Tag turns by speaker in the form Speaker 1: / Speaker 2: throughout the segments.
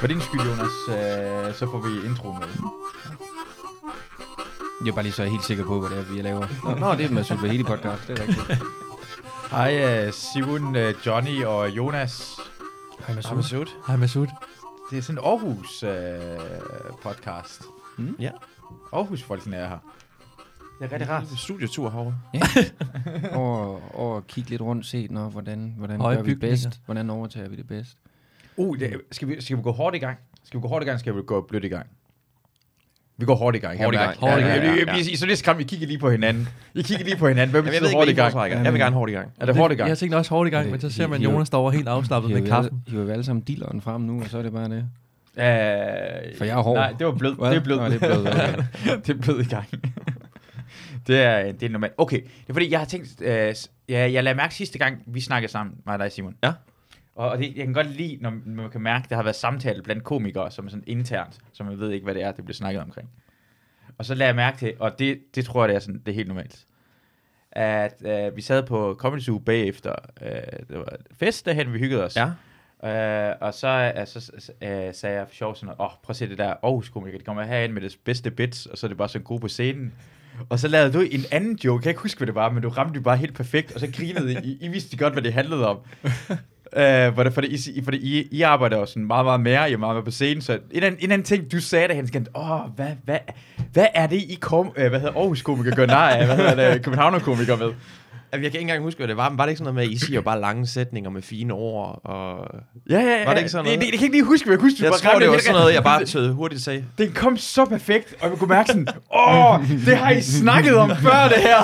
Speaker 1: For din skyld, Jonas, øh, så får vi intro med.
Speaker 2: Jeg er bare lige så helt sikker på, hvad det er, vi laver. Nå, nå det er Mads hele podcast, det er rigtigt.
Speaker 1: Hej, øh, Sivun, øh, Johnny og Jonas.
Speaker 3: Hej
Speaker 1: Hej, Masoud.
Speaker 3: Hej Masud.
Speaker 1: Det er sådan en Aarhus øh, podcast.
Speaker 2: Mm.
Speaker 3: Ja.
Speaker 1: Aarhus folkene er her. Det er rigtig rart.
Speaker 3: Studietur herovre.
Speaker 2: Og, og kigge lidt rundt, se, nå, hvordan, hvordan
Speaker 3: Høje
Speaker 2: gør vi det
Speaker 3: bygninger.
Speaker 2: bedst? Hvordan overtager vi det bedst?
Speaker 1: Uh, det, skal, vi, skal vi gå hårdt i gang? Skal vi gå hårdt i gang, skal vi gå blødt i gang? Vi går hårdt i gang.
Speaker 2: Hårdt i
Speaker 1: jeg
Speaker 2: gang.
Speaker 1: mærker.
Speaker 2: Hårdt i
Speaker 1: Ja,
Speaker 2: gang,
Speaker 1: ja,
Speaker 2: ja,
Speaker 1: ja, ja. I, I, så det skræmt, vi kigger lige på hinanden. I kigger lige på hinanden. Hvad
Speaker 4: Jamen, jeg
Speaker 1: betyder
Speaker 4: ved ikke,
Speaker 1: hårdt i
Speaker 4: hvad I
Speaker 1: gang?
Speaker 4: foretrækker. Jeg vil gerne hårdt i gang.
Speaker 1: Er det hårdt i gang?
Speaker 3: Jeg tænkte også hårdt i gang, men så ser man Jonas, der var helt afslappet med
Speaker 2: vi
Speaker 3: kaffen.
Speaker 2: alle- hiver vi alle sammen dilleren frem nu, og så er det bare det.
Speaker 1: Øh,
Speaker 2: For jeg er hård.
Speaker 1: Nej, det var blød.
Speaker 2: Hvad?
Speaker 1: Det er blød.
Speaker 2: Nå, det er blød, okay.
Speaker 1: det er blød i gang. det, er, det er normalt. Okay, det er fordi, jeg har tænkt... Øh, s- ja, jeg lagde mærke sidste gang, vi snakkede sammen, mig og dig, Simon.
Speaker 4: Ja.
Speaker 1: Og, og det, jeg kan godt lide, når man kan mærke, der har været samtale blandt komikere, som er sådan internt, så man ved ikke, hvad det er, det bliver snakket omkring. Og så lagde jeg mærke til, og det, det tror jeg, det er, sådan, det er helt normalt, at øh, vi sad på Comedy Zoo bagefter. Øh, det var fest, derhen vi hyggede os.
Speaker 4: Ja.
Speaker 1: Øh, og så, øh, så øh, sagde jeg for sjov sådan, åh, oh, prøv at se det der Aarhus komiker, de kommer herind med deres bedste bits, og så er det bare sådan god på scenen. Og så lavede du en anden joke, jeg kan ikke huske, hvad det var, men du ramte det bare helt perfekt, og så grinede I, I vidste godt, hvad det handlede om. Øh, for det, for det, I, for det, I, I arbejder jo sådan meget, meget mere, I er meget mere på scenen, så en eller anden, en eller anden ting, du sagde, da han skændte, åh, hvad, hvad, hvad er det, I kom, øh, hvad hedder Aarhus komiker gør nej af, hvad hedder det, Københavner komiker med?
Speaker 4: Jamen, Altså, jeg kan ikke engang huske, hvad det var, men var det ikke sådan noget med, at I siger bare lange sætninger med fine ord? Og...
Speaker 1: Ja, ja, ja.
Speaker 4: Var det ikke sådan noget?
Speaker 1: Det, det, det kan jeg ikke lige huske, men jeg husker, du
Speaker 4: Jeg
Speaker 1: bare
Speaker 4: tror,
Speaker 1: ramte
Speaker 4: det var
Speaker 1: helt
Speaker 4: sådan noget, jeg bare så hurtigt sagde.
Speaker 1: Den kom så perfekt, og jeg kunne mærke sådan, åh, det har I snakket om før det her.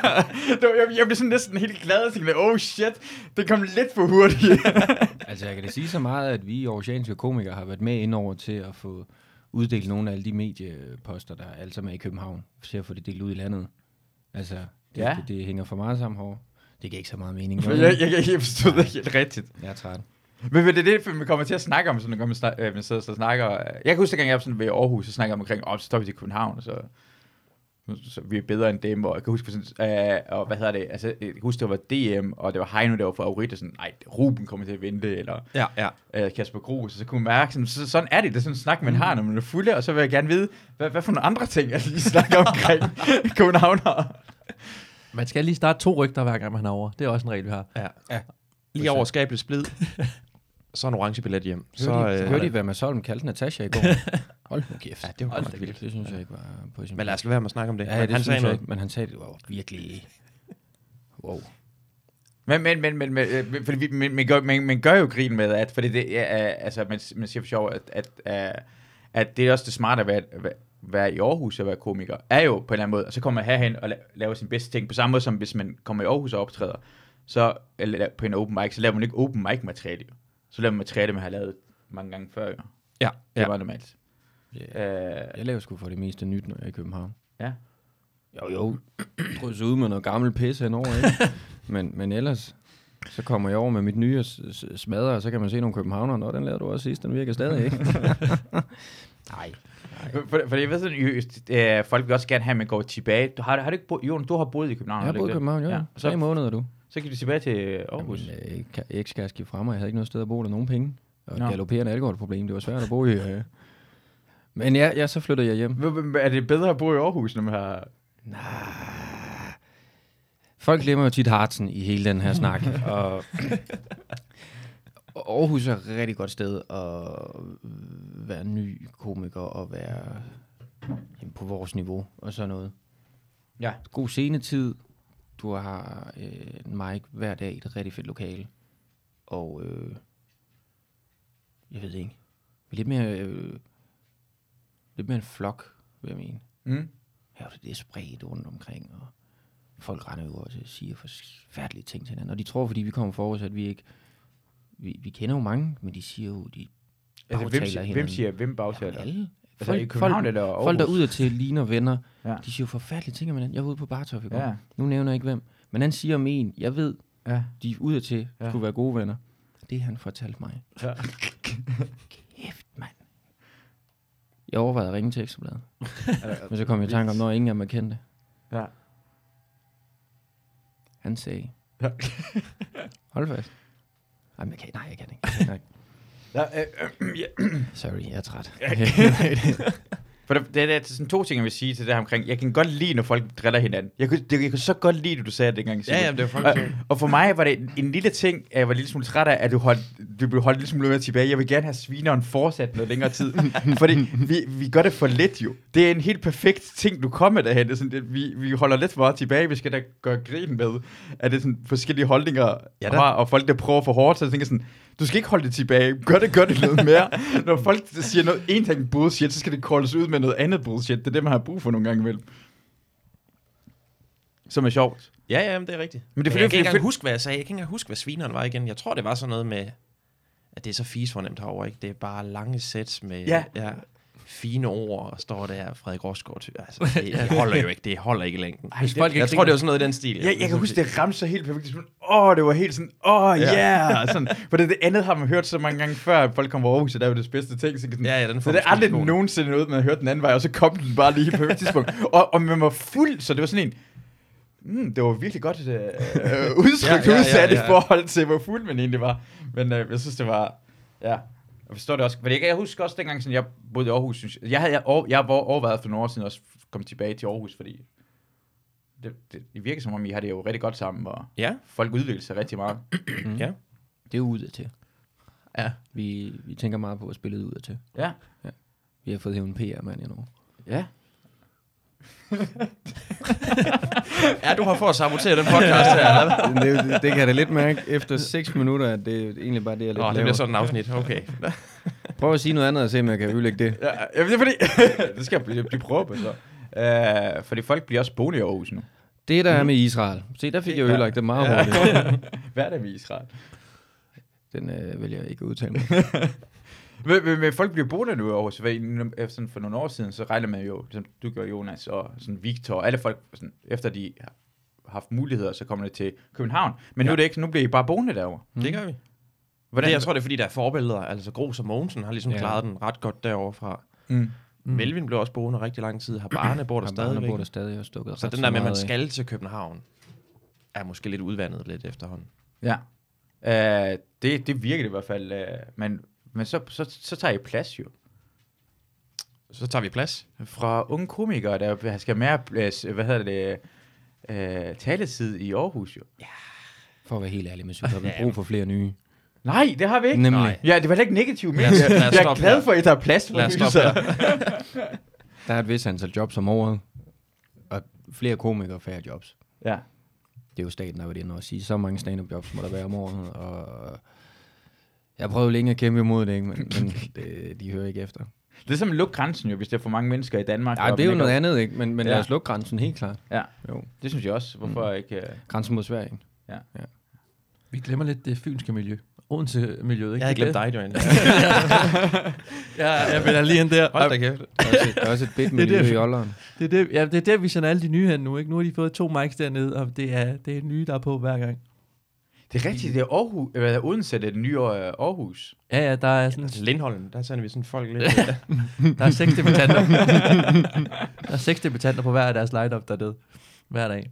Speaker 1: Det var- jeg, jeg blev sådan næsten helt glad og tænkte, oh shit, det kom lidt for hurtigt.
Speaker 2: Altså, jeg kan da sige så meget, at vi oceanske komikere har været med indover til at få uddelt nogle af alle de medieposter, der alle sammen er i København, til at få det delt ud i landet. Altså, det,
Speaker 1: Ja.
Speaker 2: ja. det, det hænger for meget sammen hår. Det giver ikke så meget mening.
Speaker 1: Men jeg, jeg, jeg, jeg forstod det ikke helt rigtigt.
Speaker 2: jeg er træt.
Speaker 1: Men, men det er det, vi kommer til at snakke om, sådan, når man, snak, øh, man sidder og snakker. øh, Jeg kan huske, at jeg var sådan ved Aarhus, så snakkede jeg omkring, åh, oh, så står vi til København, og så, så vi er bedre end dem, og jeg kan huske, sådan, øh, og hvad hedder det, altså, jeg kan huske, det var DM, og det var Heino, der var for Aurita, sådan, nej, Ruben kommer til at vinde, eller
Speaker 4: Ja, ja.
Speaker 1: øh, Kasper Grus, og så kunne man mærke, sådan, så, sådan er det, det er sådan en snak, man har, når man er fulde, og så vil jeg gerne vide, hvad, hvad for nogle andre ting, jeg lige snakker omkring Københavnere.
Speaker 3: Man skal lige starte to rygter, hver gang man er over. Det er også en regel, vi har.
Speaker 4: ja. ja. Lige over skabelig splid. Så en orange billet hjem.
Speaker 2: Så,
Speaker 4: Så, øh,
Speaker 2: hørte, I, hørte I, hvad Masolm kaldte Natasha i går? Hold nu kæft.
Speaker 4: Ja, det var
Speaker 2: Hold
Speaker 4: godt
Speaker 2: da
Speaker 4: nok vildt.
Speaker 2: Det synes jeg ikke var på sin
Speaker 4: Men lad os lade være med at snakke om det.
Speaker 2: Ja, ja, det
Speaker 4: han sagde noget.
Speaker 2: Ikke, men han sagde, det var virkelig... Wow.
Speaker 1: Men, men, men, men, men, øh, men, fordi vi- men, men, gør, men, men gør jo grin med, at fordi det er, altså, man, man siger for sjov, at, at, øh, at det er også det smarte at være, være- være i Aarhus og være komiker, er jo på en eller anden måde, og så kommer man herhen og la- laver sin bedste ting, på samme måde som hvis man kommer i Aarhus og optræder, så eller, på en open mic, så laver man ikke open mic materiale, jo. så laver man materiale, man har lavet mange gange før, jo.
Speaker 4: Ja,
Speaker 1: det
Speaker 4: ja.
Speaker 1: er bare normalt.
Speaker 2: Yeah.
Speaker 1: Øh,
Speaker 2: Jeg laver sgu for det meste nyt, når jeg er i København.
Speaker 1: ja.
Speaker 2: Jo, jo. Drysser ud med noget gammel pisse henover, ikke? men, men ellers, så kommer jeg over med mit nye og s- s- smadrer, og så kan man se nogle københavnere. Nå, den lavede du også sidst, den virker stadig, ikke? Nej.
Speaker 1: For, for jeg ved sådan, i Øst, øh, folk vil også gerne have, at man går tilbage. Du har, har du ikke bo, Jon, du har boet i København.
Speaker 2: Jeg
Speaker 1: har
Speaker 2: har
Speaker 1: du
Speaker 2: boet i
Speaker 1: ikke det?
Speaker 2: København, jo. Ja.
Speaker 1: Så,
Speaker 2: Tre måneder, du.
Speaker 1: så kan du tilbage til Aarhus.
Speaker 2: Jamen, øh, ka- ekskæreste fra mig. Jeg havde ikke noget sted at bo, eller nogen penge. Og
Speaker 1: Nå.
Speaker 2: et galopperende alkoholproblem. Det var svært at bo i. Øh. Men ja, ja, så flyttede jeg hjem.
Speaker 1: Jamen, er det bedre at bo i Aarhus, når man har...
Speaker 2: Folk glemmer jo tit Hartsen i hele den her snak. og og Aarhus er et rigtig godt sted at være ny komiker og være jamen, på vores niveau og sådan noget.
Speaker 1: Ja.
Speaker 2: God senetid. Du har øh, en mic hver dag i et rigtig fedt lokale. Og øh, jeg ved ikke. Lidt mere, øh, lidt mere en flok, vil jeg mene
Speaker 1: Mm.
Speaker 2: her er det, det er spredt rundt omkring, og folk render jo også og siger forfærdelige ting til hinanden. Og de tror, fordi vi kommer forud, at vi ikke... Vi, vi kender jo mange, men de siger jo, de
Speaker 1: Altså, hvem,
Speaker 2: bagtaler
Speaker 1: siger, hvem
Speaker 2: hinanden.
Speaker 1: siger, hvem
Speaker 2: Jamen,
Speaker 1: bagtaler?
Speaker 2: alle.
Speaker 1: Altså, i
Speaker 2: Folk,
Speaker 1: København
Speaker 2: folk,
Speaker 1: eller Aarhus?
Speaker 2: folk der ud til ligner venner,
Speaker 1: Ja.
Speaker 2: ja. de siger jo forfærdelige ting om hinanden. Jeg var ude på Bartof i går.
Speaker 1: Ja,
Speaker 2: Ja. Nu nævner jeg ikke hvem. Men han siger om en, jeg ved,
Speaker 1: ja.
Speaker 2: de ud til
Speaker 1: Ja.
Speaker 2: ja. skulle være gode venner. Det han fortalte mig.
Speaker 1: Ja.
Speaker 2: Kæft, mand. Jeg overvejede at ringe til Ekstrabladet. Men så kom jeg i tanke om, når ingen af dem er kendte.
Speaker 1: Ja.
Speaker 2: Han sagde.
Speaker 1: Ja.
Speaker 2: Hold fast. Ej, men jeg kan, nej, jeg kan ikke. Jeg kan ikke.
Speaker 1: Nå, øh, øh, ja.
Speaker 2: Sorry, jeg er træt.
Speaker 1: For det, det, er sådan to ting, jeg vil sige til det her omkring. Jeg kan godt lide, når folk driller hinanden. Jeg kunne, det, jeg kunne så godt lide, det du sagde dengang. Simon.
Speaker 4: Ja, jamen, det var
Speaker 1: og,
Speaker 4: fucking
Speaker 1: og for mig var det en, en lille ting, at jeg var lidt smule træt af, at du, holdt, du blev holdt lidt smule mere tilbage. Jeg vil gerne have svineren fortsat noget længere tid. fordi vi, vi gør det for lidt jo. Det er en helt perfekt ting, du kommer derhen. Det er sådan, det, vi, vi holder lidt for meget tilbage. Vi skal da gøre grin med, at det er sådan forskellige holdninger ja,
Speaker 4: Ja
Speaker 1: der.
Speaker 4: da.
Speaker 1: Har, og folk der prøver for hårdt. Så jeg tænker sådan, du skal ikke holde det tilbage. Gør det, gør det noget mere. Når folk siger noget, en ting bullshit, så skal det koldes ud med noget andet bullshit. Det er det, man har brug for nogle gange imellem. Som er sjovt.
Speaker 4: Ja, ja, men det er rigtigt.
Speaker 1: Men
Speaker 4: Men
Speaker 1: det er
Speaker 4: det
Speaker 1: fordi,
Speaker 4: jeg kan
Speaker 1: fordi-
Speaker 4: ikke engang huske, hvad jeg sagde. Jeg kan ikke engang huske, hvad svineren var igen. Jeg tror, det var sådan noget med, at det er så fis fornemt herovre, ikke? Det er bare lange sæt med
Speaker 1: Ja.
Speaker 4: ja, fine ord, og står der Frederik Rosgaard. ty- Altså, det, det, holder jo ikke. Det holder ikke i længden.
Speaker 1: Ej,
Speaker 4: Ej,
Speaker 3: Hvis
Speaker 1: det-
Speaker 3: folk ikke
Speaker 4: jeg tror, det var sådan noget i den stil.
Speaker 1: Ja, jeg kan huske, det ramte så helt perfekt. Sådan, Åh, det var helt sådan, åh, ja.
Speaker 4: Altså, Ja.
Speaker 1: Yeah, sådan. For det, det andet har man hørt så mange gange før, at folk kommer over Aarhus, og der er jo det bedste ting. Så, sådan,
Speaker 4: Ja, ja, den
Speaker 1: så
Speaker 4: får
Speaker 1: det er
Speaker 4: man sgu
Speaker 1: aldrig
Speaker 4: i skoene.
Speaker 1: nogensinde noget, man har hørt den anden vej, og så kom den bare lige på et tidspunkt. Og, og man var fuld, så det var sådan en, mm, det var virkelig godt øh, øh, udtryk ja, ja, ja, udsat ja, ja. i forhold til, hvor fuld man egentlig var. Men øh, jeg synes, det var, ja. Jeg forstår det også. Men jeg, jeg husker også dengang, sådan, jeg boede i Aarhus. Synes jeg, jeg, havde, jeg, over- jeg var overvejet for nogle år siden også komme tilbage til Aarhus, fordi det, det, det virker som om, I har det jo rigtig godt sammen, og
Speaker 4: Ja,
Speaker 1: folk udvikler sig rigtig meget.
Speaker 4: ja.
Speaker 2: Mm. det er ud til.
Speaker 1: Ja.
Speaker 2: Vi, vi tænker meget på at spille ud til.
Speaker 1: Ja.
Speaker 2: Vi har fået hævet en PR-mand endnu.
Speaker 1: Ja.
Speaker 4: Ja, du har for at sabotere den podcast her. eller hvad?
Speaker 2: det, det, kan jeg da lidt mærke efter 6 minutter, at det er egentlig bare det, jeg lidt
Speaker 4: Nå,
Speaker 2: oh,
Speaker 4: det bliver sådan en afsnit. Okay.
Speaker 2: Prøv at sige noget andet og se, om jeg kan ødelægge det.
Speaker 1: ja, ja det er fordi, det skal jeg blive, blive prøvet på så. Uh, fordi folk bliver også boende i Aarhus nu.
Speaker 2: Det,
Speaker 4: Mm.
Speaker 2: der er med Israel. Se, der fik jeg ødelagt det meget hurtigt.
Speaker 1: Hvad er det med Israel?
Speaker 2: Den øh, vil jeg ikke udtale mig.
Speaker 1: Men, men, men folk bliver boende nu i Aarhus. Hvad, nu- efter sådan for nogle år siden, så regner man jo, ligesom du gjorde Jonas og sådan Victor, og alle folk, sådan, efter de har haft muligheder, så kommer det til København. Men ja. nu er det ikke, nu bliver I bare boende derovre.
Speaker 4: Det gør vi.
Speaker 1: Mm. Hvordan?
Speaker 4: Det, jeg tror, det er, fordi der er forbilleder. Altså, Gros og Mogensen har ligesom
Speaker 2: Ja.
Speaker 4: ja. klaret den ret godt derovre fra.
Speaker 1: Mm.
Speaker 4: Mm. Melvin blev også boende rigtig lang tid. Har barne bor der
Speaker 2: Stadig
Speaker 4: stadigvæk.
Speaker 2: bor der stadig og stukket
Speaker 4: Så
Speaker 2: ret
Speaker 4: den der med, at man
Speaker 2: meget af.
Speaker 4: skal til København, er måske lidt udvandet lidt efterhånden.
Speaker 1: Ja. Uh, det, det virker det i hvert fald. Uh, men men så, så, så tager I plads jo.
Speaker 4: Så tager vi plads.
Speaker 1: fra unge komikere, der skal mere, øh, hvad hedder det, øh, taletid i Aarhus jo.
Speaker 2: For at være helt ærlig med synes, har vi brug for flere nye.
Speaker 1: Nej, det har vi ikke.
Speaker 2: Nemlig.
Speaker 1: Ja, det var heller ikke negativt, men
Speaker 4: Lad os- lad os
Speaker 1: jeg er
Speaker 4: stoppe
Speaker 1: glad
Speaker 4: her.
Speaker 1: for, at der er plads for
Speaker 4: Lad os
Speaker 1: nye,
Speaker 4: stoppe
Speaker 1: så-
Speaker 2: Der er et vis antal jobs om året, og flere komikere færre jobs.
Speaker 1: Ja.
Speaker 2: Det er jo staten, der har været inde og sige, så mange stand-up jobs må der være om året, og jeg har prøvet længe at kæmpe imod det, ikke? men, men det, de hører ikke efter.
Speaker 1: Det er som at lukke grænsen jo, hvis der er for mange mennesker i Danmark.
Speaker 2: Nej,
Speaker 1: og
Speaker 2: det er jo
Speaker 1: man
Speaker 2: noget
Speaker 1: ikke-
Speaker 2: andet, ikke? men, men ja.
Speaker 1: Ja.
Speaker 2: lad os lukke grænsen helt klart.
Speaker 1: Ja.
Speaker 2: Jo.
Speaker 1: Det synes jeg også. Hvorfor mm. ikke? øh,
Speaker 2: Grænsen mod Sverige. ikke?
Speaker 3: Vi glemmer lidt det fynske miljø. Odense-miljø, ikke?
Speaker 4: Jeg havde glemt
Speaker 3: Det-
Speaker 4: dig, Joanne.
Speaker 3: Ja, jeg vil da lige ind der.
Speaker 4: Hold da kæft.
Speaker 2: Der er også et, der er også et bedt miljø
Speaker 3: det.
Speaker 2: i Olleren.
Speaker 3: Det er, det, ja, det er der, vi sender alle de nye hen nu, ikke? Nu har de fået to mics dernede, og det er, det er nye, der er på hver gang.
Speaker 1: Det er rigtigt, det er Aarhus, eller Odense, det er det nye øh, Aarhus.
Speaker 3: Ja, ja, der er sådan,
Speaker 4: Altså Lindholm, der sender vi sådan folk lidt.
Speaker 3: der er seks debutanter. der er seks debutanter på hver af deres lineup dernede. Hver dag.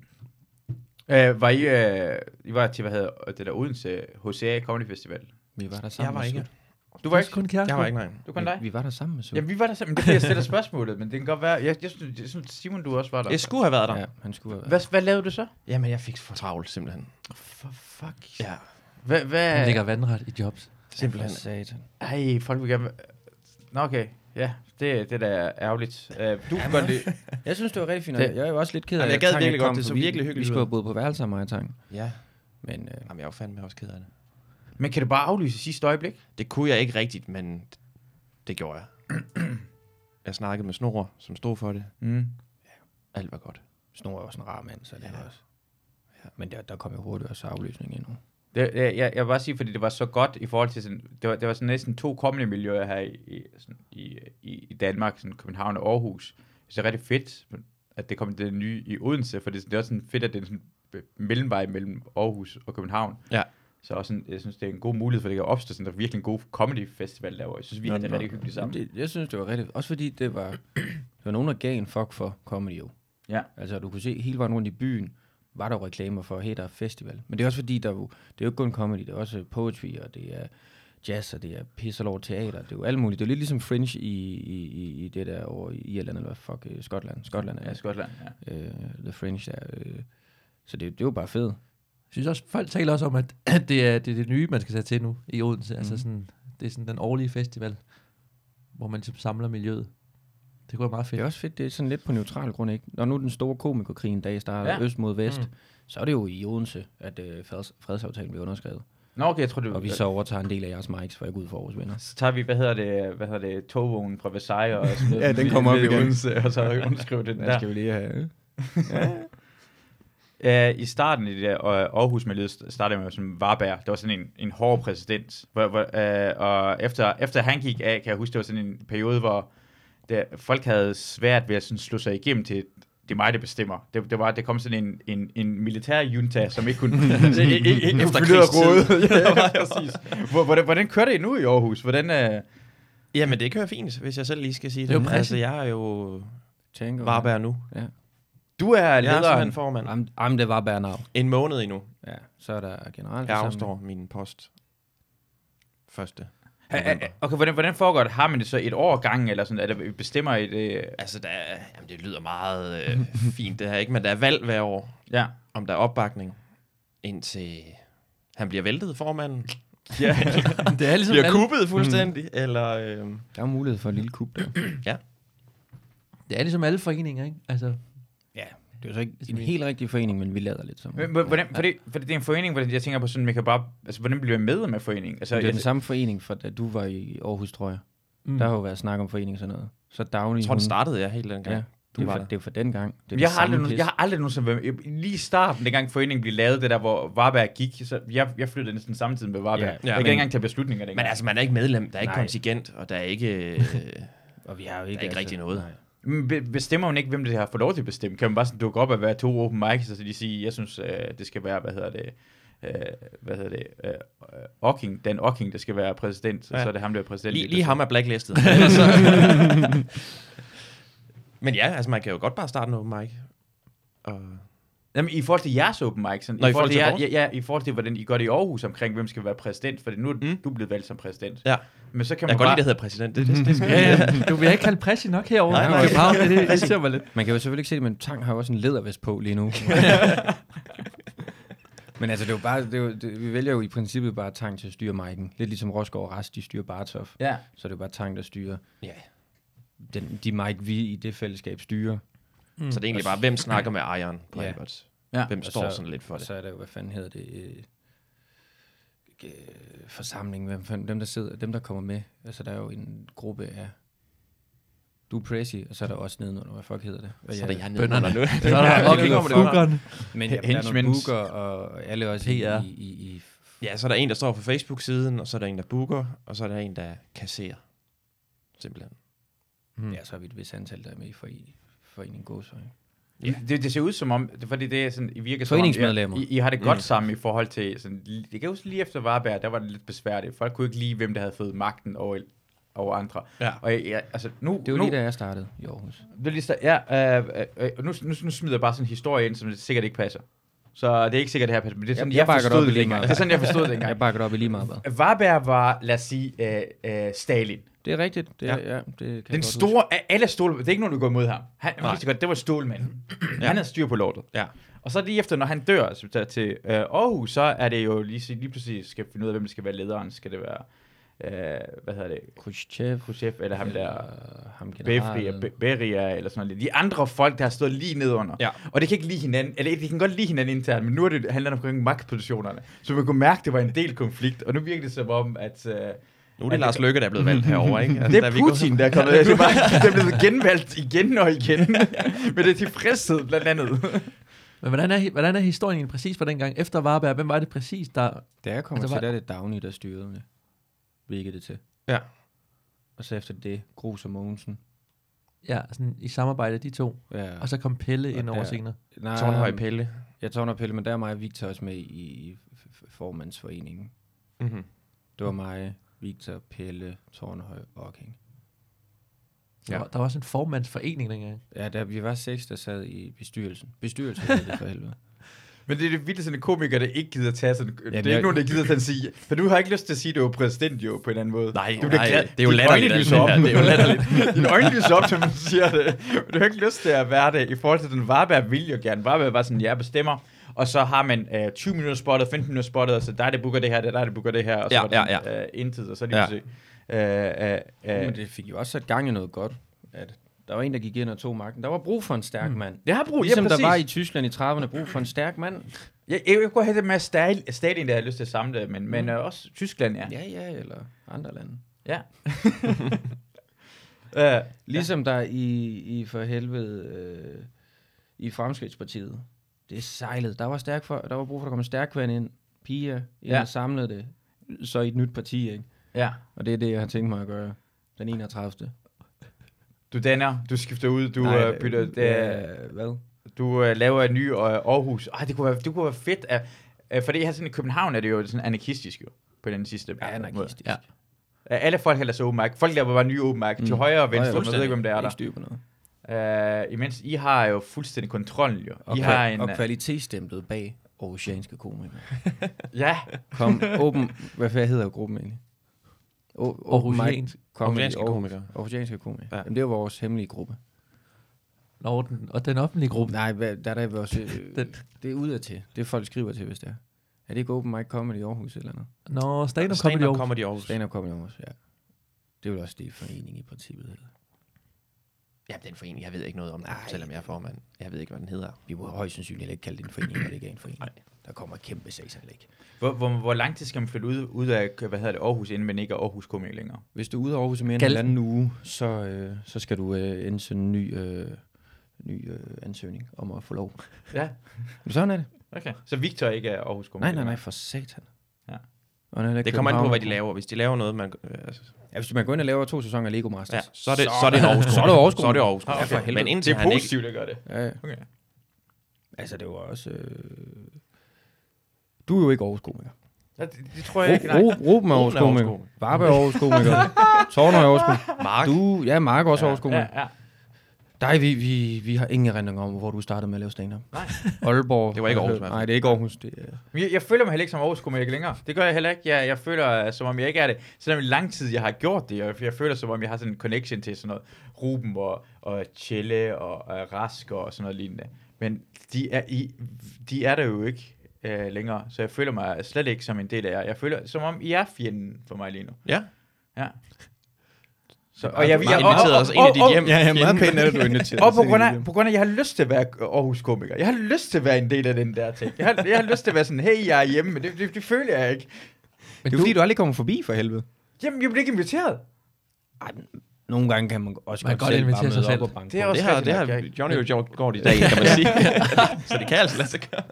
Speaker 1: Øh, var I, øh, I var til, hvad hedder det der Odense HCA Comedy Festival?
Speaker 2: Vi var der sammen.
Speaker 4: Jeg var
Speaker 2: med
Speaker 4: ikke.
Speaker 1: Du var ikke?
Speaker 3: kun kæreste.
Speaker 4: Jeg var ikke, nej.
Speaker 1: Du
Speaker 2: Sut.
Speaker 1: kun dig?
Speaker 2: Vi var der sammen med Sut.
Speaker 1: Jamen, vi var der sammen. Det er fordi, jeg stiller spørgsmålet, men det kan godt være. Jeg, jeg, synes, jeg synes, Simon, du også var der.
Speaker 4: Jeg skulle have været der.
Speaker 2: Ja, han skulle have været.
Speaker 1: Hvad, hvad lavede du så?
Speaker 4: Jamen, jeg fik for travlt, simpelthen.
Speaker 1: For fuck.
Speaker 4: Ja,
Speaker 1: Hvad, hvad?
Speaker 3: Han ligger vandret i jobs.
Speaker 4: simpelthen.
Speaker 2: For satan.
Speaker 1: Ej, folk vil gerne... Nå, okay. Ja, det, det der er ærgerligt. Uh, du kan godt lide...
Speaker 2: Jeg synes, det var rigtig fint.
Speaker 1: Det-
Speaker 2: og Jeg er jo også lidt ked af,
Speaker 4: Jamen, jeg
Speaker 2: at
Speaker 4: gad
Speaker 2: Tang ikke
Speaker 4: virkelig godt.
Speaker 2: kom,
Speaker 4: Det så
Speaker 2: for vi-
Speaker 4: virkelig hyggeligt
Speaker 2: Vi skulle
Speaker 4: ud.
Speaker 2: have boet på værelser, mig og Tang.
Speaker 4: Ja,
Speaker 2: Men øh,
Speaker 4: Jamen, jeg var fandme også ked af det.
Speaker 1: Men kan du bare aflyse i sidste øjeblik?
Speaker 4: Det kunne jeg ikke rigtigt, men det gjorde jeg. Jeg snakkede med Snor, som stod for det.
Speaker 1: Mm.
Speaker 4: Alt var godt.
Speaker 2: Snor er også en rar mand, så det er også... Ja. Men der, der kom jo hurtigt også afløsning endnu.
Speaker 1: Det, det, jeg, jeg vil bare sige, fordi det var så godt i forhold til sådan... Det var, det var sådan næsten to kommende miljøer her i, i, sådan, i, i, i Danmark, sådan København og Aarhus. Så det er rigtig fedt, at det kom det nye i Odense, for det, det er også sådan fedt, at det er sådan øh, mellemvej mellem Aarhus og København.
Speaker 4: Ja.
Speaker 1: Så også sådan, jeg synes, det er en god mulighed for, at det kan opstå sådan en virkelig god comedy festival derovre. Jeg synes, vi
Speaker 4: Nå,
Speaker 1: har det
Speaker 4: nå.
Speaker 1: rigtig hyggeligt sammen.
Speaker 2: Det, jeg synes, det var rigtigt. Også fordi det var, det var nogen, der gav en fuck for comedy jo.
Speaker 1: Ja.
Speaker 2: Altså, du kunne se hele vejen rundt i byen, var der jo reklamer for, hey, der er festival. Men det er også fordi, der, er jo- det er jo ikke kun comedy, det er også poetry, og det er jazz, og det er pisser over teater, det er jo alt muligt. Det er lidt ligesom Fringe i, i, i- i det der over i Irland, eller fuck, øh, Skotland. Skotland
Speaker 1: Ja,
Speaker 2: er
Speaker 1: Skotland, ja.
Speaker 2: øh, The Fringe der. Øh. Så det, det er jo bare fedt.
Speaker 3: Jeg synes også, folk taler også om, at det er det, er det nye, man skal tage til nu i Odense. Mm. Altså
Speaker 1: Mhm.
Speaker 3: sådan, det er sådan den årlige festival, hvor man ligesom samler miljøet. Det kunne være meget
Speaker 2: Det
Speaker 3: fedt.
Speaker 2: er også fedt, det er sådan lidt på neutral grund, ikke? Når nu den store komikerkrig en dag starter
Speaker 1: Ja.
Speaker 2: ja. øst mod vest,
Speaker 4: Mm.
Speaker 2: mm. så er det jo i Odense, at øh, freds, fredsaftalen bliver underskrevet.
Speaker 1: Nå, okay, jeg tror, det
Speaker 2: Og vi så overtager en del af jeres mics, for jeg går ud for Aarhus vinder.
Speaker 1: Så tager vi, hvad hedder det, hvad hedder det togvognen fra Versailles og smider
Speaker 2: Ja, den
Speaker 1: i-
Speaker 2: kommer op
Speaker 1: ned
Speaker 2: igen.
Speaker 1: Odense, og så underskriver den
Speaker 2: Der
Speaker 1: der.
Speaker 2: skal vi lige have...
Speaker 1: Ja, I starten i det der øh, Aarhus miljø startede jeg med som Varberg. Det var sådan en, en hård præsident. Hvor, hvor, øh, og efter, efter han gik af, kan jeg huske, det var sådan en periode, hvor der, folk havde svært ved at sådan, slå sig igennem til, det er mig, der bestemmer. Det, det var, det kom sådan en, en, en militær junta, som ikke kunne... ikke- ikke- ikke- ikke
Speaker 4: Efter
Speaker 1: kunne
Speaker 4: krigstid.
Speaker 1: råde. ja, ja, præcis. Hvor- Hvordan, hvordan kører det nu i Aarhus? Hvordan, øh,
Speaker 4: Jamen, det kører fint, hvis jeg selv lige skal sige
Speaker 3: Det
Speaker 4: det.
Speaker 3: er jo
Speaker 4: altså,
Speaker 3: præcis.
Speaker 4: jeg er jo
Speaker 2: Tango.
Speaker 4: Varberg nu.
Speaker 1: du er
Speaker 4: Jeg er
Speaker 1: lederen.
Speaker 4: simpelthen formand.
Speaker 2: Am, am det var Bernau.
Speaker 4: En måned endnu.
Speaker 2: Ja, så er der generelt...
Speaker 4: Jeg afstår min post. Første.
Speaker 1: Ha- ha- Okay, hvordan, hvordan foregår det? Har man det så et år gang, eller sådan, at der bestemmer I det?
Speaker 4: Altså, der er, jamen, det lyder meget øh, fint det her, ikke? Men der er valg hver år,
Speaker 1: Ja.
Speaker 4: om der er opbakning, indtil han bliver væltet, formanden.
Speaker 1: ja.
Speaker 3: Det er ligesom
Speaker 4: Bliver
Speaker 3: alle,
Speaker 4: kuppet fuldstændig, mm. eller... Øh,
Speaker 2: Der er mulighed for en lille kub der.
Speaker 3: det er ligesom alle foreninger, ikke? Altså,
Speaker 2: Det er jo så ikke en helt rigtig forening, men vi lader lidt som.
Speaker 1: Men hvordan, fordi, fordi det er en forening, hvordan jeg tænker på sådan, man kan bare, altså, hvordan bliver man medlem af foreningen? Altså,
Speaker 2: Det er
Speaker 1: jeg,
Speaker 2: den samme forening, for da du var i Aarhus, tror jeg.
Speaker 3: mm.
Speaker 2: Der har jo været snak om forening og sådan noget. Så Dagny...
Speaker 4: jeg tror, det
Speaker 2: hun-
Speaker 4: startede jeg helt dengang.
Speaker 2: Ja,
Speaker 4: Ja.
Speaker 2: det
Speaker 4: var
Speaker 2: var,
Speaker 4: der.
Speaker 2: det var for den gang. Det er
Speaker 1: jeg,
Speaker 2: det
Speaker 1: jeg, har
Speaker 2: samme
Speaker 1: aldrig, nogen-
Speaker 2: pis.
Speaker 1: jeg har aldrig nogen som været, lige i starten, dengang foreningen blev lavet, det der, hvor Varberg gik, så jeg, jeg flyttede næsten samtidig med Varberg.
Speaker 2: Ja,
Speaker 1: Ja,
Speaker 2: ja,
Speaker 1: ja, jeg kan
Speaker 4: men-
Speaker 1: ikke engang tage beslutninger dengang.
Speaker 4: Men altså, man er ikke medlem, der er ikke
Speaker 2: Nej.
Speaker 4: kontingent, og der er ikke... Øh,
Speaker 2: Og vi har jo altså-
Speaker 4: ikke rigtig noget.
Speaker 2: nej.
Speaker 1: Men be- bestemmer hun ikke, hvem det har fået lov til at bestemme? Kan man bare sådan dukke op og være to open mics, og så de sige, jeg synes, øh, det skal være, hvad hedder det, øh, hvad hedder det, øh, øh, Ocking, Dan Ocking, der skal være præsident, og
Speaker 4: Ja.
Speaker 1: så er det ham, der er præsident.
Speaker 4: Lige,
Speaker 1: Det
Speaker 4: lige
Speaker 1: er
Speaker 4: ham er blacklistet. Ellers så- Men ja, altså man kan jo godt bare starte en open mic. Og...
Speaker 1: Jamen, i forhold til jeres open mic, sådan,
Speaker 4: Nå,
Speaker 1: i, forhold til jer, ja, ja, i forhold til, hvordan I gør det i Aarhus omkring, hvem skal være præsident, for nu er
Speaker 4: Mm.
Speaker 1: mm. du blevet valgt som præsident.
Speaker 4: Ja.
Speaker 1: Men så kan
Speaker 4: Jeg
Speaker 1: man
Speaker 4: kan godt lide,
Speaker 1: bare...
Speaker 4: det hedder præsident. Det, det, det skal...
Speaker 3: Ja, ja. Du bliver ikke kaldt presse nok herovre.
Speaker 2: Nej,
Speaker 3: Nej,
Speaker 2: nej.
Speaker 3: nej. København, det, det, det ser mig lidt.
Speaker 2: Man kan jo selvfølgelig ikke se det, men Tang har jo også en lædervest på lige nu. men altså, det er jo bare, det er jo, det, vi vælger jo i princippet bare Tang til at styre Mike'en. Lidt ligesom Rosgaard og Rast, de styrer Bartov.
Speaker 1: Ja.
Speaker 2: Så det er jo bare Tang, der styrer
Speaker 4: Ja.
Speaker 2: den, de Mike, vi i det fællesskab styrer.
Speaker 4: Så det er egentlig bare, hvem snakker med ejeren på
Speaker 2: Ja.
Speaker 4: ja.
Speaker 1: Ja,
Speaker 4: Hvem
Speaker 2: og
Speaker 4: står
Speaker 2: så-
Speaker 4: sådan lidt for
Speaker 2: Og
Speaker 4: det?
Speaker 2: så er der jo, hvad fanden hedder det, øh, øh, forsamling, hvem fanden, dem der sidder, dem der kommer med. Altså, der er jo en gruppe af du er Prezi, og så er der også nedenunder, hvad fuck hedder det? Hvad
Speaker 4: Så er
Speaker 2: jeg-
Speaker 4: det jeg nedenunder nu.
Speaker 3: Så er der
Speaker 2: Ja,
Speaker 3: Ocking og
Speaker 2: det kommer
Speaker 3: Fuggeren.
Speaker 2: Men ja, der er nogle
Speaker 1: Henchmans.
Speaker 2: booker, og alle også i,
Speaker 3: PR.
Speaker 2: i, i, i
Speaker 4: Ja, så er der en, der står på Facebook-siden, og så er der en, der booker, og så er der en, der kasserer. Simpelthen.
Speaker 3: Mm.
Speaker 2: ja, så er vi et vist antal, der er med i foreni- foreningen Gåsøj.
Speaker 1: Ja. Det, det ser ud som om, fordi det er sådan, I virker
Speaker 2: Foreningsmedlemmer.
Speaker 1: som om, I, I I har det godt
Speaker 4: Mm.
Speaker 1: mm. sammen i forhold til, sådan, det kan jeg huske lige efter Varberg, der var det lidt besværligt. Folk kunne ikke lide, hvem der havde fået magten over, over andre.
Speaker 4: Ja.
Speaker 1: Og jeg, jeg, altså, nu,
Speaker 2: Det var
Speaker 1: nu,
Speaker 2: lige da jeg startede i Aarhus.
Speaker 1: Det er lige så, ja, øh, øh, øh, nu, nu, nu smider jeg bare sådan en historie ind, som sikkert ikke passer. Så det er ikke sikkert, det her passer, men det er
Speaker 2: Jeg-
Speaker 1: sådan,
Speaker 2: jeg
Speaker 1: jeg, jeg
Speaker 2: bakker det op
Speaker 1: forstod det
Speaker 2: lige
Speaker 1: dengang.
Speaker 2: meget.
Speaker 1: Det er sådan, jeg forstod det
Speaker 2: Jeg
Speaker 1: dengang.
Speaker 2: bakker det op i lige meget. hvad?
Speaker 1: Varberg var, lad os sige, øh, øh, Stalin.
Speaker 2: Det er rigtigt. Det,
Speaker 4: Ja.
Speaker 2: er, ja. det kan jeg
Speaker 1: Den
Speaker 2: godt
Speaker 1: store, af alle stål, det er ikke nogen, der går imod ham. Han, man
Speaker 4: Nej.
Speaker 1: kan sige godt, det var stålmanden. ja. Han havde styr på lortet.
Speaker 4: Ja.
Speaker 1: Og så lige efter, når han dør så tager til øh, Aarhus, så er det jo lige, lige pludselig, skal finde ud af, hvem der skal være lederen. Skal det være, øh, hvad hedder det,
Speaker 2: huske. Khrushchev,
Speaker 1: Khrushchev, eller ham der,
Speaker 2: Øh, eller ham
Speaker 1: Befria,
Speaker 2: generalen.
Speaker 1: Be- Beria eller sådan noget. De andre folk, der har stået lige nedunder.
Speaker 4: Ja.
Speaker 1: Og det kan ikke lide hinanden, eller de kan godt lide hinanden internt, men nu er det handler det omkring magtpositionerne. Så man kunne mærke, at det var en del konflikt, og nu virker det som om, at øh,
Speaker 4: Nu er det Lars Løkke, der er blevet valgt herover, ikke?
Speaker 1: det
Speaker 4: der
Speaker 1: er
Speaker 4: vi gået-
Speaker 1: Putin, der er kommet. Det er, bare, det er blevet genvalgt igen og igen, med det tilfredshed blandt andet.
Speaker 3: Men hvordan er, hvordan er historien egentlig præcis fra dengang? Efter Varberg, hvem var det præcis, der...
Speaker 2: Da jeg kommer
Speaker 3: Altså,
Speaker 2: altså,
Speaker 3: hvad-
Speaker 2: til, der er det Dagny, der styrede det. Virkede det til.
Speaker 4: Ja.
Speaker 2: Og så efter det, Grus og Mogensen.
Speaker 3: Ja, sådan i samarbejde, de to.
Speaker 2: Ja.
Speaker 3: Og så kom Pelle
Speaker 2: Og
Speaker 3: ind over
Speaker 2: der-
Speaker 3: senere.
Speaker 2: Nej,
Speaker 4: Tornhøj Pelle.
Speaker 2: Jeg tårner Pelle, men der er mig og Victor også med i, i f- f- formandsforeningen.
Speaker 4: Mm-hmm.
Speaker 2: Det var mig, Victor, Pelle, Tornhøj og King.
Speaker 3: Der,
Speaker 4: Ja.
Speaker 3: var, der var også en
Speaker 2: Oh
Speaker 3: formandsforening dengang.
Speaker 2: Ja, der, vi var seks, der sad i bestyrelsen. Bestyrelsen hed det for helvede.
Speaker 1: Men det er det vildt, sådan en komiker, der ikke gider tage sådan... Ja, det er ikke
Speaker 2: jeg-
Speaker 1: nogen, der gider sådan sige... For du har ikke lyst til at sige, at du er præsident jo, på en anden måde.
Speaker 4: Nej,
Speaker 1: du
Speaker 4: nej, det er jo
Speaker 1: dine
Speaker 4: latterligt,
Speaker 1: øjne
Speaker 4: alt
Speaker 1: lyser
Speaker 4: det
Speaker 1: op.
Speaker 4: her, det er jo
Speaker 1: latterligt. Dine øjne lyser op, som man siger det. Men du har ikke lyst til at være det. I forhold til den Varberg vil jo gerne. Varberg var sådan, jeg bestemmer. Og så har man øh, 20 minutter spottet, 15 minutter spottet, og så der er det booker det her, der er der, det booker det her, og så
Speaker 4: Ja,
Speaker 1: var det
Speaker 4: ja,
Speaker 1: sådan, Øh, intet, og så lige
Speaker 4: Ja.
Speaker 1: pludselig. Øh, øh, øh,
Speaker 2: Men det fik jo også sat gang i noget godt, at der var en, der gik ind og tog magten. Der var brug for en stærk mand.
Speaker 1: jeg har brug,
Speaker 2: Ligesom
Speaker 1: Mm. ja,
Speaker 2: der
Speaker 1: præcis.
Speaker 2: var i Tyskland i 30'erne brug for en stærk mand.
Speaker 1: Jeg, jeg, jeg kunne have det med Stalin, Stalin der har jeg lyst til at samle, men, mm. men øh, også Tyskland, ja.
Speaker 2: Ja, ja, eller andre lande.
Speaker 1: ja. ja. øh,
Speaker 2: Ligesom der i, i for helvede øh, i Fremskridspartiet. Det sejlede. Der var, stærk for, der var brug for, at der kom en stærk kvand ind. Piger ind
Speaker 1: Ja.
Speaker 2: ja. og samlede det. Så i et nyt parti, ikke?
Speaker 1: ja.
Speaker 2: Og det er det, jeg har tænkt mig at gøre. Den 31.
Speaker 1: Du danner, du skifter ud, du Nej,
Speaker 2: Nej,
Speaker 1: øh, bytter, det, øh,
Speaker 2: øh, hvad?
Speaker 1: du øh, laver en ny øh, Aarhus. Ej, det kunne være, det kunne være fedt. At, øh, for det her sådan i København er det jo sådan anarkistisk jo, på den sidste måde.
Speaker 2: Anarkistisk.
Speaker 3: Ja.
Speaker 1: Øh, Alle folk hælder sig åben mic. Folk laver bare nye open mic. Mm. Til højre og venstre, man ved ikke, hvem det er
Speaker 2: Ikke styr på noget.
Speaker 1: der. Øh, imens I har jo fuldstændig kontrollen jo.
Speaker 2: Og,
Speaker 1: I
Speaker 2: kva-
Speaker 1: har en,
Speaker 2: og
Speaker 1: øh,
Speaker 2: kvalitetsstemtet bag oceanske komikere.
Speaker 1: ja,
Speaker 2: Kom, åben, hvad fanden hedder gruppen egentlig? O-
Speaker 3: Aarhusiansk-
Speaker 4: Aarhusianske komikere.
Speaker 2: Aarhusianske komikere.
Speaker 4: Ja.
Speaker 2: Ja. Jamen, det er jo vores hemmelige gruppe.
Speaker 3: Nå, den, og den offentlige gruppe.
Speaker 2: Nej, hvad, der er der vores, øh,
Speaker 3: Den-
Speaker 2: det er udad til. Det er folk skriver til, hvis det er. Er det ikke open mic comedy i Aarhus eller noget?
Speaker 3: Nå, stand-up comedy
Speaker 4: Stand-up
Speaker 3: Aarhus.
Speaker 4: Comedy Aarhus.
Speaker 2: Stand-up comedy i Aarhus, ja. Det er vel også det forening i princippet. Eller?
Speaker 4: Ja, den forening, jeg ved ikke noget om den, selvom jeg er formand. Jeg ved ikke, hvad den hedder.
Speaker 2: Vi må højst sandsynligt heller ikke kalde det en forening, når det ikke er en forening. Nej. Der kommer et kæmpe sagsanlæg.
Speaker 1: Hvor, hvor, hvor lang tid skal man flytte ud, ud af hvad hedder det, Aarhus, inden man ikke er Aarhus komiker længere?
Speaker 2: Hvis du er ude af Aarhus i mere end
Speaker 3: Gal-
Speaker 2: en anden uge, så, øh, så skal du øh, indsende en ny, øh, ny øh, ansøgning om at få lov.
Speaker 1: Ja,
Speaker 2: Men sådan er det.
Speaker 1: okay. Så Victor ikke er Aarhus komiker
Speaker 2: Nej, nej, nej, for satan.
Speaker 1: Ja.
Speaker 2: Og når
Speaker 4: Det kommer an på, hvad de laver. Hvis de laver noget, man... Øh, altså,
Speaker 2: Ja, hvis man går ind og laver to sæsoner af Lego
Speaker 4: ja,
Speaker 2: Masters.
Speaker 4: så, er det, så er det en Aarhus.
Speaker 2: Så er det Aarhus.
Speaker 4: Så er det Aarhus.
Speaker 1: Ah, okay.
Speaker 4: Ja, for helvede. Men
Speaker 1: Det
Speaker 4: indtil
Speaker 1: er
Speaker 4: han ikke...
Speaker 1: positivt, at gøre det.
Speaker 2: Ja, ja.
Speaker 1: Okay.
Speaker 2: altså det var også... Øh... Du er jo ikke Aarhus komiker.
Speaker 1: Ja, det, det, tror jeg ikke, nej.
Speaker 2: Ro- Ro- Ruben er Aarhus
Speaker 4: Ruben er Aarhus
Speaker 2: komiker. Varberg er Aarhus komiker. Torner er Aarhus komiker.
Speaker 4: Mark.
Speaker 2: Du, ja, Mark er også Aarhus
Speaker 1: Ja,
Speaker 2: komiker.
Speaker 1: ja.
Speaker 2: Nej, vi, vi, vi har ingen erindring om, hvor du startede med at lave stand-up.
Speaker 1: Nej.
Speaker 2: Aalborg.
Speaker 4: Det var ikke Aarhus, i hvert fald.
Speaker 2: Nej, det er ikke Aarhus. Det er...
Speaker 1: Men Jeg, jeg føler mig heller ikke som Aarhus komiker længere. Det gør jeg heller ikke. Jeg, jeg føler, øh, som om jeg ikke er det. Selvom i lang tid, jeg har gjort det, og jeg føler, som om jeg har sådan en connection til sådan noget Ruben og, og Chelle og, og Rask og sådan noget lignende. Men de er, i, de er der jo ikke øh, længere, så jeg føler mig slet ikke som en del af jer. Jeg føler, som om I er fjenden for mig lige nu.
Speaker 4: Ja.
Speaker 1: Ja. Så,
Speaker 4: Og jeg, jeg, jeg
Speaker 1: og- og-
Speaker 4: inviterede os ind i
Speaker 1: og-
Speaker 4: dit
Speaker 1: og-
Speaker 4: hjem.
Speaker 2: pænt, at du inviterer.
Speaker 1: Og på grund, af, på grund af, at jeg har lyst til at være Aarhus komiker. Jeg har lyst til at være en del af den der ting. Jeg har, jeg har lyst til at være sådan, hey, jeg er hjemme, men det, det, det føler jeg ikke.
Speaker 2: Det er jo fordi, du aldrig kommer forbi for helvede.
Speaker 1: Jamen, jeg bliver ikke inviteret.
Speaker 2: Ej, men nogle gange kan man også
Speaker 3: Man kan godt invitere sig selv.
Speaker 2: banke
Speaker 1: Det er
Speaker 2: på.
Speaker 1: også
Speaker 4: Det har,
Speaker 1: rigtigt
Speaker 4: det har
Speaker 1: nok, jeg-
Speaker 4: Johnny og George gjort i dag, kan man sige. så det kan altså lade sig gøre.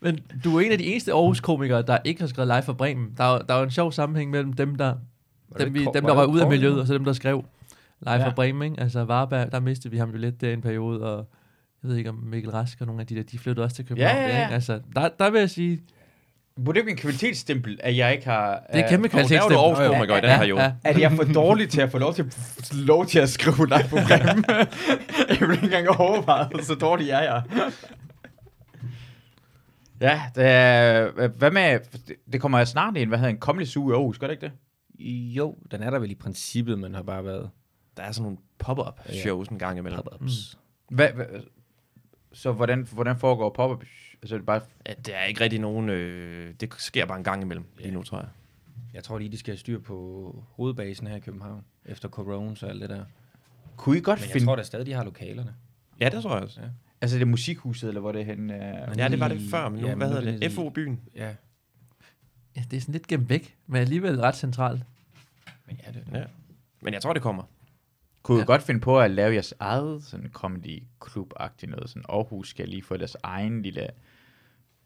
Speaker 3: Men du er en af de eneste Aarhus-komikere, der ikke har skrevet live for Bremen. Der er, jo- der er jo en sjov sammenhæng mellem dem, der, dem,
Speaker 2: det
Speaker 3: vi,
Speaker 2: Kro-
Speaker 3: dem,
Speaker 2: var
Speaker 3: der
Speaker 2: det
Speaker 3: røg ud af
Speaker 2: Krogh?
Speaker 3: miljøet, og så dem, der skrev live
Speaker 1: Ja.
Speaker 3: for Bremen. Ikke? Altså Varberg, der mistede vi ham jo lidt der i en periode, og jeg ved ikke om Mikkel Rask og nogle af de der, de flyttede også til København.
Speaker 1: ja,
Speaker 3: der,
Speaker 1: ja.
Speaker 3: ikke? Altså, der, der vil jeg sige, det
Speaker 1: Burde det ikke blive en kvalitetsstempel, at jeg ikke har...
Speaker 3: er et kæmpe
Speaker 1: øh, Aarhus-
Speaker 3: kvalitetsstempel. oh
Speaker 4: Aarhus komiker i den her periode.
Speaker 1: At jeg er for dårlig til at få lov til, lov til at skrive live på Bremen. jeg vil ikke engang overveje, så dårlig er jeg. ja, det er, hvad med, det kommer snart en, hvad hedder en kommelig uge i Aarhus, gør det ikke det?
Speaker 2: Jo, den er der vel i princippet, men har bare været...
Speaker 4: Der er sådan nogle pop-up shows en gang imellem.
Speaker 2: Pop-ups.
Speaker 1: Hvad, hvad, så hvordan, hvordan foregår pop-up? Altså, det er bare,
Speaker 4: Ja, der er ikke rigtig nogen... Øh, det sker bare en gang imellem lige nu, tror jeg.
Speaker 2: Jeg tror lige, de skal have styr på hovedbasen her i København, efter corona og alt det der.
Speaker 1: kunne I godt
Speaker 2: Men
Speaker 1: finde...
Speaker 2: jeg tror da stadig, de har lokalerne.
Speaker 4: Ja, det tror jeg også.
Speaker 1: Altså, det er musikhuset, eller hvor det er henne? Øh...
Speaker 4: Ja, det var det før, men nu,
Speaker 2: Ja, men
Speaker 4: hvad
Speaker 2: nu
Speaker 4: hedder
Speaker 2: er det
Speaker 4: det?
Speaker 2: nede i-
Speaker 4: FO-byen.
Speaker 2: Ja,
Speaker 3: Ja, det er sådan lidt gemt væk, men alligevel ret centralt.
Speaker 2: men ja, det,
Speaker 4: Ja. Men jeg tror, det kommer.
Speaker 1: Kunne I
Speaker 3: Ja.
Speaker 1: godt finde på at lave jeres eget sådan comedy club agtigt noget? Sådan Aarhus skal lige få deres egen lille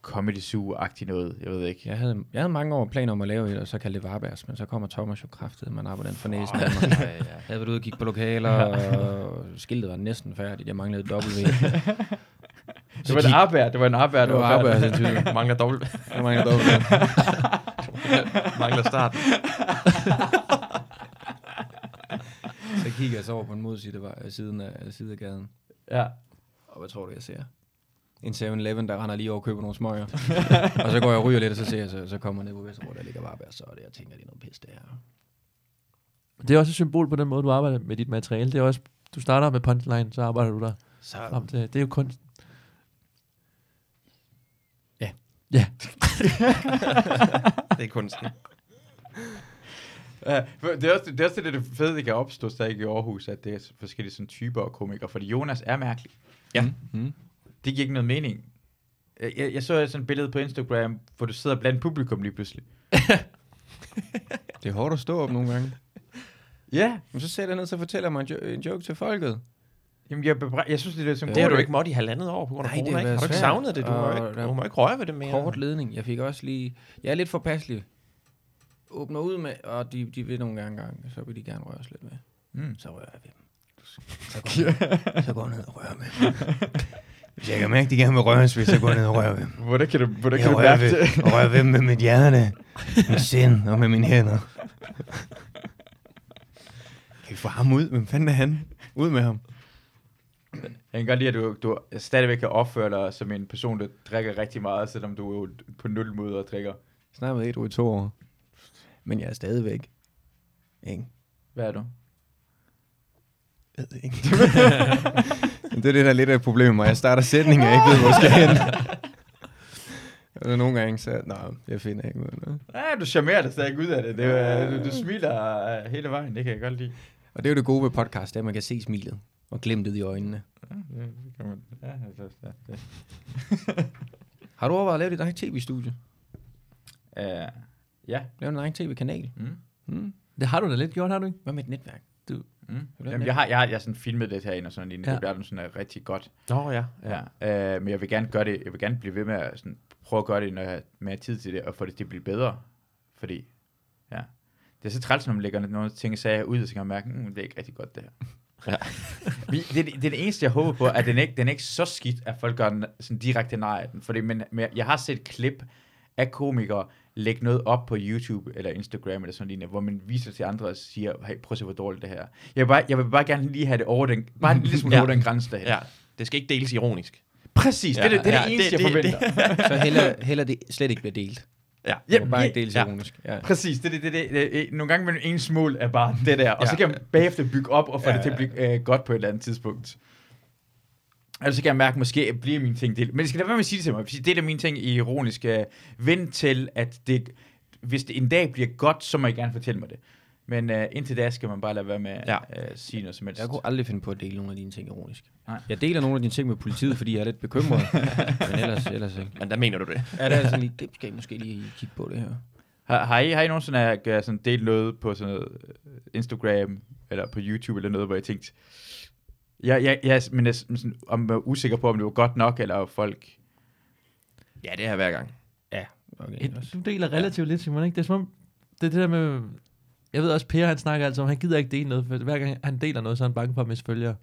Speaker 1: comedy zoo agtigt noget. Jeg ved ikke.
Speaker 2: jeg, havde, jeg havde mange år planer om at lave et, og så kaldte det Varbergs, men så kommer Thomas jo kraftet, man arbejder den for næsen. af mig. Jeg var ude og kigge på lokaler, og skiltet var næsten færdigt. Jeg manglede et W.
Speaker 1: Det var en arbejde, det var en arbejde.
Speaker 2: Det var arbejde, sandsynligvis.
Speaker 4: Mangler dobbelt.
Speaker 2: Jeg manglede et W.
Speaker 4: Mangler starten.
Speaker 2: Så øh, kigger jeg så over på en modside af vej- af siden af, af side af gaden.
Speaker 1: Ja.
Speaker 2: Og hvad tror du, jeg ser? en 7-Eleven, der render lige over og køber nogle smøger. og så går jeg og ryger lidt, og så ser jeg, så, så kommer jeg ned på Vesterbro, der ligger bare så det, jeg tænker, det er noget pis, det her.
Speaker 3: Det er også et symbol på den måde, du arbejder med dit materiale. Det er også, du starter med punchline, så arbejder du der
Speaker 4: Så
Speaker 3: frem til. Det er jo kunst.
Speaker 2: Ja.
Speaker 3: Ja.
Speaker 4: det er kunsten.
Speaker 1: Ja, for det, er også, det er også det, det fede, det kan opstå stadig i Aarhus, at det er forskellige sådan, typer af komikere, fordi Jonas er mærkelig.
Speaker 2: Mm.
Speaker 1: Det giver ikke noget mening. Jeg, jeg, jeg så sådan et billede på Instagram, hvor du sidder blandt publikum lige pludselig.
Speaker 2: Det er hårdt at stå op nogle gange.
Speaker 1: Ja,
Speaker 2: Men så sætter jeg ned, så fortæller jeg mig en, jo- en joke til folket.
Speaker 1: jamen jeg, bebre- jeg synes, det er sådan
Speaker 2: Ja.
Speaker 4: Det har du
Speaker 1: god-
Speaker 4: ikke måttet i halvandet år på grund
Speaker 2: Nej,
Speaker 4: af
Speaker 2: det har
Speaker 4: corona, ikke?
Speaker 2: været
Speaker 4: Har du
Speaker 2: svært.
Speaker 4: ikke savnet det? Du må,
Speaker 2: Og
Speaker 4: ikke,
Speaker 2: der-
Speaker 4: du må ikke røre ved det mere.
Speaker 2: Kort ledning. Jeg fik også lige... Jeg er lidt forpasselig. Åbner ud med, og de, de vil nogle gange, gange, så vil de gerne røre os lidt med.
Speaker 1: Mm.
Speaker 2: Så rører jeg ved dem. Så går, jeg, så går jeg ned og rører med dem. Hvis jeg kan mærke, de gerne vil røres ved, så går jeg ned og rører ved dem.
Speaker 1: Hvordan kan du, hvordan
Speaker 2: Jeg
Speaker 1: kan du
Speaker 2: rører
Speaker 1: mærke
Speaker 2: ved,
Speaker 1: det?
Speaker 2: og rører ved dem med mit hjerte, mit sind og med mine hænder. Kan vi få ham ud? Hvem fanden er han? Ud med ham.
Speaker 1: Jeg kan godt lide, at du, du stadigvæk kan opføre dig som en person, der drikker rigtig meget, selvom du er jo på nul måde og drikker.
Speaker 2: Snart ved du i to år. Men jeg er stadigvæk. Ikke?
Speaker 1: Hvad er du?
Speaker 2: Ved det ikke. det er det, der er lidt af et problem med mig. Jeg starter sætninger, jeg ikke ved, hvor jeg skal hen. Og nogle gange så, nej, jeg finder ikke ud af noget.
Speaker 1: Ja, du charmerer dig stadig ud af det. det er, du, du, smiler hele vejen, det kan jeg godt lide.
Speaker 2: Og det er jo det gode ved podcast, det er, at man kan se smilet og glimtet i øjnene.
Speaker 1: Ja, det det kan man. Ja, altså, ja, det.
Speaker 2: Har du overvejet at lave dit eget tv-studie?
Speaker 1: Uh, ja.
Speaker 2: Lave din egen tv-kanal?
Speaker 1: Mm.
Speaker 2: Hmm?
Speaker 3: Det har du da lidt gjort, har du ikke?
Speaker 2: Hvad med et netværk?
Speaker 1: Mm.
Speaker 2: Hvordan er
Speaker 1: Jamen,
Speaker 2: det?
Speaker 1: jeg har, jeg har, jeg har sådan filmet lidt herinde og sådan lignende.
Speaker 3: Ja.
Speaker 1: Ja. Det bliver sådan er rigtig godt.
Speaker 4: Nå ja.
Speaker 1: Ja. Uh, men jeg vil gerne gøre det. Jeg vil gerne blive ved med at sådan, prøve at gøre det, når jeg har mere tid til det, og få det til at blive bedre. Fordi, ja. Det er så træls, når man lægger nogle ting og sager ud, og så kan man mærke, mm, det er ikke rigtig godt det her.
Speaker 4: Ja.
Speaker 1: Vi, det, er det, det er det eneste, jeg håber på, at den ikke, den er ikke så skidt, at folk gør den sådan direkte nej af den. Fordi, men, men jeg har set klip af komikere lægge noget op på YouTube eller Instagram eller sådan lignende, hvor man viser til andre og siger, hey, prøv at se, hvor dårligt det her er. Jeg vil bare, jeg vil bare gerne lige have det over den, bare en lille smule
Speaker 4: Ja.
Speaker 1: over den grænse der her.
Speaker 4: ja. Det skal ikke deles ironisk.
Speaker 1: Præcis, det, er
Speaker 4: Ja,
Speaker 1: det, det er
Speaker 4: ja,
Speaker 1: det eneste,
Speaker 4: det-
Speaker 1: jeg
Speaker 4: det- det-
Speaker 1: forventer. Det,
Speaker 2: Så heller, heller det slet ikke bliver delt.
Speaker 4: Ja.
Speaker 2: Det må
Speaker 1: Jamen,
Speaker 2: bare ikke deles
Speaker 4: ja.
Speaker 2: ironisk. Ja.
Speaker 1: Præcis, det er det, det, det, det. Nogle gange mellem ens mål er bare det der, og ja. så
Speaker 4: Ja.
Speaker 1: kan man bagefter bygge op og få
Speaker 2: Ja,
Speaker 1: ja, det til at blive øh, godt på et eller andet tidspunkt. Altså så kan jeg mærke, måske bliver mine ting delt. Men det skal da være med at sige det til mig, fordi det er da mine ting i ironisk. Øh, vent til, at det, hvis det en dag bliver godt, så må I gerne fortælle mig det. Men øh, indtil da skal man bare lade være med at
Speaker 4: Ja.
Speaker 1: øh, sige noget som helst.
Speaker 2: Jeg kunne aldrig finde på at dele nogle af dine ting ironisk.
Speaker 1: Nej.
Speaker 2: Jeg deler nogle af dine ting med politiet, fordi jeg er lidt bekymret. men ellers, ellers ikke.
Speaker 4: Men der mener du det.
Speaker 2: Ja, det er sådan lige, det skal I måske lige kigge på det her.
Speaker 1: Har, har, I, har I nogensinde øh, gør sådan delt noget på sådan noget øh, Instagram eller på YouTube eller noget, hvor jeg tænkte, jeg, jeg, jeg, men jeg, men sådan, om jeg var usikker på, om det var godt nok, eller om folk...
Speaker 4: Ja, det er hver gang.
Speaker 2: Okay,
Speaker 3: Et,
Speaker 2: også.
Speaker 3: du deler relativt lidt, Simon, ikke? Det er som om, det er det der med... Jeg ved også, Per, han snakker altid om, han gider ikke dele noget, for hver gang han deler noget, så er han bange for at miste følgere.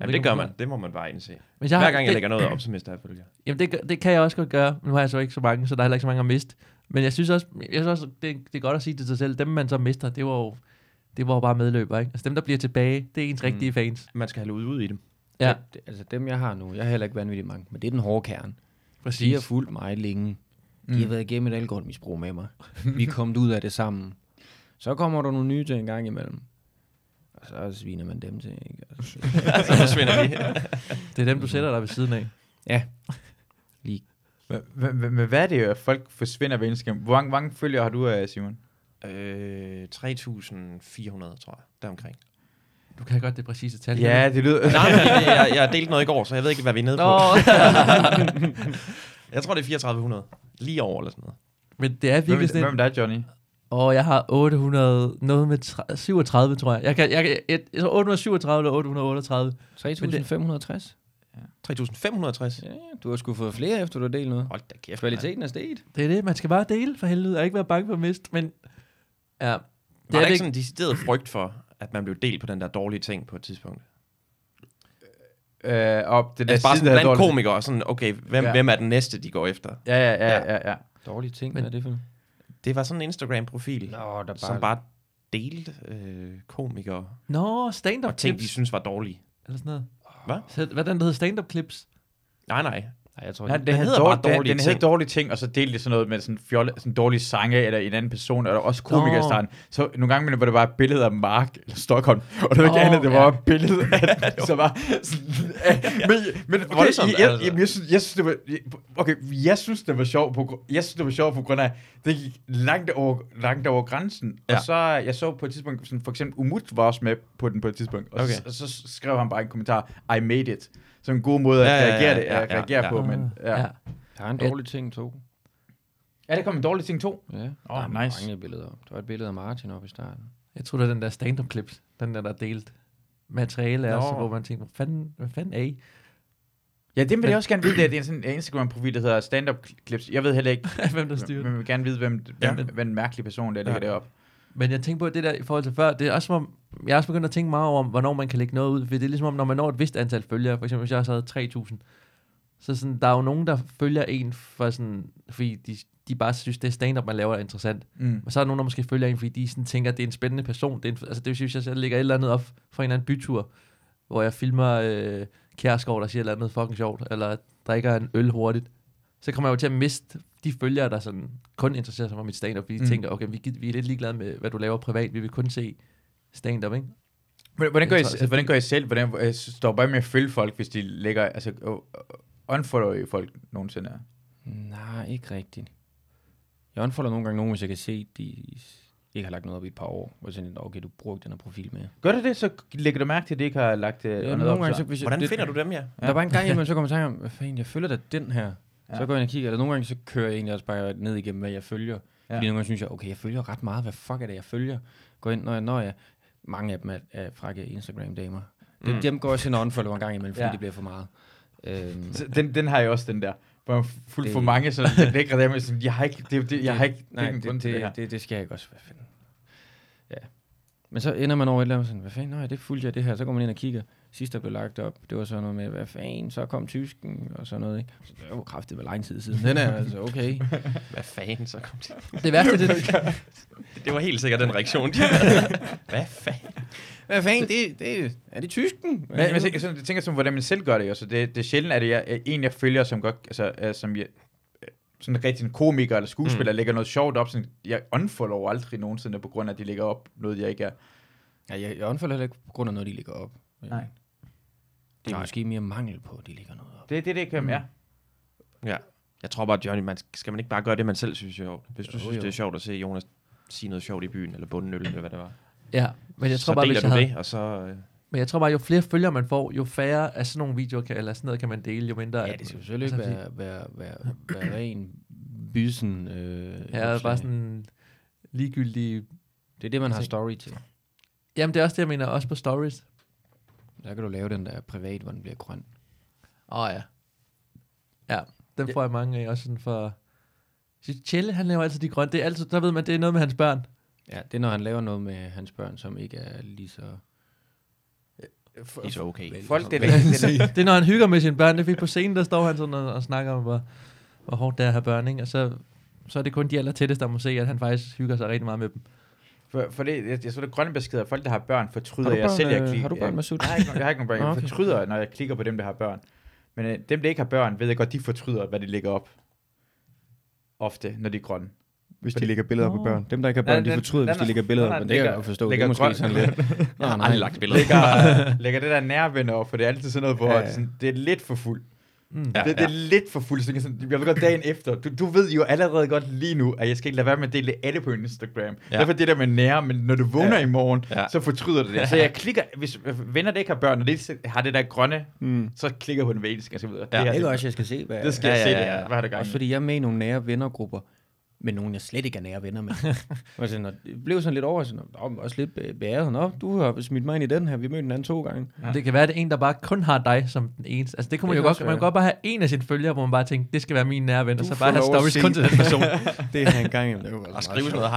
Speaker 4: Jamen, det gør man. Det må man bare indse.
Speaker 3: Men
Speaker 4: Hver
Speaker 3: har-
Speaker 4: gang jeg
Speaker 3: det-
Speaker 4: lægger noget op, så mister jeg følger.
Speaker 3: Jamen, det, gør- det kan jeg også godt gøre. Nu har jeg så ikke så mange, så der er heller ikke så mange at miste. Men jeg synes også, jeg synes også det, det er godt at sige til sig selv, dem man så mister, det var jo, det var jo bare medløber, ikke? Altså dem, der bliver tilbage, det er ens mm. rigtige fans.
Speaker 4: Man skal have luet ud i dem.
Speaker 3: Ja,
Speaker 2: Det, det, altså dem, jeg har nu, jeg har heller ikke vanvittigt mange, men det er den hårde kerne. De har fulgt mig længe.
Speaker 4: Mm.
Speaker 2: De
Speaker 1: Mm.
Speaker 2: har været igennem et alkoholmisbrug med mig. Vi er kommet ud af det sammen. Så kommer der nogle nye til en gang imellem. Og så sviner man dem til, ikke? Og så-
Speaker 4: Så forsvinder de.
Speaker 3: Det er dem, du sætter dig ved siden af.
Speaker 1: Men hvad er det, at folk forsvinder ved Instagram? Hvor mange, mange følgere har du, øh, Simon?
Speaker 4: Øh, 3.400, tror jeg. Deromkring.
Speaker 3: Du kan godt det præcise tal.
Speaker 1: Ja, det lyder...
Speaker 4: Nej, men jeg, jeg, jeg delte noget i går, så jeg ved ikke, hvad vi er nede
Speaker 3: Nå,
Speaker 4: på. Jeg tror, det er 3400. Lige over eller sådan noget.
Speaker 3: men det er
Speaker 1: Hvem,
Speaker 3: virkelig
Speaker 1: er- hvem
Speaker 3: sådan
Speaker 1: er
Speaker 3: en-
Speaker 1: dig, Johnny?
Speaker 3: Åh, jeg har 800, noget med tre- 37, tror jeg. Jeg kan, jeg kan, et, jeg tror 837 eller 838.
Speaker 2: 3.560?
Speaker 4: 3560.
Speaker 2: Ja, du har sgu fået flere, efter du har delt noget.
Speaker 4: Hold da kæft. mand.
Speaker 2: Kvaliteten er steget.
Speaker 3: Det er det, man skal bare dele for helvede, og ikke være bange for at miste, men ja,
Speaker 4: Var der
Speaker 3: vigtigt.
Speaker 4: ikke sådan en decideret frygt for, at man blev delt på den der dårlige ting på et tidspunkt?
Speaker 1: Øh, op den der
Speaker 4: Altså bare
Speaker 1: side,
Speaker 4: sådan
Speaker 1: der er
Speaker 4: blandt
Speaker 1: dårlig.
Speaker 4: komikere, sådan, okay, hvem,
Speaker 1: Ja.
Speaker 4: ja. hvem er den næste, de går efter?
Speaker 1: Ja, ja, ja, ja, ja.
Speaker 2: Dårlige ting,
Speaker 3: Men-
Speaker 2: hvad er det for noget?
Speaker 4: Det var sådan en Instagram-profil,
Speaker 2: Nå, der
Speaker 4: som bare delte øh, komikere
Speaker 3: Nå, stand-up
Speaker 4: og ting, de
Speaker 3: clips.
Speaker 4: synes var dårlige.
Speaker 3: Eller sådan noget.
Speaker 4: Hvad?
Speaker 3: Så, hvad er den, der hedder stand-up clips?
Speaker 4: Nej, nej.
Speaker 2: Nej, jeg tror
Speaker 1: Nej,
Speaker 2: ikke.
Speaker 1: den,
Speaker 4: Den
Speaker 1: hed
Speaker 4: hedder
Speaker 1: dårlig,
Speaker 4: bare Dårlige
Speaker 1: den hed
Speaker 4: Ting.
Speaker 1: dårlige ting, og så delte det sådan noget med sådan, fjolle, sådan dårlige sange, eller en anden person, eller også komikere i
Speaker 3: Nå.
Speaker 1: starten. Så nogle gange imellem var det bare et billede af Mark, eller Stockholm, og det var ikke
Speaker 3: Nå,
Speaker 1: andet, det
Speaker 3: ja.
Speaker 1: var bare et billede af, så var sådan, men, men okay,
Speaker 4: Voldsomt,
Speaker 1: jeg, jeg,
Speaker 4: altså.
Speaker 1: jeg, jeg, synes, jeg synes, det var, okay, jeg synes, det var sjovt på, gru- jeg synes, det var sjovt på grund af, det gik langt over, langt over grænsen, ja.
Speaker 4: Ja.
Speaker 1: og så jeg så på et tidspunkt, sådan, for eksempel Umut var også med på den på et tidspunkt, og, okay. så,
Speaker 4: Okay.
Speaker 1: og så skrev han bare en kommentar, I made it, som en god måde at
Speaker 4: Ja, ja, ja,
Speaker 1: reagere, det-
Speaker 4: ja,
Speaker 1: at
Speaker 4: ja,
Speaker 1: reagere
Speaker 4: ja.
Speaker 1: på,
Speaker 3: Ah.
Speaker 1: men ja.
Speaker 3: ja.
Speaker 2: Der er en dårlig ting, to.
Speaker 1: Er det kommet en dårlig ting 2?
Speaker 2: Ja.
Speaker 1: Åh,
Speaker 2: der er
Speaker 1: nice.
Speaker 2: mange billeder. Der var et billede af Martin oppe i starten.
Speaker 3: Jeg tror, det er den der stand-up clips, den der, der er delt materiale af,
Speaker 1: Nå.
Speaker 3: så hvor man tænker, hvad fanden, hvad fanden er I?
Speaker 1: Ja, det vil
Speaker 3: Men-
Speaker 1: jeg også gerne vide, det er- det er sådan en Instagram-profil, der hedder Stand Up Clips. Jeg ved heller ikke,
Speaker 3: Hvem der styrer
Speaker 1: men
Speaker 3: det?
Speaker 1: jeg vil gerne vide, hvem,
Speaker 4: Ja.
Speaker 1: hvem, hvem en mærkelig person, der ligger
Speaker 4: Ja.
Speaker 1: deroppe.
Speaker 3: Men jeg tænker på at det der i forhold til før, det er også som om, jeg er også begyndt at tænke meget over, hvornår man kan lægge noget ud, for det er ligesom om, når man når et vist antal følgere, for eksempel hvis jeg så havde 3.000, så sådan, der er jo nogen, der følger en, for sådan, fordi de, de bare synes, det stand-up, man laver, er interessant.
Speaker 1: Mm.
Speaker 3: Og så er der nogen, der måske følger en, fordi de sådan tænker, at det er en spændende person. Det er en, altså det vil sige, hvis jeg selv lægger et eller andet op fra en eller anden bytur, hvor jeg filmer øh, Kjærskov, der siger et eller andet fucking sjovt, eller drikker en øl hurtigt, så kommer jeg jo til at miste de følgere, der sådan kun interesserer sig for mit stand-up, fordi de
Speaker 1: Mm.
Speaker 3: mm. tænker, okay, vi, gid- vi er lidt ligeglade med, hvad du laver privat, vi vil kun se stand-up, ikke?
Speaker 1: Hvordan hvordan gør,
Speaker 3: Jeg
Speaker 1: I,
Speaker 3: tror altså,
Speaker 1: hvordan
Speaker 3: det-
Speaker 1: gør I selv? Hvordan øh, står bare med at følge folk, hvis de lægger... Altså, øh, unfollow I folk nogensinde?
Speaker 2: Nej, ikke rigtigt. Jeg unfolder nogle gange nogen, hvis jeg kan se, at de ikke har lagt noget op i et par år. Og så tænker, jeg, okay, du bruger ikke den her profil mere.
Speaker 1: Gør du det, så lægger du mærke til, at det ikke har lagt øh,
Speaker 2: Ja,
Speaker 1: noget
Speaker 2: nogle
Speaker 1: op.
Speaker 2: gange, så,
Speaker 1: Så.
Speaker 2: hvis jeg,
Speaker 4: Hvordan
Speaker 2: det,
Speaker 4: finder du dem, ja?
Speaker 2: Der var en gang, imellem, så kommer jeg i tanke om, hvad fanden, jeg følger da den her. Ja.
Speaker 1: Ja.
Speaker 2: Så går jeg ind og kigger, eller nogle gange, så kører jeg egentlig også bare ned igennem, hvad jeg følger.
Speaker 1: Ja.
Speaker 2: Ja. Fordi nogle gange synes jeg, okay, jeg følger ret meget, hvad fuck er det, jeg følger? Går ind, når jeg, når jeg mange af dem er, er frakke Instagram-damer. Dem,
Speaker 4: Mm.
Speaker 2: dem går jeg også ind og unfollower en gang imellem, fordi
Speaker 1: Ja.
Speaker 2: ja. det bliver for meget. Øhm,
Speaker 1: Så Den, den har jeg også, den der. Hvor man fuldt for
Speaker 2: Det-
Speaker 1: mange sådan lækre dem, og sådan, jeg har ikke... Det, det, jeg har ikke det,
Speaker 2: nej,
Speaker 1: er ikke en
Speaker 2: det,
Speaker 1: grund
Speaker 2: det,
Speaker 1: til det her.
Speaker 2: det, det, det skal jeg ikke også. Hvad fanden? Ja. Men så ender man over et eller andet sådan, hvad fanden, nej, det fulgte jeg det her. Så går man ind og kigger. Sidst der blev lagt op, det var sådan noget med, hvad fanden, så kom tysken og sådan noget, ikke? Så det var kraftigt, hvor lang tid siden. Den er altså okay.
Speaker 4: Mm. Hvad fanden så kom det?
Speaker 3: Det værste, det,
Speaker 4: Det var helt sikkert den reaktion, de Hvad fanden?
Speaker 2: Hvad fanden, det, det, er det tysken?
Speaker 1: Men, men jeg sådan, jeg tænker som, hvordan man selv gør det. Altså, det, det er sjældent, at det er en, jeg følger, som godt, altså, øh, som jeg, øh, sådan rigtig en komiker eller skuespiller, mm. lægger noget sjovt op. Sådan, jeg unfollower aldrig nogensinde, på grund af, at de lægger op noget, jeg ikke er.
Speaker 2: Ja, jeg, jeg unfolder heller ikke på grund af noget, de ligger op.
Speaker 1: Nej.
Speaker 2: Det er
Speaker 4: Nej.
Speaker 2: måske mere mangel på, at de ligger noget op.
Speaker 1: Det er det, det kan mm. være.
Speaker 4: Ja. Jeg tror bare, Johnny, man, skal man ikke bare gøre det, man selv synes er sjovt? Hvis du
Speaker 2: Jo,
Speaker 4: jo, synes,
Speaker 2: jo.
Speaker 4: det er sjovt at se Jonas sige noget sjovt i byen, eller bunden øl, eller hvad det var.
Speaker 3: ja, men jeg tror
Speaker 4: så
Speaker 3: bare,
Speaker 4: deler
Speaker 3: hvis jeg
Speaker 4: du
Speaker 3: havde,
Speaker 4: det, og så... Øh,
Speaker 3: men jeg tror bare, jo flere følgere man får, jo færre af sådan nogle videoer, kan, eller sådan noget kan man dele, jo mindre...
Speaker 2: Ja,
Speaker 3: at-
Speaker 2: det skal selvfølgelig ikke
Speaker 3: altså, fordi-
Speaker 2: være, være, være, være ren bysen. Øh,
Speaker 3: Ja, det er bare
Speaker 2: opslag.
Speaker 3: sådan ligegyldige...
Speaker 2: det er det, man har
Speaker 3: ting.
Speaker 2: story til.
Speaker 3: Jamen, det er også det, jeg mener, også på stories.
Speaker 2: Der kan du lave den der privat, hvor den bliver grøn.
Speaker 3: Åh oh, ja. Ja, den får jeg mange af, også sådan for... Jeg synes, Tjelle, han laver altid de grønne. Det er altid, der ved man, det er noget med hans børn.
Speaker 2: Ja, det er, når han laver noget med hans børn, som ikke er lige så...
Speaker 4: it's okay.
Speaker 1: Folk, det, det, det, det,
Speaker 3: Det er, når han hygger med sine børn. Det er fordi på scenen, der står han sådan og, og snakker om, hvor, hvor hårdt det er at have børn, ikke? Og så, så er det kun de aller tætteste, der må se, at han faktisk hygger sig rigtig meget med dem.
Speaker 1: for, for det, jeg, jeg så det grønne beskeder. Folk, der har børn, fortryder
Speaker 2: Har du
Speaker 1: jeg
Speaker 2: børn,
Speaker 1: selv, jeg
Speaker 2: øh,
Speaker 1: klikker.
Speaker 2: har du børn, Masoud?
Speaker 1: Jeg, jeg har ikke, nogen- jeg har ikke nogen børn.
Speaker 2: Nå,
Speaker 1: Jeg
Speaker 2: okay.
Speaker 1: fortryder, når jeg klikker på dem, der har børn. Men øh, dem, der ikke har børn, ved jeg godt, de fortryder, hvad de lægger op. Ofte, når de er grønne.
Speaker 5: Hvis de lægger billeder op
Speaker 2: Nå.
Speaker 5: på børn. Dem, der ikke har
Speaker 1: Nej,
Speaker 5: børn, de
Speaker 1: den-
Speaker 5: fortryder,
Speaker 1: den
Speaker 5: hvis de
Speaker 1: er-
Speaker 5: lægger billeder
Speaker 1: den er-
Speaker 5: op.
Speaker 2: Men det
Speaker 1: Lægger-
Speaker 2: kan jeg godt forstå. Det
Speaker 1: lægger
Speaker 2: er måske
Speaker 1: grøn-
Speaker 2: sådan lidt... Nå,
Speaker 4: Jeg har
Speaker 2: nej.
Speaker 4: aldrig lagt billeder.
Speaker 1: lægger, lægger det der nærvende over, for det er altid sådan noget, hvor
Speaker 5: Ja,
Speaker 1: ja,
Speaker 5: ja.
Speaker 1: Sådan, det er lidt for fuld.
Speaker 3: Mm.
Speaker 1: Ja, det, det er lidt for fuld. Så jeg, sådan, jeg ved godt dagen efter. Du, du ved jo allerede godt lige nu, at jeg skal ikke lade være med at dele alle på Instagram. Ja.
Speaker 4: Ja.
Speaker 1: Derfor det der med nære, men når du vågner ja.
Speaker 4: Ja.
Speaker 1: i morgen, ja.
Speaker 4: Ja.
Speaker 1: så fortryder du det. Så jeg klikker, hvis venner der ikke har børn, og det har det der grønne,
Speaker 5: Mm.
Speaker 1: så klikker jeg på den ved, skal jeg så videre.
Speaker 4: Ja.
Speaker 1: det, her,
Speaker 2: Ikke
Speaker 1: det,
Speaker 2: også, jeg skal se, hvad...
Speaker 1: det skal
Speaker 4: Ja,
Speaker 1: jeg
Speaker 4: ja,
Speaker 1: se,
Speaker 4: ja,
Speaker 1: det
Speaker 4: ja.
Speaker 1: er. Hvad har det gang
Speaker 2: Også
Speaker 1: i?
Speaker 2: fordi jeg er med i nogle nære vennergrupper, men nogen, jeg slet ikke er nære venner med. og sådan, og det blev sådan lidt over, sådan, og også lidt be- beæret. Nå, du har smidt mig ind i den her, vi mødte hinanden to gange.
Speaker 1: Ja.
Speaker 3: Det kan være, at det er en, der bare kun har dig som den eneste. Altså, det kunne
Speaker 2: Det kan
Speaker 3: man det jo godt.
Speaker 2: også
Speaker 3: Man kan
Speaker 2: være.
Speaker 3: godt bare have en af sine følgere, hvor man bare tænker, det skal være min nære ven, og
Speaker 5: Du
Speaker 3: så bare
Speaker 5: får
Speaker 3: have
Speaker 5: lov at
Speaker 3: stories
Speaker 5: se-
Speaker 3: kun til den person.
Speaker 5: Det er han gang imellem. Det kunne være
Speaker 4: Og
Speaker 5: meget
Speaker 4: skrive sådan
Speaker 5: sjovt.
Speaker 4: noget,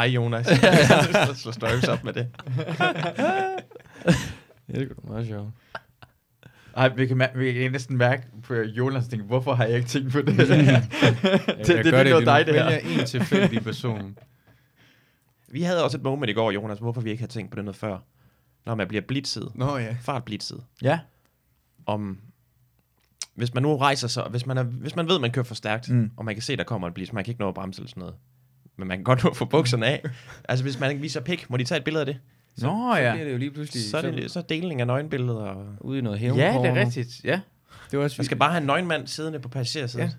Speaker 4: hej Jonas. så slår Storms op med det.
Speaker 2: Ja, det kunne meget sjovt.
Speaker 1: Ej, vi kan, mær- vi kan næsten mærke på Jonas, tænke, hvorfor har jeg ikke tænkt på det? det, det, det er lige noget dig, det her.
Speaker 5: Jeg en tilfældig person.
Speaker 4: Vi havde også et moment i går, Jonas, hvorfor vi ikke havde tænkt på det noget før.
Speaker 2: øh,
Speaker 4: Når man bliver blitzet.
Speaker 5: Nå ja.
Speaker 4: Fart blitzet.
Speaker 1: Ja.
Speaker 4: Om hvis man nu rejser sig, og hvis man, er, hvis man ved, at man kører for stærkt,
Speaker 1: Mm.
Speaker 4: mm. og man kan se, der kommer en bil, så man kan ikke nå at bremse eller sådan noget. Men man kan godt nå at få bukserne af. altså, hvis man viser pik, må de tage et billede af det?
Speaker 1: Nå ja.
Speaker 2: Det er det jo lige pludselig
Speaker 4: Så er, det, så er deling af nøgenbilleder. Og...
Speaker 2: ude i noget hævn.
Speaker 1: Ja, det er rigtigt. Ja.
Speaker 5: Det var også
Speaker 4: Man skal bare have en nøgenmand siddende på passagersiden.
Speaker 5: Ja.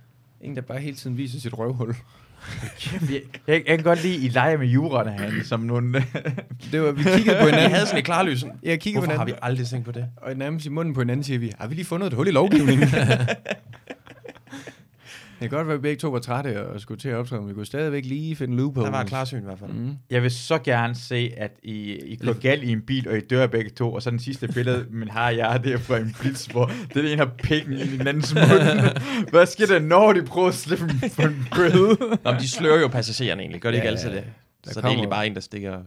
Speaker 5: en, der bare hele tiden viser sit røvhul.
Speaker 1: Jeg, jeg, jeg kan godt lide, I leger med juraerne herinde, som nogle...
Speaker 5: Det var, vi kiggede på
Speaker 4: Ja. Jeg havde
Speaker 5: hinanden.
Speaker 4: sådan et klarlys. sådan,
Speaker 5: Jeg kiggede på
Speaker 4: Hvorfor har vi
Speaker 5: hinanden,
Speaker 4: aldrig tænkt på det?
Speaker 5: og nærmest i munden på hinanden siger vi, har vi lige fundet et hul i lovgivningen? det kan godt være, at vi begge to var trætte og skulle til at optræde, men vi kunne stadigvæk lige finde loophole.
Speaker 4: Der var et klarsyn i hvert fald.
Speaker 5: Mm.
Speaker 1: Jeg vil så gerne se, at I, I går galt i en bil, og I dør begge to, og så den sidste billede, men har jeg det er fra en blitz, hvor den ene har pikken i den andens mund. Hvad sker der, når de prøver at slippe en- for en bøde?
Speaker 4: Nå, men de slører jo passagererne egentlig. Gør de
Speaker 5: Ja,
Speaker 4: ja, ikke altid det?
Speaker 5: Der
Speaker 4: Så det er
Speaker 5: kommer-
Speaker 4: egentlig bare en, der stikker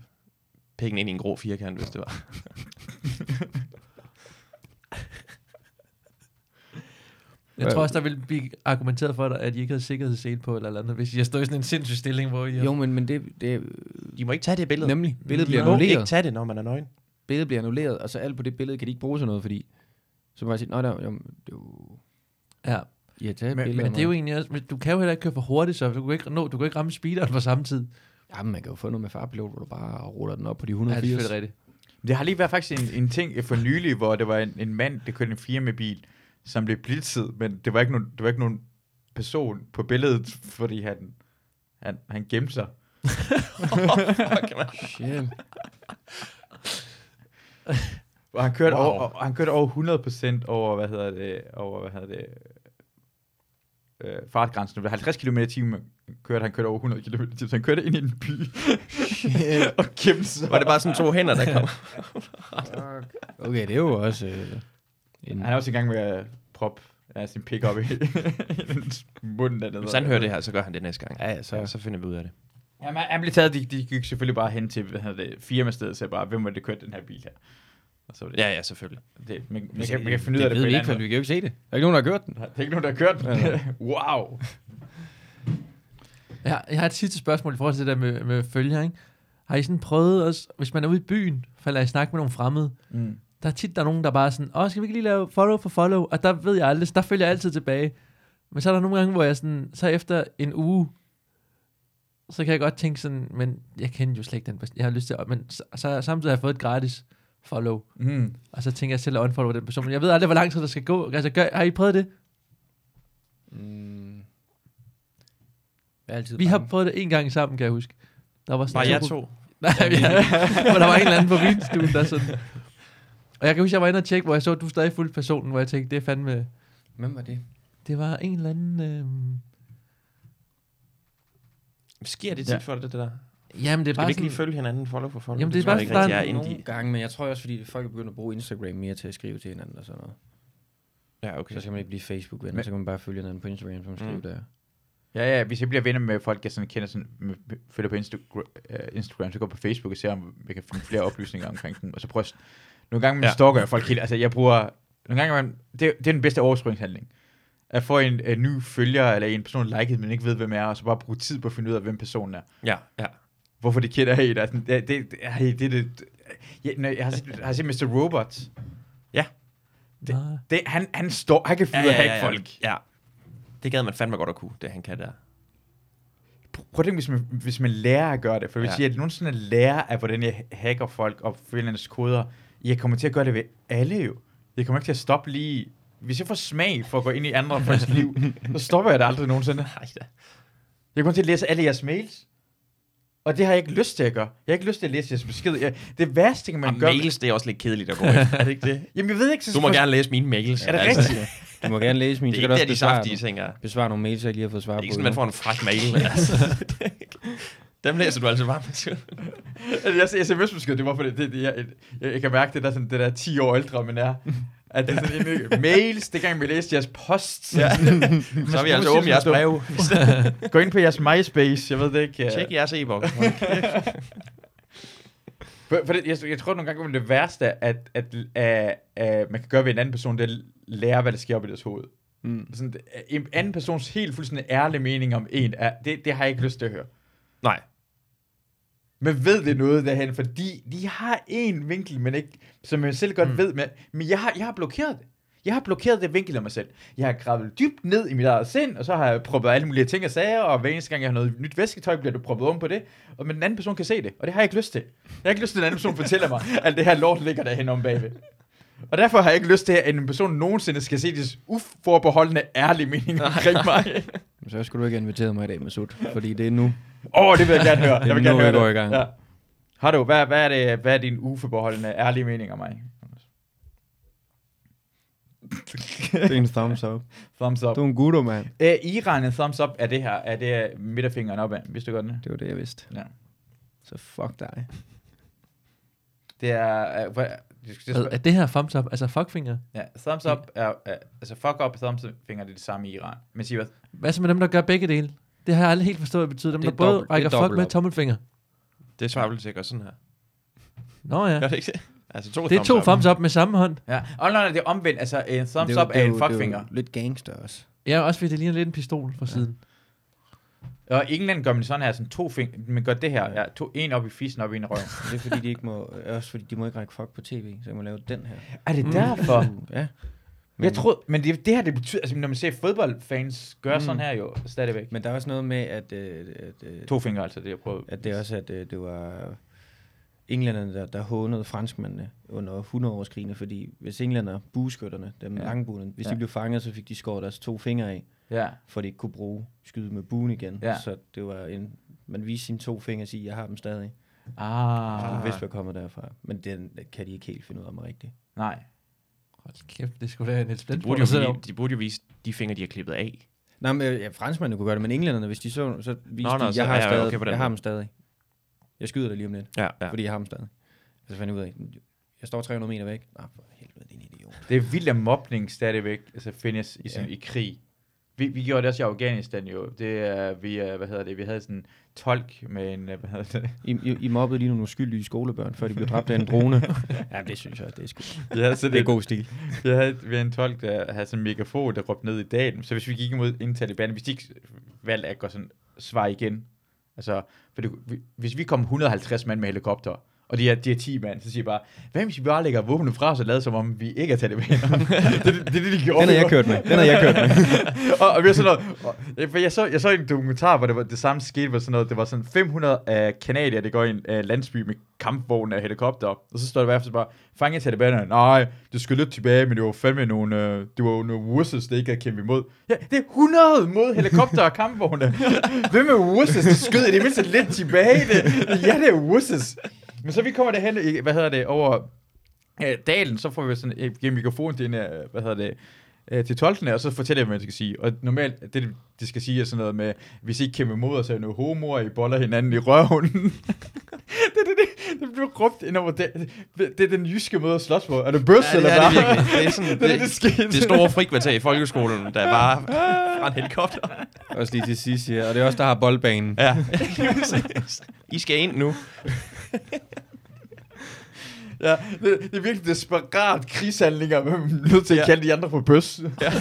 Speaker 4: pikken ind i en grå firkant, hvis det var.
Speaker 3: Jeg tror også, der ville blive argumenteret for dig, at I ikke havde sikkerhedssele på eller andet, hvis I havde stået i sådan en sindssyg stilling, hvor I...
Speaker 2: Jo, men, men det, det,
Speaker 4: De må ikke tage det billede.
Speaker 2: nemlig, billedet bliver
Speaker 4: de må ikke
Speaker 2: annulleret.
Speaker 4: tage det, når man er nøgen.
Speaker 2: Billedet bliver annulleret, og så alt på det billede kan de ikke bruge til noget, fordi så må jeg sige, nej, der, jamen, det er jo...
Speaker 3: Ja,
Speaker 2: I har taget
Speaker 1: Men-
Speaker 2: billeder
Speaker 3: men det er jo egentlig også... Men du kan jo heller ikke køre for hurtigt, så du kan ikke, nå, du kan ikke ramme speederen på samme tid.
Speaker 2: Jamen, man kan jo få noget med farpilot, hvor du bare ruller den op på de
Speaker 3: Ja, det er
Speaker 2: 180.
Speaker 3: selvfølgelig rigtigt.
Speaker 1: Det har lige været faktisk en, en ting for nylig, hvor det var en, en mand, der kørte en firmabil, som blev blitzet, men det var ikke nogen, det var ikke nogen person på billedet, fordi han, han, han gemte sig.
Speaker 2: Shit.
Speaker 1: Og han kørte, wow.
Speaker 4: Wow.
Speaker 1: over, og han kørte over 100% over, hvad hedder det, over, hvad hedder det, øh, fartgrænsen. Det var 50 km i timen kørte, han kørte over 100 km i timen, så han kørte ind i en by og gemte sig.
Speaker 4: Var det bare sådan to hænder, der kom?
Speaker 2: Okay, det er jo også... Øh, en,
Speaker 1: Han er også i gang med at proppe ja, sin pick-up i, i dens mund dernede.
Speaker 4: Hvis han hører det her, så gør han det næste gang.
Speaker 2: ja, så,
Speaker 4: Så, så finder vi ud af det.
Speaker 1: Jamen, han- han blev taget, de, de gik selvfølgelig bare hen til hvad hedder det, firmastedet og sagde bare, hvem var det, der kørte den her bil her? Og så var det,
Speaker 4: Ja, ja, selvfølgelig.
Speaker 1: det man, man, kan, man kan finde ud af det,
Speaker 2: ved
Speaker 1: på
Speaker 2: vi
Speaker 1: en
Speaker 2: ikke, for
Speaker 1: anden
Speaker 2: vi kan jo ikke se det. Der er ikke nogen, der har gjort den.
Speaker 1: måde. Der er ikke nogen, der har kørt den. wow.
Speaker 3: Ja, jeg har et sidste spørgsmål i forhold til det der med, med følger, ikke? Har I sådan prøvet også, hvis man er ude i byen, falder I i snak med nogle fremmede,
Speaker 1: Mm.
Speaker 3: der er tit der er nogen, der bare er sådan, åh, skal vi ikke lige lave follow for follow? Og der ved jeg aldrig, så der følger jeg altid tilbage. Men så er der nogle gange, hvor jeg sådan, så efter en uge, så kan jeg godt tænke sådan, men jeg kender jo slet ikke den, person. jeg har lyst til, at, men så, så, samtidig har jeg fået et gratis follow,
Speaker 1: Mm.
Speaker 3: og så tænker jeg selv at unfollow den person, men jeg ved aldrig, hvor lang tid der skal gå. Altså, gør, har I prøvet det?
Speaker 5: Mm.
Speaker 2: Jeg er altid
Speaker 3: Vi har
Speaker 2: bange.
Speaker 3: prøvet det en gang sammen, kan jeg huske. Der var sådan
Speaker 4: Bare
Speaker 3: to
Speaker 4: jeg
Speaker 3: pro-
Speaker 4: to.
Speaker 3: Nej, vi men der var en eller anden på vinstuen, der sådan... Og jeg kan huske, jeg var inde og tjekke, hvor jeg så, at du stadig fulgte personen, hvor jeg tænkte, det er fandme...
Speaker 2: Hvem var det?
Speaker 3: Det var en eller anden... Øh...
Speaker 4: Sker det
Speaker 1: Ja.
Speaker 4: tit for det, det der?
Speaker 3: Jamen, det
Speaker 4: Skal vi
Speaker 3: er bare
Speaker 4: ikke lige
Speaker 3: sådan...
Speaker 4: følge hinanden follow for follow?
Speaker 3: Jamen, det er
Speaker 4: tror
Speaker 3: bare
Speaker 4: jeg ikke
Speaker 3: sådan,
Speaker 4: rigtig, jeg er inde
Speaker 2: Nogle
Speaker 4: i.
Speaker 2: gange, men jeg tror også, fordi folk er begyndt at bruge Instagram mere til at skrive til hinanden og sådan noget.
Speaker 4: Ja, okay.
Speaker 2: Så skal man ikke blive Facebook-venner,
Speaker 1: Men-
Speaker 2: så kan man bare følge hinanden på Instagram, som skriver
Speaker 4: Mm.
Speaker 2: der.
Speaker 1: Ja, ja, hvis jeg bliver venner med folk, jeg sådan kender, sådan, med- med- følger på Instagram, Instagram, så går jeg på Facebook og ser, om jeg kan finde flere oplysninger omkring dem, og så prøver jeg... Nogle gange ja.
Speaker 4: Ja.
Speaker 1: stalker jeg folk helt, altså jeg bruger... Nogle gange, man, det, det er den bedste overspringshandling. At få en, en ny følger, eller en person liket, men ikke ved, hvem er, og så bare bruge tid på at finde ud af, hvem personen er.
Speaker 4: Ja, ja.
Speaker 1: Hvorfor de kender en, og sådan, det, det, det, hey, det, er det, jeg, når jeg, har set, jeg har set Mr. Robot.
Speaker 3: Det...
Speaker 1: Det, han, han, står, han kan finde ud af at hacke folk.
Speaker 4: Ja. Det gad man fandme godt at kunne, det han kan der.
Speaker 1: Prøv at tænke, hvis man, hvis man lærer at gøre det. For hvis
Speaker 4: Ja.
Speaker 1: ja. jeg nogensinde lærer af, hvordan jeg hacker folk og følgernes koder, jeg kommer til at gøre det ved alle jo. Jeg kommer ikke til at stoppe lige... Hvis jeg får smag for at gå ind i andre folks liv, så stopper jeg det aldrig nogensinde.
Speaker 4: Nej da.
Speaker 1: Jeg kommer til at læse alle jeres mails. Og det har jeg ikke lyst til at gøre. Jeg har ikke lyst til at læse jeres beskeder. Jeg, det værste, man
Speaker 4: Og
Speaker 1: gør...
Speaker 4: Ah, mails, det er også lidt kedeligt at gå efter. er det ikke det?
Speaker 1: Jamen, jeg ved ikke... Så
Speaker 4: Du må gerne læse mine mails.
Speaker 1: Er det
Speaker 4: Altså,
Speaker 1: rigtigt?
Speaker 2: Du må gerne læse min,
Speaker 4: Det
Speaker 2: så
Speaker 4: er
Speaker 2: kan du
Speaker 4: ikke der,
Speaker 2: også
Speaker 4: de
Speaker 2: besvare,
Speaker 4: saftige ting er.
Speaker 2: besvare nogle mails, jeg ikke lige har fået svar
Speaker 4: Det
Speaker 2: på.
Speaker 4: er ikke sådan, man får en fræk mail. Altså. Dem læser du altså bare med.
Speaker 1: Altså, jeg sms-besked, det var for det, det, det jeg, jeg, jeg, kan mærke, det der, sådan, det der 10 år ældre, man er. At det er sådan, en, mails, det gang vi læste jeres post. Ja.
Speaker 4: Så er vi altså åbne jeres brev.
Speaker 1: Gå ind på jeres MySpace, jeg ved det ikke. øh.
Speaker 4: Tjek jeres e-boks.
Speaker 1: For, for det, jeg, jeg tror nogle gange, at det værste, at, at, at, at man kan gøre ved en anden person, det er at lære, hvad der sker op i deres hoved.
Speaker 5: Mm.
Speaker 1: Sådan, øh, en anden persons helt fuldstændig ærlige mening om en, er, det, det har jeg ikke lyst til at høre.
Speaker 4: Nej.
Speaker 1: Men ved det noget derhen, fordi de har en vinkel, men ikke, som jeg selv godt mm. ved, men, men jeg, har, jeg har blokeret det. Jeg har blokeret det vinkel af mig selv. Jeg har gravet dybt ned i mit eget sind, og så har jeg proppet alle mulige ting og sager, og hver eneste gang, jeg har noget nyt væsketøj, bliver du proppet om på det. Og, men den anden person kan se det, og det har jeg ikke lyst til. Jeg har ikke lyst til, at den anden person fortæller mig, at det her lort ligger derhen om bagved. Og derfor har jeg ikke lyst til, at en person nogensinde skal se det uforbeholdende ærlige mening omkring mig.
Speaker 2: Mm. Så skulle du ikke have inviteret mig i dag, Masud, fordi det er nu.
Speaker 1: Åh, oh, det vil jeg gerne høre. Jeg vil
Speaker 2: Jamen,
Speaker 1: gerne
Speaker 2: nu
Speaker 1: høre
Speaker 2: går
Speaker 1: det.
Speaker 2: i gang.
Speaker 1: Ja. Har du, hvad, hvad, er det, hvad er din uforbeholdende ærlige mening om mig?
Speaker 2: Det er en thumbs up.
Speaker 1: Thumbs up.
Speaker 2: Du er en gutter, mand.
Speaker 1: Æ, Iran en thumbs up er det her, er det øh, midterfingeren opad, hvis du godt det.
Speaker 2: Det var det, jeg vidste.
Speaker 1: Ja.
Speaker 2: Så fuck dig.
Speaker 1: Det er, øh, hvad, det skal,
Speaker 3: Er, er
Speaker 1: det,
Speaker 3: det her thumbs up? Altså fuckfinger?
Speaker 1: ja, thumbs up er, er, altså fuck up og thumbs finger, det er det samme i Iran. Men sig hvad,
Speaker 3: Hvad så med dem, der gør begge dele? Det har jeg aldrig helt forstået, hvad betyder. Dem,
Speaker 6: Det er
Speaker 3: der både
Speaker 6: dobbelt- det er
Speaker 3: rækker fuck
Speaker 6: dobbelt
Speaker 3: med
Speaker 6: op.
Speaker 3: tommelfinger.
Speaker 4: Det er svabeltik og sådan her.
Speaker 3: Nå ja.
Speaker 4: Gør det ikke det? Altså to
Speaker 3: Det er
Speaker 4: thumbs
Speaker 3: to
Speaker 4: up.
Speaker 3: thumbs up med samme hånd.
Speaker 1: ja. Oh, nej, nej, det er omvendt, altså en thumbs
Speaker 2: Det jo-
Speaker 1: up
Speaker 2: det
Speaker 1: er en
Speaker 2: jo-
Speaker 1: fuckfinger.
Speaker 2: Det er jo lidt gangster også.
Speaker 3: Ja, også fordi det ligner lidt en pistol fra siden.
Speaker 1: Og i England gør man sådan her, sådan to fingre, man gør det her, ja, to, en op i fissen, op i en røv.
Speaker 2: Men Det er fordi, de ikke må, også fordi de må ikke række fuck på tv, så jeg må lave den her.
Speaker 1: er det derfor?
Speaker 2: Uh, ja.
Speaker 1: Men, jeg tror, men det, det her, det betyder, altså når man ser fodboldfans gøre mm. sådan her jo, stadigvæk.
Speaker 2: Men der er også noget med, at, øh, at, øh,
Speaker 1: To fingre altså, det jeg prøver.
Speaker 2: at det også at øh, det var englænderne, der, der hånede franskmændene under 100-årskrigen, fordi hvis englænder, bueskytterne, dem
Speaker 1: Ja.
Speaker 2: ja. langbuende, hvis
Speaker 1: Ja.
Speaker 2: ja. de blev fanget, så fik de skåret deres to fingre af,
Speaker 1: Ja,
Speaker 2: for de ikke kunne bruge skyde med buen igen.
Speaker 1: Ja.
Speaker 2: Så det var en, man viste sine to fingre og sige, jeg har dem stadig. Ah.
Speaker 1: ah,
Speaker 2: Den vidste, hvad kommer derfra. Men den kan de ikke helt finde ud af mig rigtigt.
Speaker 1: nej.
Speaker 3: Hold kæft, det skulle da en lidt
Speaker 4: De
Speaker 3: spændt.
Speaker 4: burde, jo, de burde jo vise de fingre, de har klippet af.
Speaker 2: Nej, men øh, ja, franskmændene kunne gøre det, men englænderne, hvis de så, så viste
Speaker 4: Nå, nå,
Speaker 2: de,
Speaker 4: så
Speaker 2: jeg, har,
Speaker 4: er jeg
Speaker 2: stadig,
Speaker 4: okay på den
Speaker 2: jeg har
Speaker 4: måde."
Speaker 2: dem stadig. Jeg skyder dig lige om lidt,
Speaker 4: Ja, ja.
Speaker 2: ja. fordi jeg har dem stadig. Så fandt jeg ud af, jeg står 300 meter væk. Nej, for helvede, din idiot.
Speaker 1: Det er vildt, at mobning stadigvæk altså, findes i, sådan,
Speaker 2: Ja.
Speaker 1: i krig. Vi, vi gjorde det også i Afghanistan jo. Det er, vi, er, hvad hedder det, vi havde sådan en tolk med en, øh, hvad hedder det?
Speaker 2: I, I, I mobbede lige nogle uskyldige skolebørn, før de blev dræbt af en drone. ja, det synes jeg, det er sgu.
Speaker 1: Ja, så
Speaker 2: Det er god stil.
Speaker 1: Vi havde, vi havde en tolk, der havde sådan en megafon, der råbte ned i dalen. Så hvis vi gik imod inden Taliban, hvis de ikke valgte at gå sådan, svar igen. Altså, for det, vi- hvis vi kom 150 mand med helikopter, og de er, de er 10 mand, så siger jeg bare, hvad hvis vi bare lægger våbnet fra os og lader som om vi ikke er talibaner? det, det, det, er det, de gjorde.
Speaker 2: Den har jeg kørt med. Den har jeg kørt med.
Speaker 1: og, og vi var sådan noget, og, ja, for jeg, så, jeg så en dokumentar, hvor det, var, det samme skete, hvor sådan noget, det var sådan 500 af kanadier, det går i en øh, landsby med kampvogne og helikopter, og så står der i hvert fald bare, fange talibanerne, nej, det skal lidt tilbage, men det var fandme nogle, øh, det var jo nogle wusses, der ikke havde kæmpet imod. Ja, det er 100 mod helikopter og kampvogne. Hvem er wusses? Det skød i det mindste lidt tilbage. Det, ja, det er wusses. Men så vi kommer derhen, i- hvad hedder det, over øh, dalen, så får vi sådan øh, gennem mikrofonen til, en, øh, hvad hedder det, øh, til tolkene, og så fortæller jeg, hvad de skal sige. Og normalt, det de skal sige, er sådan noget med, hvis I ikke kæmper mod os, er I noget homoer, I boller hinanden i røven. det, det, det, det blev råbt ind over det, det, det, er den jyske måde at slås på. Er det bøs,
Speaker 4: Ja,
Speaker 1: eller
Speaker 4: det er
Speaker 1: hvad?
Speaker 4: det virkelig. Det er sådan,
Speaker 1: det, det,
Speaker 4: det-
Speaker 1: det, skete.
Speaker 4: Det store frikvarter i folkeskolen, der bare fra en helikopter.
Speaker 2: Også lige til sidst, ja. Og det er også der har boldbanen.
Speaker 4: Ja. I skal ind nu.
Speaker 1: Ja, det, det er virkelig desperat krigshandlinger, man er nødt til at
Speaker 4: Ja.
Speaker 1: kalde de andre for bøs. Ja.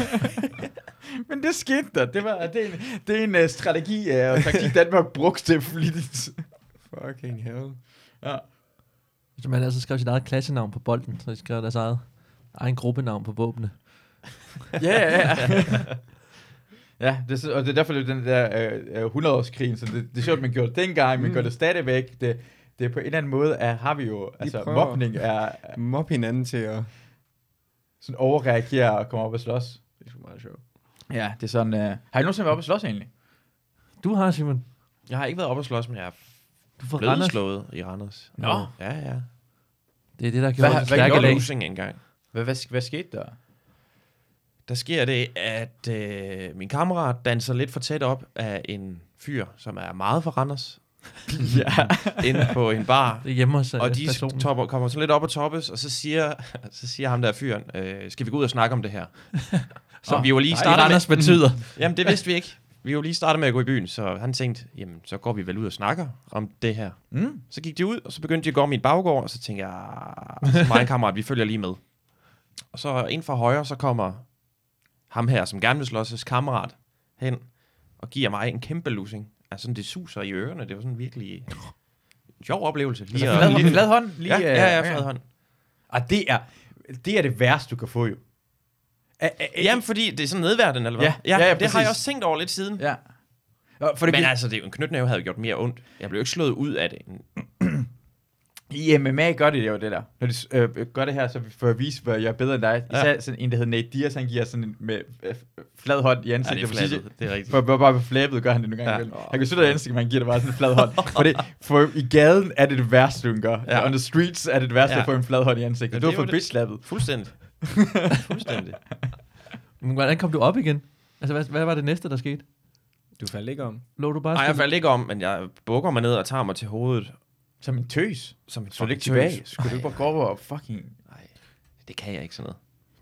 Speaker 1: Men det skete der. Det, var, det er en, det er en uh, strategi øh, og uh, taktik, Danmark brugte til flittigt.
Speaker 2: Fucking hell.
Speaker 1: Ja.
Speaker 3: Så man altså skrev sit eget klassenavn på bolden, så de skrev deres eget, egen gruppenavn på våbne.
Speaker 1: Ja, ja, ja. ja det, er så- og det er derfor, det er den der øh, øh, 100-årskrigen, så det, det er sjovt, man gjorde det dengang, man gør det stadigvæk. Det, det er på en eller anden måde, er, har Mm. vi jo, altså
Speaker 2: prøver.
Speaker 1: mobning er er
Speaker 2: Mob hinanden til at...
Speaker 1: sådan overreagere og komme op og slås.
Speaker 2: Det er sgu meget sjovt.
Speaker 1: Ja, det er sådan, øh, har I nogensinde været op og slås egentlig?
Speaker 3: Du har, Simon.
Speaker 4: Jeg har ikke været oppe og slås, men jeg er
Speaker 3: Du får
Speaker 4: blevet
Speaker 3: Randers.
Speaker 4: slået i Randers.
Speaker 3: Nå.
Speaker 4: Ja, ja.
Speaker 3: Det er det, der
Speaker 1: Hvad-
Speaker 3: gjorde det
Speaker 1: hvad
Speaker 3: stærke
Speaker 1: gjorde
Speaker 3: lag.
Speaker 1: du?
Speaker 4: Losing engang.
Speaker 1: Hvad, hvad, hvad skete der?
Speaker 4: Der sker det, at øh, min kammerat danser lidt for tæt op af en fyr, som er meget for Randers,
Speaker 1: ja.
Speaker 4: inde på en bar.
Speaker 3: Det er hjemme hos øh,
Speaker 4: Og de
Speaker 3: personen.
Speaker 4: topper, kommer så lidt op og toppes, og så siger, så siger ham der fyren, øh, skal vi gå ud og snakke om det her? Som
Speaker 3: Åh,
Speaker 4: vi jo lige
Speaker 3: nej,
Speaker 4: startede
Speaker 3: Randers
Speaker 4: med.
Speaker 3: betyder.
Speaker 4: Jamen, det vidste vi ikke. Vi jo lige startede med at gå i byen, så han tænkte, jamen, så går vi vel ud og snakker om det her.
Speaker 1: Mm.
Speaker 4: Så gik de ud, og så begyndte de at gå om i en baggård, og så tænkte jeg, så mig og en kammerat, vi følger lige med. Og så ind fra højre, så kommer ham her, som gerne vil slåsses kammerat, hen og giver mig en kæmpe losing. Altså sådan, det suser i ørerne. Det var sådan virkelig en sjov oplevelse. Lige
Speaker 1: Altså,
Speaker 4: at-
Speaker 1: flad,
Speaker 4: lige-
Speaker 1: flad hånd? Lige,
Speaker 4: ja, ja, ja,
Speaker 1: øh,
Speaker 4: flad hånd.
Speaker 1: Ah, det er, det er det værste, du kan få jo.
Speaker 4: Jamen, fordi det er sådan nedværden, eller hvad?
Speaker 1: Ja, ja, ja,
Speaker 4: det har jeg
Speaker 1: præcis.
Speaker 4: også tænkt over lidt siden.
Speaker 1: Ja. Og For det,
Speaker 4: Men
Speaker 1: Men,
Speaker 4: altså, det er jo en knytnæve havde jo gjort mere ondt. Jeg blev jo ikke slået ud af det.
Speaker 1: I MMA gør det jo det der. Når de øh, gør det her, så for at vise, hvor jeg er bedre end dig.
Speaker 4: Ja.
Speaker 1: Især sådan en, der hedder Nate Diaz, han giver sådan en med øh, flad hånd i
Speaker 4: Ja, Altså, det
Speaker 1: ansigtet.
Speaker 4: er
Speaker 1: For sidste-
Speaker 4: flattet. Det er rigtigt.
Speaker 1: For, for bare med flæbet gør han det nogle gange.
Speaker 4: Ja.
Speaker 1: Ja. Han kan støtte dig i ansigtet, men han giver det bare sådan en flad hånd. For, det, for i gaden er det det værste, hun gør.
Speaker 4: Ja.
Speaker 1: Ja. On the streets er det det værste
Speaker 4: Ja.
Speaker 1: at få en flad hånd i ansigtet. det
Speaker 4: Men det
Speaker 1: var
Speaker 4: er
Speaker 1: for
Speaker 4: jo det-
Speaker 1: bitch slappet.
Speaker 4: Fuldstændig. Fuldstændig.
Speaker 3: Men hvordan kom du op igen? Altså, hvad, hvad var det næste, der skete?
Speaker 2: Du faldt ikke om.
Speaker 3: Lå du bare
Speaker 4: Nej, jeg
Speaker 3: stille-
Speaker 4: faldt ikke om, men jeg bukker mig ned og tager mig til hovedet.
Speaker 1: Som en tøs.
Speaker 4: Som en
Speaker 1: Så du ikke
Speaker 4: fucking tøs.
Speaker 1: tilbage. Skulle du ikke bare gå over og fucking...
Speaker 4: Det kan jeg ikke sådan noget.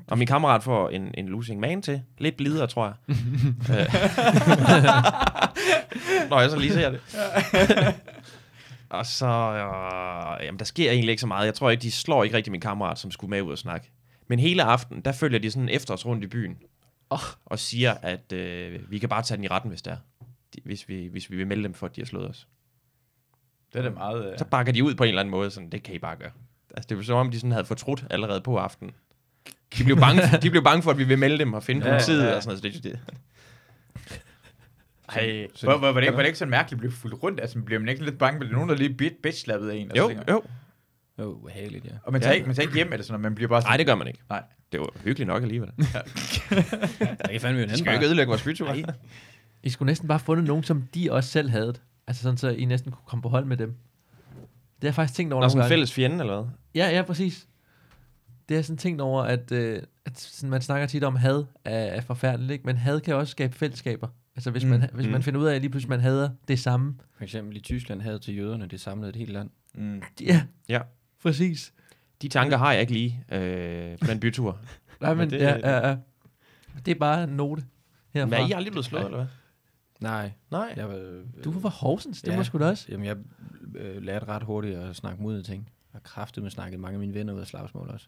Speaker 4: Og min kammerat får en, en losing man til. Lidt blidere, tror jeg. Øh. Nå, jeg så lige ser det. og så... Øh, jamen, der sker egentlig ikke så meget. Jeg tror ikke, de slår ikke rigtig min kammerat, som skulle med ud og snakke. Men hele aften, der følger de sådan en efterårsrunde i byen. Oh. Og siger, at øh, vi kan bare tage den i retten, hvis det er. De, hvis, vi, hvis vi vil melde dem for, at de har slået os.
Speaker 1: Det er da meget... Øh...
Speaker 4: Så bakker de ud på en eller anden måde, sådan, det kan I bare gøre. Altså, det var som om, de sådan havde fortrudt allerede på aftenen. De blev bange for, de blev bange for at vi ville melde dem og finde
Speaker 1: Ja,
Speaker 4: politiet
Speaker 1: ja.
Speaker 4: og sådan noget. Så det, det.
Speaker 1: Ej, hvor, hvor, var, det ikke, var det ikke sådan mærkeligt at blive fuldt rundt? Altså, bliver man ikke lidt bange? Bliver der nogen, der lige bit, bitch slappet af en? Altså,
Speaker 4: Jo,
Speaker 1: tænker-
Speaker 4: jo.
Speaker 2: Åh, oh, ubehageligt, ja.
Speaker 1: Og man tager,
Speaker 4: Ja.
Speaker 1: ikke, man tager ikke hjem eller sådan noget, man bliver bare sådan...
Speaker 4: Nej, det gør man ikke.
Speaker 1: Nej.
Speaker 4: Det var hyggeligt nok alligevel.
Speaker 2: Det kan fandme jo en
Speaker 4: De
Speaker 2: anden
Speaker 4: skal jo ikke
Speaker 2: bar.
Speaker 4: ødelægge vores bytur.
Speaker 3: I skulle næsten bare have fundet nogen, som de også selv havde. det. Altså sådan, så I næsten kunne komme på hold med dem. Det har jeg faktisk tænkt over
Speaker 4: Nå, sådan en
Speaker 3: gange.
Speaker 4: fælles fjende eller hvad?
Speaker 3: Ja, ja, præcis. Det har jeg sådan tænkt over, at, øh, at sådan, man snakker tit om, at had er, er forfærdeligt, ikke? men had kan også skabe fællesskaber. Altså hvis, mm. man, hvis mm. man finder ud af, at lige pludselig man hader det samme.
Speaker 2: For eksempel i Tyskland havde til jøderne det samlede et helt land.
Speaker 1: Mm.
Speaker 3: Ja,
Speaker 4: Ja.
Speaker 3: præcis.
Speaker 4: De tanker har jeg ikke lige øh, på den bytur.
Speaker 3: Nej,
Speaker 4: Men
Speaker 3: men, men
Speaker 4: det-
Speaker 3: det, ja, ja, ja. det er bare en note herfra.
Speaker 4: Men er I aldrig blevet slået,
Speaker 2: Nej.
Speaker 4: eller hvad?
Speaker 2: Nej.
Speaker 4: Nej.
Speaker 2: Jeg var, øh,
Speaker 3: Du var Horsens, det
Speaker 2: Ja.
Speaker 3: ja. må sgu da også.
Speaker 2: Jamen, jeg øh, lærte ret hurtigt at snakke mod ting. Og kraftet med snakket mange af mine venner ud af slagsmål også.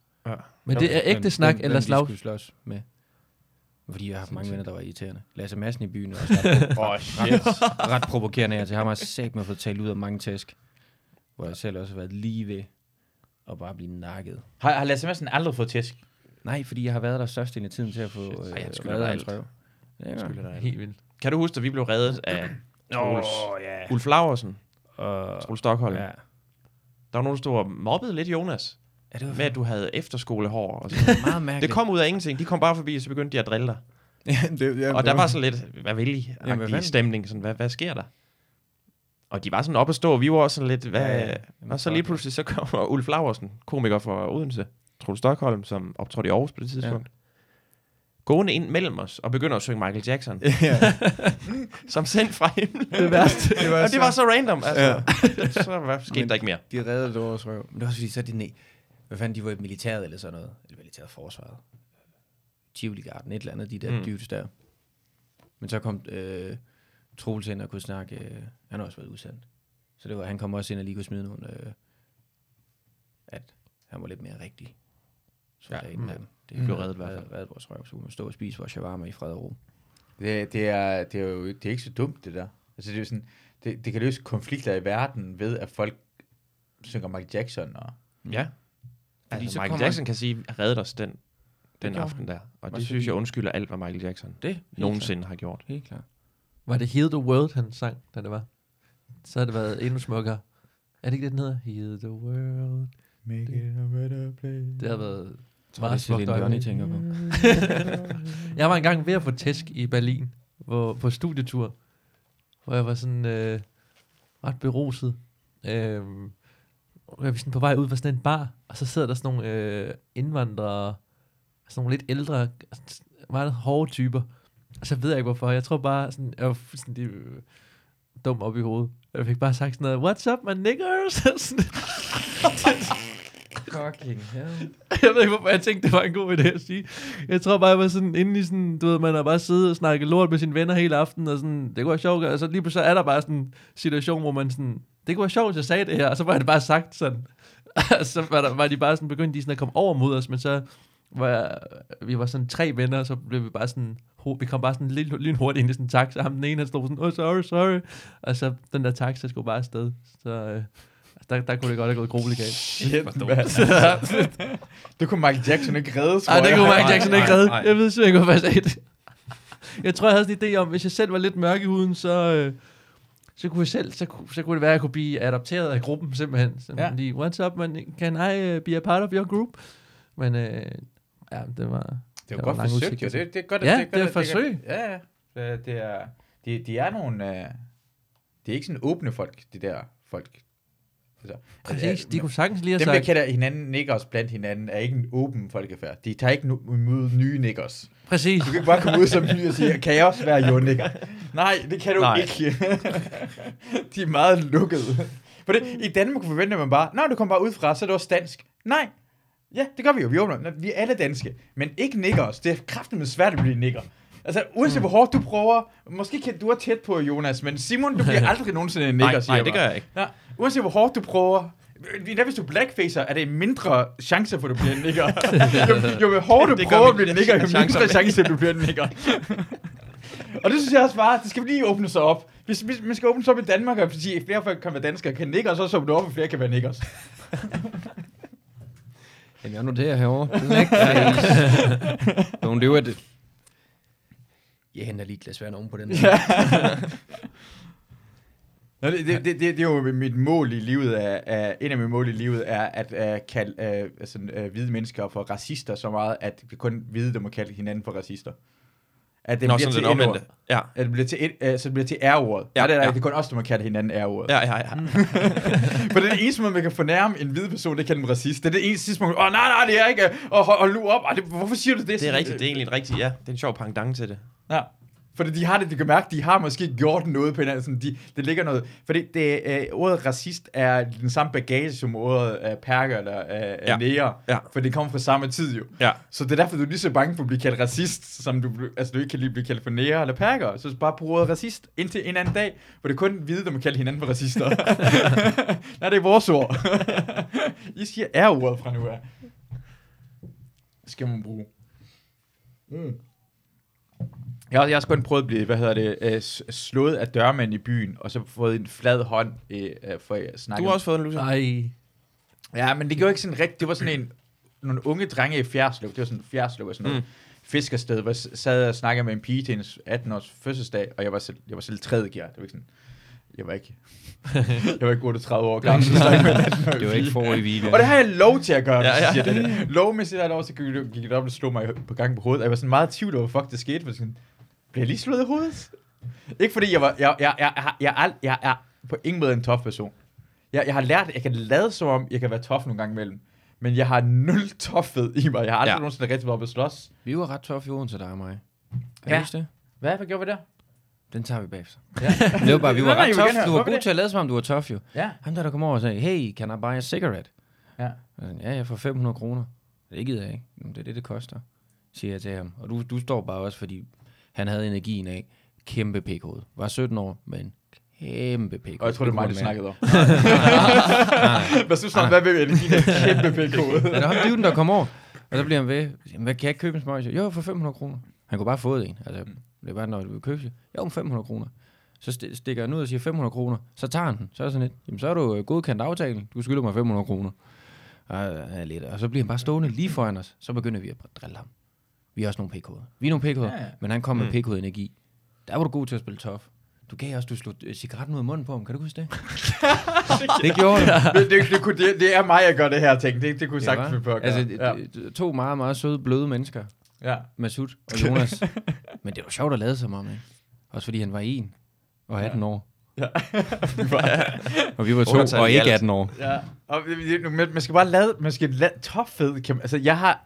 Speaker 3: Men det er ægte snak
Speaker 2: hvem,
Speaker 3: eller slag.
Speaker 2: Hvem de skulle slås med. Fordi jeg har haft mange venner, der var irriterende. Lasse Madsen i byen var også ret,
Speaker 1: Åh,
Speaker 2: ret, ret provokerende. Jeg til ham har sat med at få talt ud af mange tæsk. Hvor jeg selv også har været lige ved at bare blive nakket.
Speaker 1: Har, har Lasse Madsen aldrig fået tæsk?
Speaker 2: Nej, fordi jeg har været der størstedelen af tiden til at få øh,
Speaker 4: Ej, han skylder
Speaker 2: reddet
Speaker 4: dig
Speaker 2: hans
Speaker 4: alt.
Speaker 2: røv. Ja,
Speaker 3: Helt vildt.
Speaker 4: Kan du huske, at vi blev reddet af Troels,
Speaker 2: ja.
Speaker 4: Ulf Laversen,
Speaker 2: Og,
Speaker 4: Troels Stockholm?
Speaker 2: ja.
Speaker 4: Der var nogen, der stod og mobbede lidt Jonas,
Speaker 2: ja, det var
Speaker 4: med at du havde efterskolehår og sådan
Speaker 2: meget
Speaker 4: Det
Speaker 2: mærkeligt.
Speaker 4: kom ud af ingenting. De kom bare forbi, og så begyndte de at drille dig.
Speaker 2: ja, det, ja,
Speaker 4: Og der var sådan lidt, hvad vil I?
Speaker 2: Jamen, hvad
Speaker 4: Agtig
Speaker 2: fanden?
Speaker 4: stemning. Sådan, hvad, hvad sker der? Og de var sådan op at stå, og vi var også sådan lidt, hvad...
Speaker 2: Ja,
Speaker 4: Ja,
Speaker 2: ja.
Speaker 4: og så lige pludselig, så kommer Ulf Laversen, komiker fra Odense, Troels Stockholm, som optrådte i Aarhus på det tidspunkt, ja. gående ind mellem os, og begynder at synge Michael Jackson,
Speaker 2: ja,
Speaker 4: som sendt fra himlen.
Speaker 2: det værste. Det
Speaker 4: og det var så random, altså. Ja. så hvad, skete
Speaker 2: Men-
Speaker 4: der ikke mere.
Speaker 2: De reddede vores røv. Men det var også fordi, så er de nej. Hvad fanden, de var i militæret eller sådan noget. Eller militæret forsvaret. Tivoli Garden, et eller andet, de der
Speaker 4: Mm.
Speaker 2: mm. dudes der. Men så kom øh, Troels ind og kunne snakke. Øh, han har også været udsendt. Så det var, han kom også ind og lige kunne smide nogle, øh, at han var lidt mere rigtig. Så ja, mm. dem. Det
Speaker 4: blev reddet i hvert fald.
Speaker 2: Reddet, reddet vores røv, så kunne man stå og spise vores shawarma i fred og ro.
Speaker 1: Det, det, er, det er jo det er ikke så dumt, det der. Altså, det, er jo sådan, det, det kan løse konflikter i verden ved, at folk synger Michael Jackson. Og,
Speaker 4: Ja.
Speaker 2: så
Speaker 4: Altså, Michael
Speaker 2: kommer-
Speaker 4: Jackson kan sige, reddet os den, den
Speaker 2: gjorde
Speaker 4: aften der. Og det
Speaker 2: så
Speaker 4: synes
Speaker 2: de-
Speaker 4: jeg undskylder alt, hvad Michael Jackson
Speaker 2: Det? Helt
Speaker 4: nogensinde har gjort.
Speaker 2: klart. Helt klart.
Speaker 3: Var det Heal the World, han sang, da det var? Så havde det været endnu smukkere. Er det ikke det, den hedder? Heal the World.
Speaker 1: Make it a better place.
Speaker 3: Det har været
Speaker 2: Jeg tror, det er
Speaker 3: smukt
Speaker 2: Celine Dion, I
Speaker 3: øjeblik.
Speaker 2: tænker på.
Speaker 3: Jeg var engang ved at få tæsk i Berlin, hvor, på studietur, hvor jeg var sådan øh, ret beruset. Øh, og jeg var sådan på vej ud fra sådan en bar, og så sidder der sådan nogle øh, indvandrere, sådan nogle lidt ældre, sådan meget hårde typer. Og så ved jeg ikke hvorfor. Jeg tror bare, sådan, jeg var fuldstændig øh, dum op i hovedet. Jeg fik bare sagt sådan noget, what's up, my niggers? Og sådan,
Speaker 2: Fucking hell.
Speaker 3: Jeg ved ikke, hvorfor jeg tænkte, det var en god idé at sige. Jeg tror bare, jeg var sådan inde i sådan, du ved, man har bare siddet og snakket lort med sine venner hele aftenen, og sådan, det kunne være sjovt, og så lige pludselig er der bare sådan en situation, hvor man sådan, det kunne være sjovt, hvis jeg sagde det her, og så var det bare sagt sådan. så var, der, var de bare sådan, begyndte de sådan at komme over mod os, men så var jeg, vi var sådan tre venner, og så blev vi bare sådan, ho- vi kom bare sådan lidt lynhurtigt ind i sådan en taxa, og ham den ene, han stod sådan, oh, sorry, sorry, og så den der taxa skulle bare afsted, så... Øh, der, der kunne det godt have gået grueligt galt.
Speaker 1: Shit, mand. det kunne Michael Jackson ikke redde, tror
Speaker 3: Ej, det
Speaker 1: jeg.
Speaker 3: kunne Michael Jackson ikke
Speaker 4: nej,
Speaker 3: redde.
Speaker 4: nej.
Speaker 3: Jeg ved simpelthen ikke, hvorfor jeg sagde det. Jeg tror, jeg havde sådan en idé om, hvis jeg selv var lidt mørk i huden, så, øh, så, kunne, jeg selv, så, kunne, så kunne det være, at jeg kunne blive adopteret af gruppen simpelthen. Så
Speaker 1: Ja.
Speaker 3: ja. lige, what's up, man? Can I uh, be a part of your group? Men øh, ja, det var...
Speaker 1: Det
Speaker 3: Der
Speaker 1: er
Speaker 3: var
Speaker 1: godt
Speaker 3: lange
Speaker 1: forsøgt, jo.
Speaker 3: udsigter til.
Speaker 1: Det, det er godt, at-
Speaker 3: Ja,
Speaker 1: godt,
Speaker 3: det er
Speaker 1: at-
Speaker 3: forsøg.
Speaker 1: godt- Ja, ja. Øh, Det er, de, de er nogle... Øh, det er ikke sådan åbne folk, de der folk. Altså,
Speaker 3: Præcis, de
Speaker 1: kunne
Speaker 3: kunne sagtens lige have
Speaker 1: dem, der
Speaker 3: sagt...
Speaker 1: kender hinanden, nikkers blandt hinanden, er ikke en åben folkefærd. De tager ikke nu- imod nye nikkers.
Speaker 3: Præcis.
Speaker 1: Du kan ikke bare komme ud som ny og sige, kan jeg også være jo nikker? Nej, det kan du
Speaker 4: Nej.
Speaker 1: Nej. ikke. de er meget lukkede. For det, i Danmark forventer man bare, nej, du kommer bare ud fra, så er det også dansk. Nej, ja, det gør vi jo. Vi, åbner. Nå, vi er alle danske, men ikke nikker os. Det er kraftigt svært at blive nikker. Altså, uanset mm. hvor hårdt du prøver, måske kan du er tæt på Jonas, men Simon, du bliver aldrig nogensinde en nikker,
Speaker 4: Nej,
Speaker 1: siger
Speaker 4: nej,
Speaker 1: jeg
Speaker 4: det
Speaker 1: bare.
Speaker 4: gør jeg ikke.
Speaker 1: Ja, uanset hvor hårdt du prøver, Endda hvis du blackfacer, er det mindre chance for, at du bliver en nigger. jo, jo hårdere du
Speaker 4: Det gør
Speaker 1: prøver at
Speaker 4: min-
Speaker 1: blive en nigger, jo
Speaker 4: mine chancer
Speaker 1: mindre chance, du bliver en nigger. og det synes jeg også bare, det skal vi lige åbne sig op. Hvis, hvis man skal åbne sig op i Danmark, og sige, at flere folk kan være danskere, kan nigger, så åbne op, at flere kan være niggers.
Speaker 2: Jamen, jeg noterer herovre. Blackface. Don't do it. Jeg henter lige et glas vand oven på den. Ja.
Speaker 1: Nå, det, det, det, det, det er jo mit mål i livet, er, er, en af mine mål i livet er at uh, kalde uh, altså, uh, hvide mennesker for racister så meget, at kun hvide, der må kalde hinanden for racister. At det
Speaker 4: Nå,
Speaker 1: bliver
Speaker 4: sådan
Speaker 1: til
Speaker 4: den
Speaker 1: et
Speaker 4: omvendte.
Speaker 1: ord.
Speaker 4: Ja,
Speaker 1: At det bliver til, et, øh, så det bliver til R-ordet. Ja, nej, nej,
Speaker 4: Ja,
Speaker 1: nej,
Speaker 4: ja.
Speaker 1: det er kun os, der må kalde hinanden R-ordet. Ja.
Speaker 4: ja, ja. ja.
Speaker 1: For det er det eneste måde, man kan fornærme en hvid person, det kan den racist. Det er det eneste tidspunkt, åh nej, nej, det er jeg ikke, og hold, hold nu op, Ej, det, hvorfor siger du det?
Speaker 4: Det er rigtigt, det er egentlig en rigtig, ja. Det er en sjov pangdang til det.
Speaker 1: Ja. Fordi de har det, de kan mærke, de har måske gjort noget på hinanden. Sådan de, det ligger noget. Fordi det, øh, ordet racist er den samme bagage som ordet øh, perker eller øh,
Speaker 4: Ja.
Speaker 1: ja. næger.
Speaker 4: Ja.
Speaker 1: For det kommer fra samme tid jo.
Speaker 4: Ja.
Speaker 1: Så det er derfor, du er lige så bange for at blive kaldt racist, som du, bl- altså, du ikke kan lige blive kaldt for næger eller perker. Så bare brug ordet racist indtil en anden dag, hvor det er kun hvide, der må kalde hinanden for racister. Nej, det er vores ord. I siger R-ordet fra nu af. Det skal man bruge. Mm. Jeg, har- jeg har sgu kun prøvet at blive, hvad hedder det, øh, s- slået af dørmænd i byen, og så fået en flad hånd øh, øh, for at snakke.
Speaker 4: Du har også fået en luser.
Speaker 3: Ej.
Speaker 1: Ja, men det gjorde ikke sådan rigtigt. Det var sådan en, nogle unge drenge i Fjerslev. Det var sådan Fjerslev og sådan noget. Mm. Fiskersted, hvor jeg s- sad og snakkede med en pige til hendes 18-års fødselsdag, og jeg var selv, jeg var selv tredje gear. Det var ikke sådan, jeg var ikke, jeg var ikke 38 år gammel. så snakkede jeg med en 18-årig
Speaker 2: Det var ikke for i weekend.
Speaker 1: og det har jeg lov til at gøre, ja,
Speaker 4: Ja,
Speaker 1: ja.
Speaker 4: ja.
Speaker 1: siger jeg det. Lovmæssigt har jeg lov til at gøre det, gik det op og slog mig på gangen på hovedet. Og jeg var sådan meget i tvivl over, fuck, det skete. For sådan, blev jeg lige slået i hovedet? Ikke fordi jeg var, jeg, jeg, jeg, jeg, jeg, jeg, jeg er på ingen måde en tof person. Jeg, jeg har lært, at jeg kan lade som om, jeg kan være tof nogle gange imellem. Men jeg har nul toffet i mig. Jeg har aldrig ja.
Speaker 4: Ja.
Speaker 1: nogensinde rigtig været oppe at slås.
Speaker 2: Vi var ret toffe i Odense, der og mig. Kan
Speaker 1: Ja.
Speaker 2: ja. du huske det?
Speaker 1: Hvad, hvad gjorde vi der?
Speaker 2: Den tager vi bagefter. Ja. Det var bare, vi
Speaker 1: Nej,
Speaker 2: var
Speaker 1: nej, jeg
Speaker 2: ret
Speaker 1: vil gerne
Speaker 2: tough.
Speaker 1: høre.
Speaker 2: Du var
Speaker 1: Hvorfor
Speaker 2: god
Speaker 1: det?
Speaker 2: til at lade som om, du var tough jo.
Speaker 1: Ja.
Speaker 2: Ham der, der kom over og sagde, hey, can I buy a cigarette?
Speaker 1: Ja.
Speaker 2: Og sådan, ja, jeg får 500 kroner. Det gider jeg ikke. Jamen, det er det, det koster, siger jeg til ham. Og du, du står bare også, fordi han havde energien af kæmpe pikhoved. Var 17 år, men kæmpe pikhoved.
Speaker 1: Og jeg tror, det var mig, der
Speaker 2: kunne man
Speaker 1: snakkede om. Hvad synes du om, hvad vil vi? Det gik en kæmpe pæk
Speaker 2: mærke. Ja, der var dyven, der kom over. Og så bliver han ved. Jamen, hvad, kan jeg ikke købe en smøjse? Jo, for 500 kroner. Han kunne bare få en. Altså, det er bare, når du vil købe det. Jo, men 500 kroner. Så sti- stikker han ud og siger 500 kroner. Så tager han den. Så er det sådan lidt. Jamen, så er du øh, godkendt aftalen. Du skylder mig 500 kroner. Og, ja, lidt. og så bliver han bare stående lige foran os. Så begynder vi at drille ham. Vi er også nogle PK'er. Vi er nogle PK'er,
Speaker 1: Ja,
Speaker 2: ja.
Speaker 1: ja.
Speaker 2: men han kom med mm. PK-energi. Der var du god til at spille tof. Du gav også, du slog øh, cigaretten ud af munden på ham. Kan du huske det? det gjorde han.
Speaker 1: det, det, det, kunne- det, det, er mig, jeg gør det her ting. Det, det kunne
Speaker 2: Ja,
Speaker 1: sagtens
Speaker 2: hva'?
Speaker 1: vi på at gøre.
Speaker 2: Altså, d-
Speaker 1: ja.
Speaker 2: d- to meget, meget søde, bløde mennesker.
Speaker 1: ja.
Speaker 2: Masud og Jonas. Men det var sjovt at lade som om, ikke? Også fordi han var en og 18 år.
Speaker 1: Ja.
Speaker 2: og vi var to
Speaker 4: Undertal
Speaker 2: og
Speaker 4: i
Speaker 2: ikke
Speaker 4: alt.
Speaker 2: 18 år.
Speaker 1: Ja, og det- det- man man skal bare lade, man skal lade toffed, kan man, altså jeg har,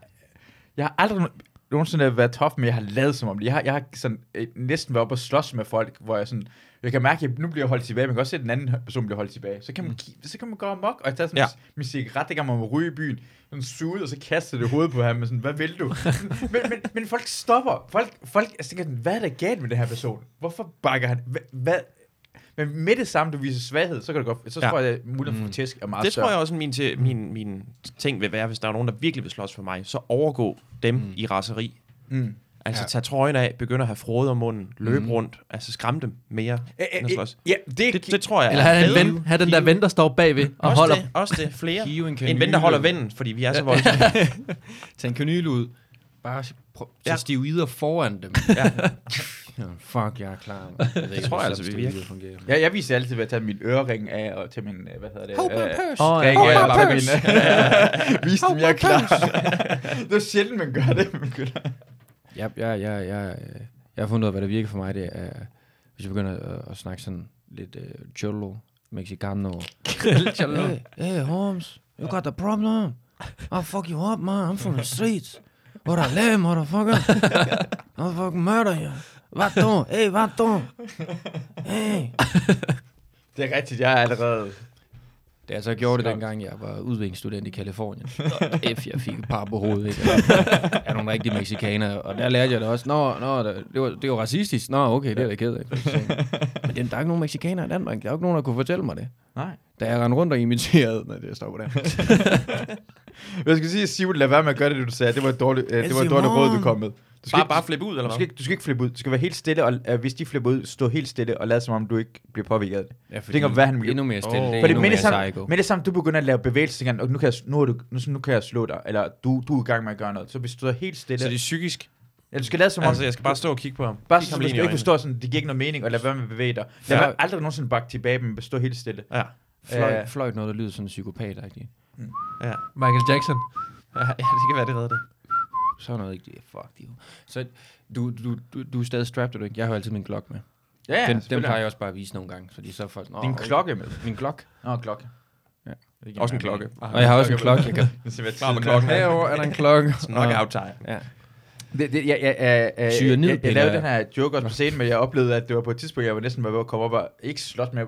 Speaker 1: jeg har aldrig no- nogensinde været tof, men jeg har lavet som om det. Jeg har, jeg har sådan, øh, næsten været oppe og slås med folk, hvor jeg sådan, jeg kan mærke, at jeg nu bliver jeg holdt tilbage, man kan også se, at den anden person bliver holdt tilbage. Så kan man, gi- så kan man gå amok, og jeg tager sådan ja.
Speaker 4: Mm. Ja.
Speaker 1: min cigaret, det kan man må ryge i byen, sådan suge, og så kaste det i hovedet på ham, og sådan, hvad vil du? men, men, men, folk stopper, folk, folk altså, tænker sådan, hvad er der galt med den her person? Hvorfor bakker han? Hvad, hvad? Men med det samme, du viser svaghed, så kan du godt, så
Speaker 4: Ja. Mm.
Speaker 1: tror jeg, at muligheden for tæsk er meget
Speaker 4: Det
Speaker 1: større.
Speaker 4: tror jeg også, min, til, min, min ting vil være, hvis der er nogen, der virkelig vil slås for mig, så overgå dem mm. i raseri.
Speaker 1: Mm.
Speaker 4: Altså
Speaker 1: Ja.
Speaker 4: ja. tage trøjen af, begynde at have frode om munden, løbe mm. rundt, altså skræmme dem mere
Speaker 1: Æ, æ,
Speaker 4: end at
Speaker 1: æ,
Speaker 4: slås.
Speaker 1: Øh, ja, det,
Speaker 4: Det, det tror jeg
Speaker 3: Eller
Speaker 4: er
Speaker 3: have,
Speaker 4: bedre.
Speaker 3: en ven, have den der ven, der står bagved og
Speaker 4: også
Speaker 3: holder.
Speaker 4: Det, også det, flere.
Speaker 2: Hive en
Speaker 4: En ven, der
Speaker 2: kanyle.
Speaker 4: holder vennen, fordi vi er så voldsomme.
Speaker 2: Tag en kanyle ud. Bare prøv, så
Speaker 4: Ja.
Speaker 2: ja. stivider foran dem. ja. Fuck, jeg er klar. Jeg ved ikke,
Speaker 4: tror jeg
Speaker 2: hvordan
Speaker 4: altså, vi
Speaker 2: stivider
Speaker 4: virker.
Speaker 2: fungerer.
Speaker 1: Ja, jeg viser altid ved at tage min ørering af og til min, øh, hvad hedder det?
Speaker 2: Hold my
Speaker 1: øh,
Speaker 2: purse.
Speaker 3: Åh,
Speaker 1: ring
Speaker 3: ja.
Speaker 1: af, eller
Speaker 2: my purse.
Speaker 1: min... øh, Vis dem,
Speaker 2: my
Speaker 1: jeg er klar. det er sjældent, man gør det. man gør det.
Speaker 2: Jeg, jeg, jeg, jeg, øh, jeg har fundet ud af, hvad der virker for mig, det er, øh, hvis jeg begynder at, at snakke sådan lidt uh, cholo, mexicano. hey, hey, Holmes, you got a problem? I'll fuck you up, man. I'm from the streets. What a lame, motherfucker. I'll fucking murder you. Vato, hey, vato. Hey.
Speaker 1: Det er rigtigt, jeg er allerede...
Speaker 2: Det er altså jeg gjorde det,
Speaker 1: Slapt.
Speaker 2: dengang jeg var udviklingsstudent i Kalifornien. F, jeg fik et par på hovedet, ikke? Jeg er nogle rigtige mexikanere, og der lærte jeg det også. Nå, nå det, var, det var racistisk. Nå, okay, det er da ked af. Men det, der er ikke nogen mexikanere i Danmark. Der er jo ikke nogen, der kunne fortælle mig det.
Speaker 1: Nej.
Speaker 2: Da jeg rendte rundt og imiterede, nej, det stopper der.
Speaker 1: Jeg skal sige, Sivut, lad være med at gøre det, du sagde. Det var et dårligt, øh, det var et dårligt råd, du kom med. Du
Speaker 4: Bare,
Speaker 1: ikke-
Speaker 4: bare flippe ud,
Speaker 1: du
Speaker 4: eller
Speaker 1: skal,
Speaker 4: hvad?
Speaker 1: ikke, du skal ikke flippe ud. Du skal være helt stille, og øh, hvis de flipper ud, stå helt stille og lad som om, du ikke bliver påvirket af det.
Speaker 2: Ja,
Speaker 1: fordi Tænk om, hvad han ville-
Speaker 2: endnu mere stille.
Speaker 4: Åh.
Speaker 2: Oh. Det er
Speaker 1: For
Speaker 2: endnu
Speaker 1: det med
Speaker 2: mere
Speaker 1: det, samme,
Speaker 2: psycho.
Speaker 1: med det samme, du begynder at lave bevægelser, tænker, "Nå, nu kan, jeg, nu, er du, nu, nu kan jeg slå dig, eller du, du er i gang med at gøre noget. Så hvis du er helt stille,
Speaker 4: Så det
Speaker 1: det,
Speaker 4: er psykisk.
Speaker 1: ja, du skal lade som om,
Speaker 4: Altså, jeg skal bare stå og kigge på ham.
Speaker 1: bare
Speaker 4: Kigge
Speaker 1: så,
Speaker 4: ham
Speaker 1: du
Speaker 4: lige ind
Speaker 1: skal
Speaker 4: i
Speaker 1: ikke
Speaker 4: øjnene.
Speaker 1: forstå sådan, det giver ikke noget mening, og lad være med at bevæge dig. Lad
Speaker 4: Ja.
Speaker 1: være aldrig nogensinde bakke tilbage, men stå helt stille.
Speaker 4: Ja.
Speaker 2: Fløjt,
Speaker 1: Øh,
Speaker 2: fløjt noget, der lyder sådan psykopat-agtigt.
Speaker 4: Ja.
Speaker 3: Michael Jackson.
Speaker 4: ja, ja, det kan være, det redder det.
Speaker 2: Sådan noget ikke. Fuck, det er jo- Så du, du, du, du er stadig strapped, er du ikke? Jeg har jo altid min klok med.
Speaker 1: ja, ja,
Speaker 2: den, den
Speaker 1: selvfølgelig.
Speaker 2: plejer jeg også bare at vise nogle gange, fordi så er folk... "Nå,
Speaker 1: Din
Speaker 2: okay."
Speaker 1: klokke med.
Speaker 2: Min klok.
Speaker 1: Nå, klokke.
Speaker 2: Ja.
Speaker 1: Det giver
Speaker 4: Også en
Speaker 1: mening.
Speaker 4: klokke.
Speaker 2: Og jeg har også en klokke, jeg kan
Speaker 1: Det ser hvad
Speaker 4: Bare med
Speaker 1: tiden er.
Speaker 4: klokken.
Speaker 2: Herover er der en klokke.
Speaker 4: Knockout time.
Speaker 1: Det, det, jeg, jeg, jeg, jeg,
Speaker 2: Cyanid,
Speaker 1: jeg, jeg
Speaker 2: Peter.
Speaker 1: lavede den her joke også på scenen, men jeg oplevede, at det var på et tidspunkt, jeg var næsten ved at komme op og ikke slås med.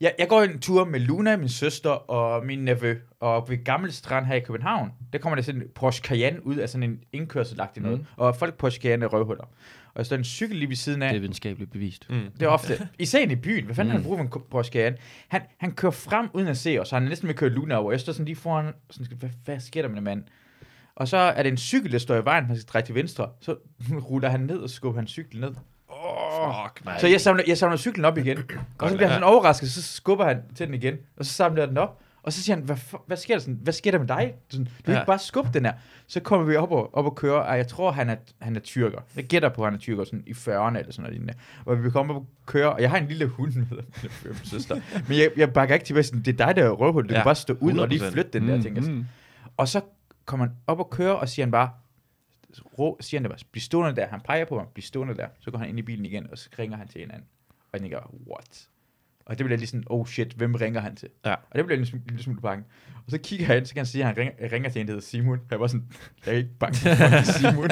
Speaker 1: Jeg, jeg går en tur med Luna, min søster og min nevø, og ved Gammel Strand her i København, der kommer der sådan en Porsche Cayenne ud af sådan en indkørsel lagt i noget, mm. og folk Porsche Cayenne er røvhuller. Og der står en cykel lige ved siden af,
Speaker 2: Det er videnskabeligt bevist.
Speaker 4: Mm.
Speaker 1: det er ofte. Især inde i byen. Hvad fanden mm. han bruger for en Porsche Cayenne? Han, han kører frem uden at se os. Han er næsten ved at køre Luna over. Jeg står sådan lige foran. Sådan, hvad, hvad sker der med den mand? Og så er det en cykel, der står i vejen. Han skal dreje til venstre. Så ruller han ned og skubber han cyklen ned.
Speaker 4: Fuck, man.
Speaker 1: Så jeg samler, jeg samler cyklen op igen. og så bliver han sådan overrasket. Så skubber han til den igen. Og så samler jeg den op. Og så siger han, hvad, fu- hvad, sker, der sådan, hvad sker der med dig? Sådan, du kan
Speaker 4: Ja.
Speaker 1: ikke bare skubbe den her. Så kommer vi op og, op og kører, og jeg tror, han er, han er tyrker. Jeg gætter på, at han er tyrker, sådan i 40'erne eller sådan noget lignende. Og vi kommer op og kører, og jeg har en lille hund med, min søster. Men jeg, jeg bakker ikke tilbage, sådan, det er dig, der er røvhul. Du ja,
Speaker 4: Ja, Mm,
Speaker 1: kan bare stå ud og lige
Speaker 4: 100%.
Speaker 1: flytte den der, tænker jeg. sådan. Og så kommer han op og kører, og siger han bare, rå, siger han det bare, bliv stående der. Han peger på ham, bliv stående der. Så går han ind i bilen igen, og så ringer han til hinanden. Og jeg tænker, what? Og det bliver lige sådan, oh shit, hvem ringer han til?
Speaker 4: Ja.
Speaker 1: Og det blev jeg en lille smule, lille smule bange. Og så kigger jeg ind, så kan han sige, at han ringer, ringer til en, der hedder Simon. Jeg var sådan, jeg er ikke bange for fucking Simon.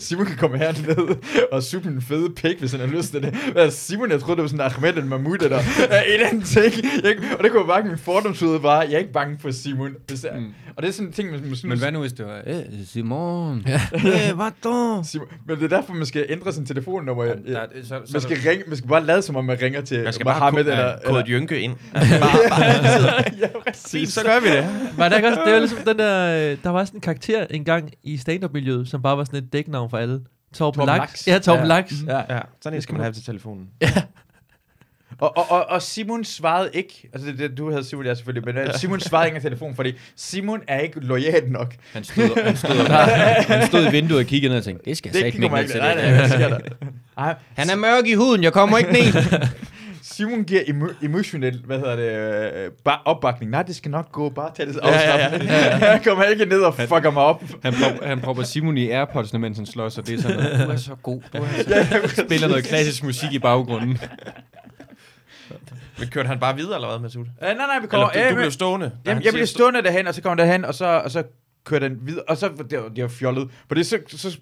Speaker 1: Simon kan komme herned og suge min fede pik, hvis han har lyst til det. Hvad er Simon, jeg troede, det var sådan Ahmed eller Mahmoud eller en eller anden ting. Jeg, og det kunne bare min fordomshude var, jeg er ikke bange for Simon. Hvis jeg, mm. Og det er sådan en ting, man man synes...
Speaker 2: Men hvad nu, hvis det var... Øh, Simon. Øh, hvad da?
Speaker 1: Simon, men det er derfor, man skal ændre sin telefonnummer. Ja,
Speaker 2: Der er- så- så
Speaker 1: man,
Speaker 2: er
Speaker 1: skal
Speaker 2: der-
Speaker 1: ringe, man skal bare lade, som om man ringer til
Speaker 4: Man skal bare
Speaker 1: Mohammed.
Speaker 4: kode,
Speaker 1: eller,
Speaker 4: eller, kode Jynke ind.
Speaker 1: ja, præcis.
Speaker 4: Så gør vi det.
Speaker 3: Var der ikke også, det var ligesom den der, øh, der var sådan en karakter engang i stand-up-miljøet, som bare var sådan et dæknavn for alle. Torben,
Speaker 1: Torben
Speaker 3: Torben Laks.
Speaker 1: Laks.
Speaker 3: Ja, Torben
Speaker 1: Ja.
Speaker 3: ja. Laks.
Speaker 1: Ja.
Speaker 4: Ja, sådan en skal man have til telefonen.
Speaker 1: Og, og, og, og Simon svarede ikke. Altså, det, det, du havde Simon, jeg selvfølgelig, men øh, Simon svarede ikke af telefonen, fordi Simon er ikke lojal nok.
Speaker 2: Han stod, han, stod, han stod i vinduet og kiggede ned og tænkte, det skal jeg
Speaker 1: Det
Speaker 2: satme
Speaker 1: kigger
Speaker 2: ikke
Speaker 1: man
Speaker 2: ned
Speaker 1: ikke. Nej, nej,
Speaker 2: til. det der."
Speaker 1: hvad sker der? Ej,
Speaker 2: Han er mørk i huden, jeg kommer ikke ned.
Speaker 1: Simon giver emo- emotionel, hvad hedder det, øh, bare opbakning. Nej, det skal nok gå, bare tag det
Speaker 4: ja, ja.
Speaker 1: afslappende. Ja, ja, ja. Han kommer ikke ned og fucker mig op.
Speaker 2: Han, prop, han propper Simon i Airpods, mens han slås, og det er sådan noget. Du er så god. Du er så...
Speaker 1: Ja, ja,
Speaker 2: spiller noget klassisk musik i baggrunden.
Speaker 4: Men kørte han bare videre, eller hvad, Mathilde?
Speaker 1: Øh, nej, nej, vi
Speaker 4: Eller
Speaker 1: kommer...
Speaker 4: du,
Speaker 1: øh,
Speaker 4: du
Speaker 1: men-
Speaker 4: blev stående. da han
Speaker 1: Jamen, jeg
Speaker 4: siger
Speaker 1: blev stående derhen, og så kom derhen, og så, og så kørte den videre, og så, det var, det var fjollet, for det så, så, så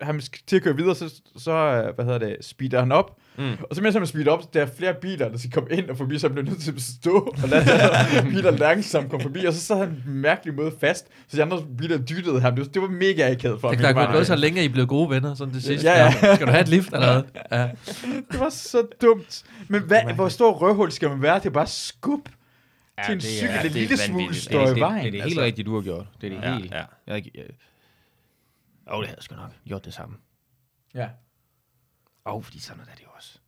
Speaker 1: han skal til at køre videre, så, så øh, hvad hedder det, speeder han op, mm. og så mens han speeder op, der er flere biler, der skal komme ind og forbi, så han blev nødt til at stå, og lade de andre biler langsomt komme forbi, og så sad han på en mærkelig måde fast, så de andre biler dyttede ham, det var, det var mega akavet for
Speaker 3: Det er
Speaker 1: ham. hele
Speaker 3: klart, man
Speaker 1: vejen.
Speaker 3: gået så længe, at I blev gode venner, sådan det sidste.
Speaker 1: Ja, ja.
Speaker 3: Skal du have et lift eller hvad? Ja.
Speaker 1: Det var så dumt. Men hvad, hvor stor røvhul skal man være til bare skub ja, til en
Speaker 2: det er-
Speaker 1: cykel,
Speaker 2: det
Speaker 1: en
Speaker 2: er
Speaker 1: lille smule
Speaker 2: vanvittigt.
Speaker 1: står i vejen? altså.
Speaker 2: Det er det helt rigtigt, du har gjort. Det er det
Speaker 4: Ja,
Speaker 2: helt.
Speaker 4: ja.
Speaker 2: Jeg, havde ikke- jeg, jo, det havde jeg sgu nok gjort det samme.
Speaker 1: Ja.
Speaker 2: Åh, oh, fordi sådan er det jo også.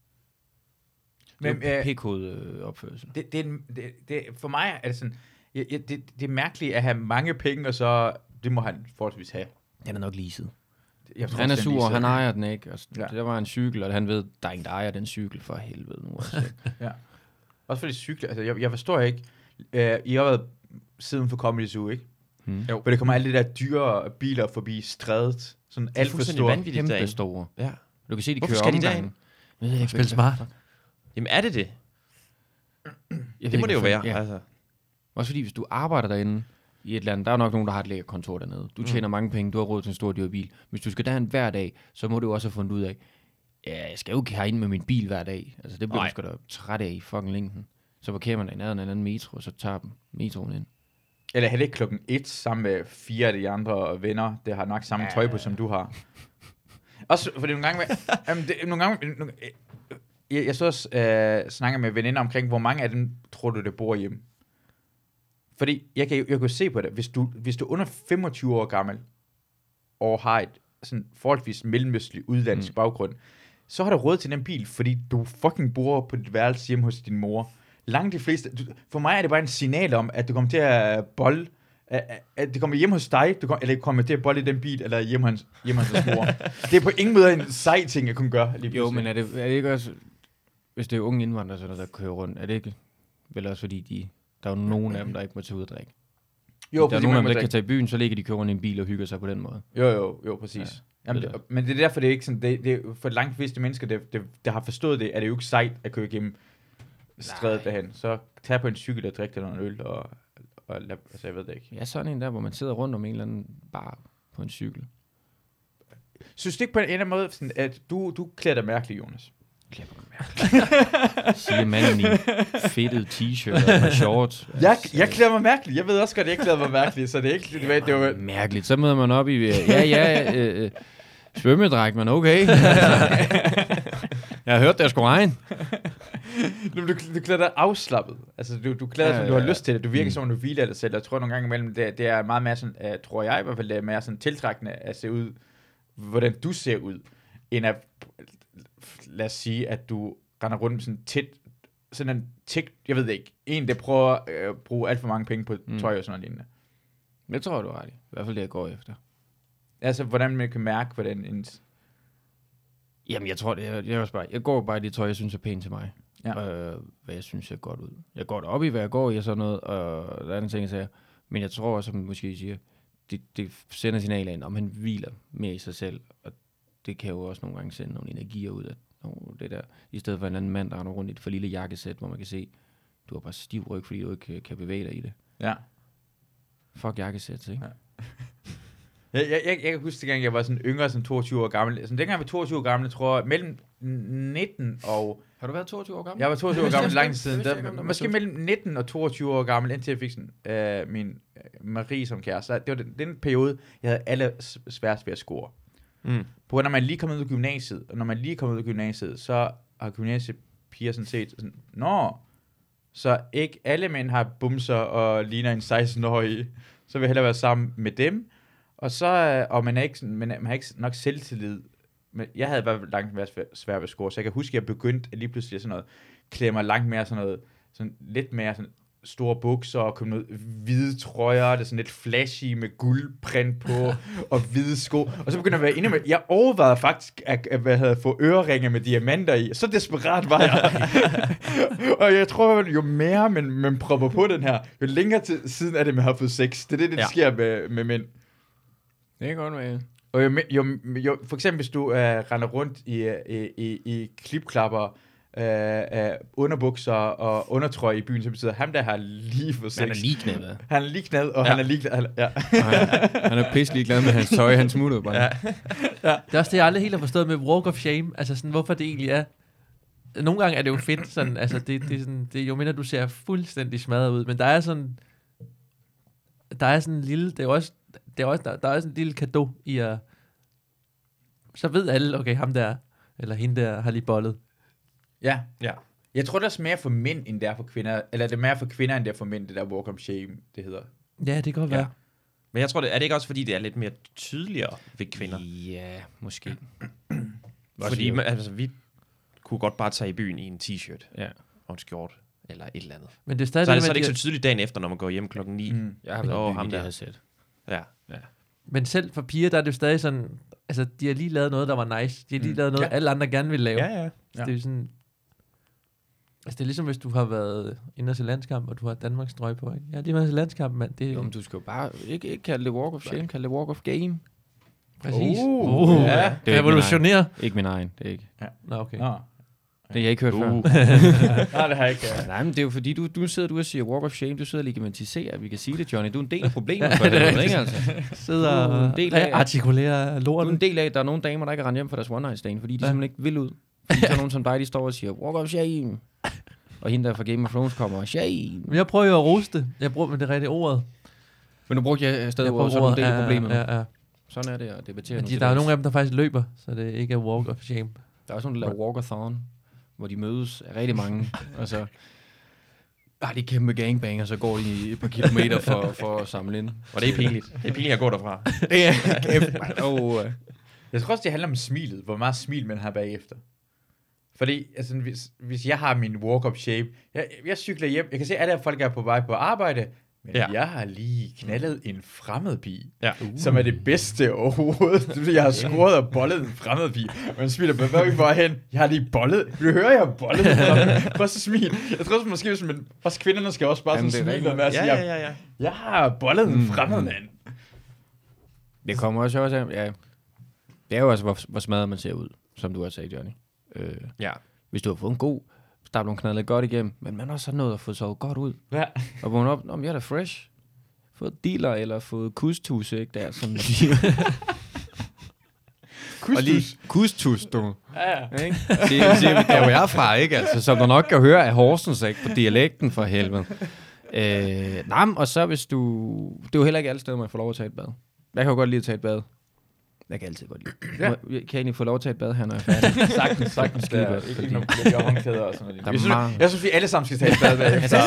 Speaker 1: Men,
Speaker 2: Men,
Speaker 1: øh,
Speaker 2: P-kode øh, opførsel.
Speaker 1: det, det, er en- det, det, for mig er det sådan, jeg, jeg, det, det er mærkeligt at have mange penge, og så, det må han forholdsvis have.
Speaker 2: Den er nok leaset.
Speaker 1: Jeg tror,
Speaker 2: Han er
Speaker 1: også, lige
Speaker 2: sur,
Speaker 1: sidder-
Speaker 2: han ejer den ikke. Og s-
Speaker 1: Ja.
Speaker 2: Der var en cykel, og han ved, der er ingen, der ejer den cykel for helvede nu. Altså.
Speaker 1: Også fordi cykler, altså jeg, jeg forstår ikke, øh, I har været siden for Comedy Zoo, ikke?
Speaker 2: Hmm.
Speaker 1: Jo. For det kommer alle de der dyre biler forbi strædet, sådan alt for
Speaker 4: fuldstændig
Speaker 1: store.
Speaker 4: vanvittigt
Speaker 2: Kæmpe
Speaker 4: derinde.
Speaker 2: store.
Speaker 4: Ja.
Speaker 2: Du kan se, de
Speaker 4: Hvorfor
Speaker 2: kører
Speaker 4: skal de
Speaker 2: omgangen.
Speaker 4: derind?
Speaker 2: Jeg ved ikke,
Speaker 3: Spil smart.
Speaker 4: Jamen er det det?
Speaker 2: Jeg ved
Speaker 4: Det må
Speaker 2: ikke,
Speaker 4: det jo
Speaker 2: hvad
Speaker 4: være.
Speaker 2: fanden- Ja.
Speaker 4: Altså.
Speaker 2: Også fordi, hvis du arbejder derinde i et land, der er nok nogen, der har et lækkert kontor dernede. Du tjener mm. mange penge, du har råd til en stor dyr bil. Hvis du skal derhen hver dag, så må du jo også have fundet ud af, ja, jeg skal jo ikke herind med min bil hver dag. Altså, det bliver
Speaker 4: Nej.
Speaker 2: du sgu da træt af i fucking længden. Så parkerer man der i nærheden af en anden metro, og så tager dem metroen ind.
Speaker 1: Eller heller ikke klokken et sammen med fire af de andre venner, der har nok samme tøj på, som du har. Også fordi nogle gange... jamen, det, nogle gange nogle, øh, jeg, jeg så også øh, snakker med veninder omkring, hvor mange af dem tror du, der bor hjemme? Fordi jeg kan, jeg kan jo se på det, hvis du, hvis du er under 25 år gammel, og har et sådan forholdsvis mellemøstlig udlandsk mm. baggrund, så har du råd til den bil, fordi du fucking bor på dit værelse hjemme hos din mor. Langt de fleste... Du, for mig er det bare en signal om, at du kommer til at bolle, at, at- at det kommer hjem hos dig, du kom, eller du kommer til at bolle i den bil, eller hjemme hans, hjemme hos hans mor. det er på ingen måde en sej ting, jeg kunne gøre. Lige
Speaker 2: Jo,
Speaker 1: pludselig.
Speaker 2: men er det, er det ikke også, hvis det er unge indvandrere, sådan noget, der kører rundt, er det ikke vel også fordi, de, der er jo nogen af dem, der ikke må tage ud og drikke?
Speaker 1: jo,
Speaker 2: der er
Speaker 1: fordi
Speaker 2: nogen af
Speaker 1: man
Speaker 2: dem,
Speaker 1: må
Speaker 2: der ikke kan
Speaker 1: drikke.
Speaker 2: tage i byen, så ligger de kører rundt i en bil og hygger sig på den måde.
Speaker 1: Jo, jo, jo, præcis. Ja, Jamen,
Speaker 2: det er
Speaker 1: det, men det er derfor, det er ikke sådan, det, det er for langt fleste mennesker, der, der, der har forstået det, er det jo ikke sejt at køre igennem strædet derhen. Så tag på en cykel og drik dig noget øl, og, og lad, altså, jeg ved det ikke.
Speaker 2: Ja, sådan en der, hvor man sidder rundt om en eller anden bar på en cykel.
Speaker 1: Synes du ikke på en eller anden måde, sådan, at du, du klæder dig mærkeligt, Jonas?
Speaker 2: Siger manden i fedtet t-shirt og shorts. Altså,
Speaker 1: Jeg, jeg
Speaker 2: øh,
Speaker 1: klæder mig mærkeligt. Jeg ved også godt, at jeg klæder mig mærkeligt, så det er ikke... Det, var, det var,
Speaker 2: Mærkeligt. Så møder man op i, øh, ja, ja, øh, øh, svømmedragt, men okay. jeg har hørt, der skulle regne.
Speaker 1: Jamen, du, du klæder dig afslappet. Altså, du, du klæder dig, som
Speaker 2: Ja,
Speaker 1: du har
Speaker 2: ja,
Speaker 1: lyst til det. Du virker,
Speaker 2: Mm.
Speaker 1: som om du hviler dig selv. Jeg tror nogle gange imellem, det, det er meget mere sådan, uh, tror jeg i hvert fald, det er mere sådan tiltrækkende at se ud, hvordan du ser ud, end at, lad os sige, at du render rundt med sådan tæt, sådan en tæt, jeg ved det ikke, en, der prøver øh, at bruge alt for mange penge på
Speaker 2: Mm.
Speaker 1: tøj og sådan noget lignende.
Speaker 2: Det tror jeg, du har ret i. I hvert fald det, jeg går efter.
Speaker 1: Altså, hvordan man kan mærke, hvordan ens...
Speaker 2: Jamen, jeg tror, det er, jeg, er også bare, jeg går bare i det tøj, jeg synes er pænt til mig.
Speaker 1: Ja.
Speaker 2: Øh, hvad jeg synes ser godt ud. Jeg går op i, hvad jeg går i og sådan noget, og der er en ting, jeg siger. Men jeg tror også, som I måske siger, det, det sender signaler ind, om han hviler mere i sig selv. Og det kan jo også nogle gange sende nogle energier ud af oh, det der. I stedet for en eller anden mand, der render rundt i et for lille jakkesæt, hvor man kan se, du har bare stiv ryg, fordi du ikke øh, kan bevæge dig i det.
Speaker 1: Ja.
Speaker 2: Fuck jakkesæt, ikke?
Speaker 1: Jeg, jeg, jeg, jeg kan huske, dengang jeg var sådan yngre, sådan 22 år gammel. Altså, dengang jeg var 22 år gammel, jeg tror jeg, mellem 19 og
Speaker 2: Har du været 22 år gammel?
Speaker 1: Jeg var 22 år gammel
Speaker 2: vidste jeg
Speaker 1: lang
Speaker 2: ikke.
Speaker 1: siden.
Speaker 2: Jeg vidste ikke,
Speaker 1: Der,
Speaker 2: om der var
Speaker 1: måske
Speaker 2: 22.
Speaker 1: mellem 19 og 22 år gammel, indtil jeg fik sådan, øh, min øh, Marie som kæreste. Det var den, den periode, jeg havde alle sværest ved at score.
Speaker 4: Mm.
Speaker 1: På grund af, at man lige er kommet ud af gymnasiet, og når man lige er kommet ud af gymnasiet, så har gymnasiepiger sådan set sådan, Nå, så ikke alle mænd har bumser og ligner en 16-årig. Så vil jeg hellere være sammen med dem. Og så, øh, og man er ikke, sådan- man, er- man har ikke nok selvtillid. Men jeg havde bare langt mere svær- svært ved at score, så jeg kan huske, at jeg begyndte at lige pludselig sådan noget, klæde mig langt mere sådan noget, sådan lidt mere sådan store bukser og komme noget hvide trøjer, det er sådan lidt flashy med guldprint på, og hvide sko. Og så begynder jeg at være inde med, jeg overvejede faktisk at, at, hvad hedder, få øreringe med diamanter i. Så desperat var jeg. og jeg tror, at jo mere man, man propper på den her, jo længere til, siden er det, man har fået sex. Det er det, der ja.
Speaker 4: Ja.
Speaker 1: sker med, med mænd.
Speaker 2: Det kan godt være.
Speaker 1: Og jo, jo, jo, for eksempel hvis du øh, render rundt i, øh, i, i, i klipklapper, øh, øh, underbukser og undertrøje i byen, så betyder ham der har lige for sex.
Speaker 2: Han er lige knævet.
Speaker 1: han er lige knald, og ja. han er lige knald. Ja.
Speaker 2: Og han, han er pisselig glad med hans tøj, han smutter jo bare. Ja.
Speaker 3: Det er også det, jeg aldrig helt har forstået med Walk of Shame. Altså sådan, hvorfor det egentlig er... Nogle gange er det jo fedt, sådan, altså det, det, er sådan, det er jo mindre, du ser fuldstændig smadret ud, men der er sådan, der er sådan en lille, det er jo også, det er også, der, der er også en lille kado i at, så ved alle, okay, ham der, eller hende der, har lige bollet.
Speaker 1: ja.
Speaker 4: Ja.
Speaker 1: Jeg tror, det er også mere for mænd, end det er for kvinder. Eller det er mere for kvinder, end det er for mænd, det der walk of shame, det hedder.
Speaker 3: Ja, det kan godt
Speaker 4: Ja.
Speaker 3: være.
Speaker 4: Men jeg tror, det, er det ikke også fordi, det er lidt mere tydeligere ved kvinder?
Speaker 2: Ja, måske.
Speaker 4: Fordi man, altså, vi kunne godt bare tage i byen i en t-shirt
Speaker 2: Ja.
Speaker 4: og en skjort eller et eller andet.
Speaker 3: Men det er stadig
Speaker 4: Så er det,
Speaker 3: det,
Speaker 4: så er
Speaker 3: med
Speaker 4: det ikke
Speaker 3: de-
Speaker 4: så tydeligt dagen efter, når man går hjem klokken 9. Mm.
Speaker 1: Mm.
Speaker 2: Jeg har
Speaker 4: Åh,
Speaker 2: været oh,
Speaker 4: ham
Speaker 2: ham i
Speaker 4: der.
Speaker 2: det her sæt.
Speaker 4: Ja.
Speaker 3: Men selv for piger, der er det jo stadig sådan, altså de har lige lavet noget, der var nice. De har lige
Speaker 1: Mm.
Speaker 3: lavet noget,
Speaker 4: Ja.
Speaker 3: alle andre gerne ville lave.
Speaker 4: ja.
Speaker 3: Så Det er jo sådan, altså det er ligesom, hvis du har været inde til landskamp, og du har Danmarks trøje på, ikke? Jeg har lige været til landskamp, mand. Det er
Speaker 2: Jo, men du skal jo bare ikke, ikke kalde det walk of shame, kalde det walk of game.
Speaker 3: præcis.
Speaker 1: Uh.
Speaker 3: Uh,
Speaker 1: Ja.
Speaker 3: ja.
Speaker 2: Det er ikke
Speaker 3: Revolutionere.
Speaker 2: Ikke min egen, det er ikke.
Speaker 3: Nå, okay.
Speaker 1: Nå.
Speaker 2: Det har jeg ikke hørt uh. før.
Speaker 1: Nej, det har jeg ikke. ja.
Speaker 2: Nej, men det er jo fordi, du, du sidder du og siger walk of shame, du sidder og ligativiserer. Vi kan sige det, Johnny. Du er en del af problemet for
Speaker 3: Ja, det er
Speaker 2: helvede, ikke altså?
Speaker 3: Sidder
Speaker 2: Du er en
Speaker 3: og
Speaker 2: del af-
Speaker 3: artikulerer
Speaker 2: Du er
Speaker 3: lorten.
Speaker 2: en del af, at der er nogle damer, der ikke render hjem for deres one night stand, fordi de
Speaker 3: Ja.
Speaker 2: ja. simpelthen ikke vil ud. Fordi så er nogen som dig, de står og siger, walk of shame. Og hende der fra Game of Thrones kommer, shame.
Speaker 3: Men jeg prøver jo at roste. det. Jeg bruger med det rigtige ordet.
Speaker 2: Men nu brugte jeg stadig
Speaker 3: jeg
Speaker 2: ordet, så er du en del af problemet.
Speaker 3: Ja, ja.
Speaker 2: Sådan er det at debattere.
Speaker 3: Men
Speaker 2: nu
Speaker 3: de,
Speaker 2: til
Speaker 3: der er jo
Speaker 2: dags.
Speaker 3: nogle af dem, der faktisk løber, så det ikke er walk of shame.
Speaker 2: Der er også nogle, der laver walkathon, hvor de mødes af rigtig mange, og så har de kæmpe gangbang, og så går de et par kilometer for, for at samle ind.
Speaker 4: Og det er pinligt. Det er pinligt at gå derfra.
Speaker 2: Det er kæft, mand. Oh, øh.
Speaker 1: Jeg tror også, det handler om smilet. Hvor meget smil man har bagefter. Fordi altså, hvis, hvis jeg har min walk-up shape, jeg, jeg cykler hjem, jeg kan se, at alle folk er på vej på arbejde, men
Speaker 4: Ja.
Speaker 1: ja. jeg har lige knaldet en fremmed bi,
Speaker 4: Ja.
Speaker 1: uh. som er det bedste overhovedet. Det vil sige, Jeg har scoret og bollet en fremmed bi, og man smiler på, hvor hvor hen? Jeg har lige bollet. Vil du høre, jeg har bollet? en fremmed?" Prøv at smil. Jeg tror også, måske, hvis man, også kvinderne skal også bare
Speaker 2: Jamen,
Speaker 1: sådan
Speaker 2: det er
Speaker 1: smile og
Speaker 2: rigtigt.
Speaker 1: være sådan,
Speaker 4: Ja, ja,
Speaker 1: jeg,
Speaker 4: ja, ja.
Speaker 1: jeg har bollet en fremmed mand.
Speaker 2: Det kommer også også af, ja. Det er jo altså, hvor, hvor smadret man ser ud, som du også sagde, Johnny. Øh,
Speaker 4: Ja.
Speaker 2: hvis du har fået en god start, nogle knaldet godt igennem, men man også har nået at få sovet godt ud.
Speaker 1: Ja.
Speaker 2: Og vågne op, om jeg er da fresh. Fået dealer eller fået kustus, ikke der, som de siger. Og lige kustus, du.
Speaker 1: Ja.
Speaker 2: Ikke? Det er siger vi, der hvor jeg er fra, ikke? Altså, som du nok kan høre af Horsens, ikke? På dialekten for helvede. Øh, nej, men og så hvis du... Det er jo heller ikke alle steder, man får lov at tage et bad. Jeg kan jo godt lide at tage et bad. Jeg kan altid godt lide. Ja. Må, kan jeg egentlig få lov at tage et bad her, når jeg er færdig?
Speaker 1: Sagtens, sagtens.
Speaker 2: Skide
Speaker 1: Der er
Speaker 2: godt,
Speaker 1: ikke
Speaker 2: fordi-
Speaker 1: ikke nogen problemer med håndklæder og sådan
Speaker 2: Der er
Speaker 1: noget. Jeg synes,
Speaker 2: mange-
Speaker 1: jeg synes, vi alle sammen skal tage et bad bagefter.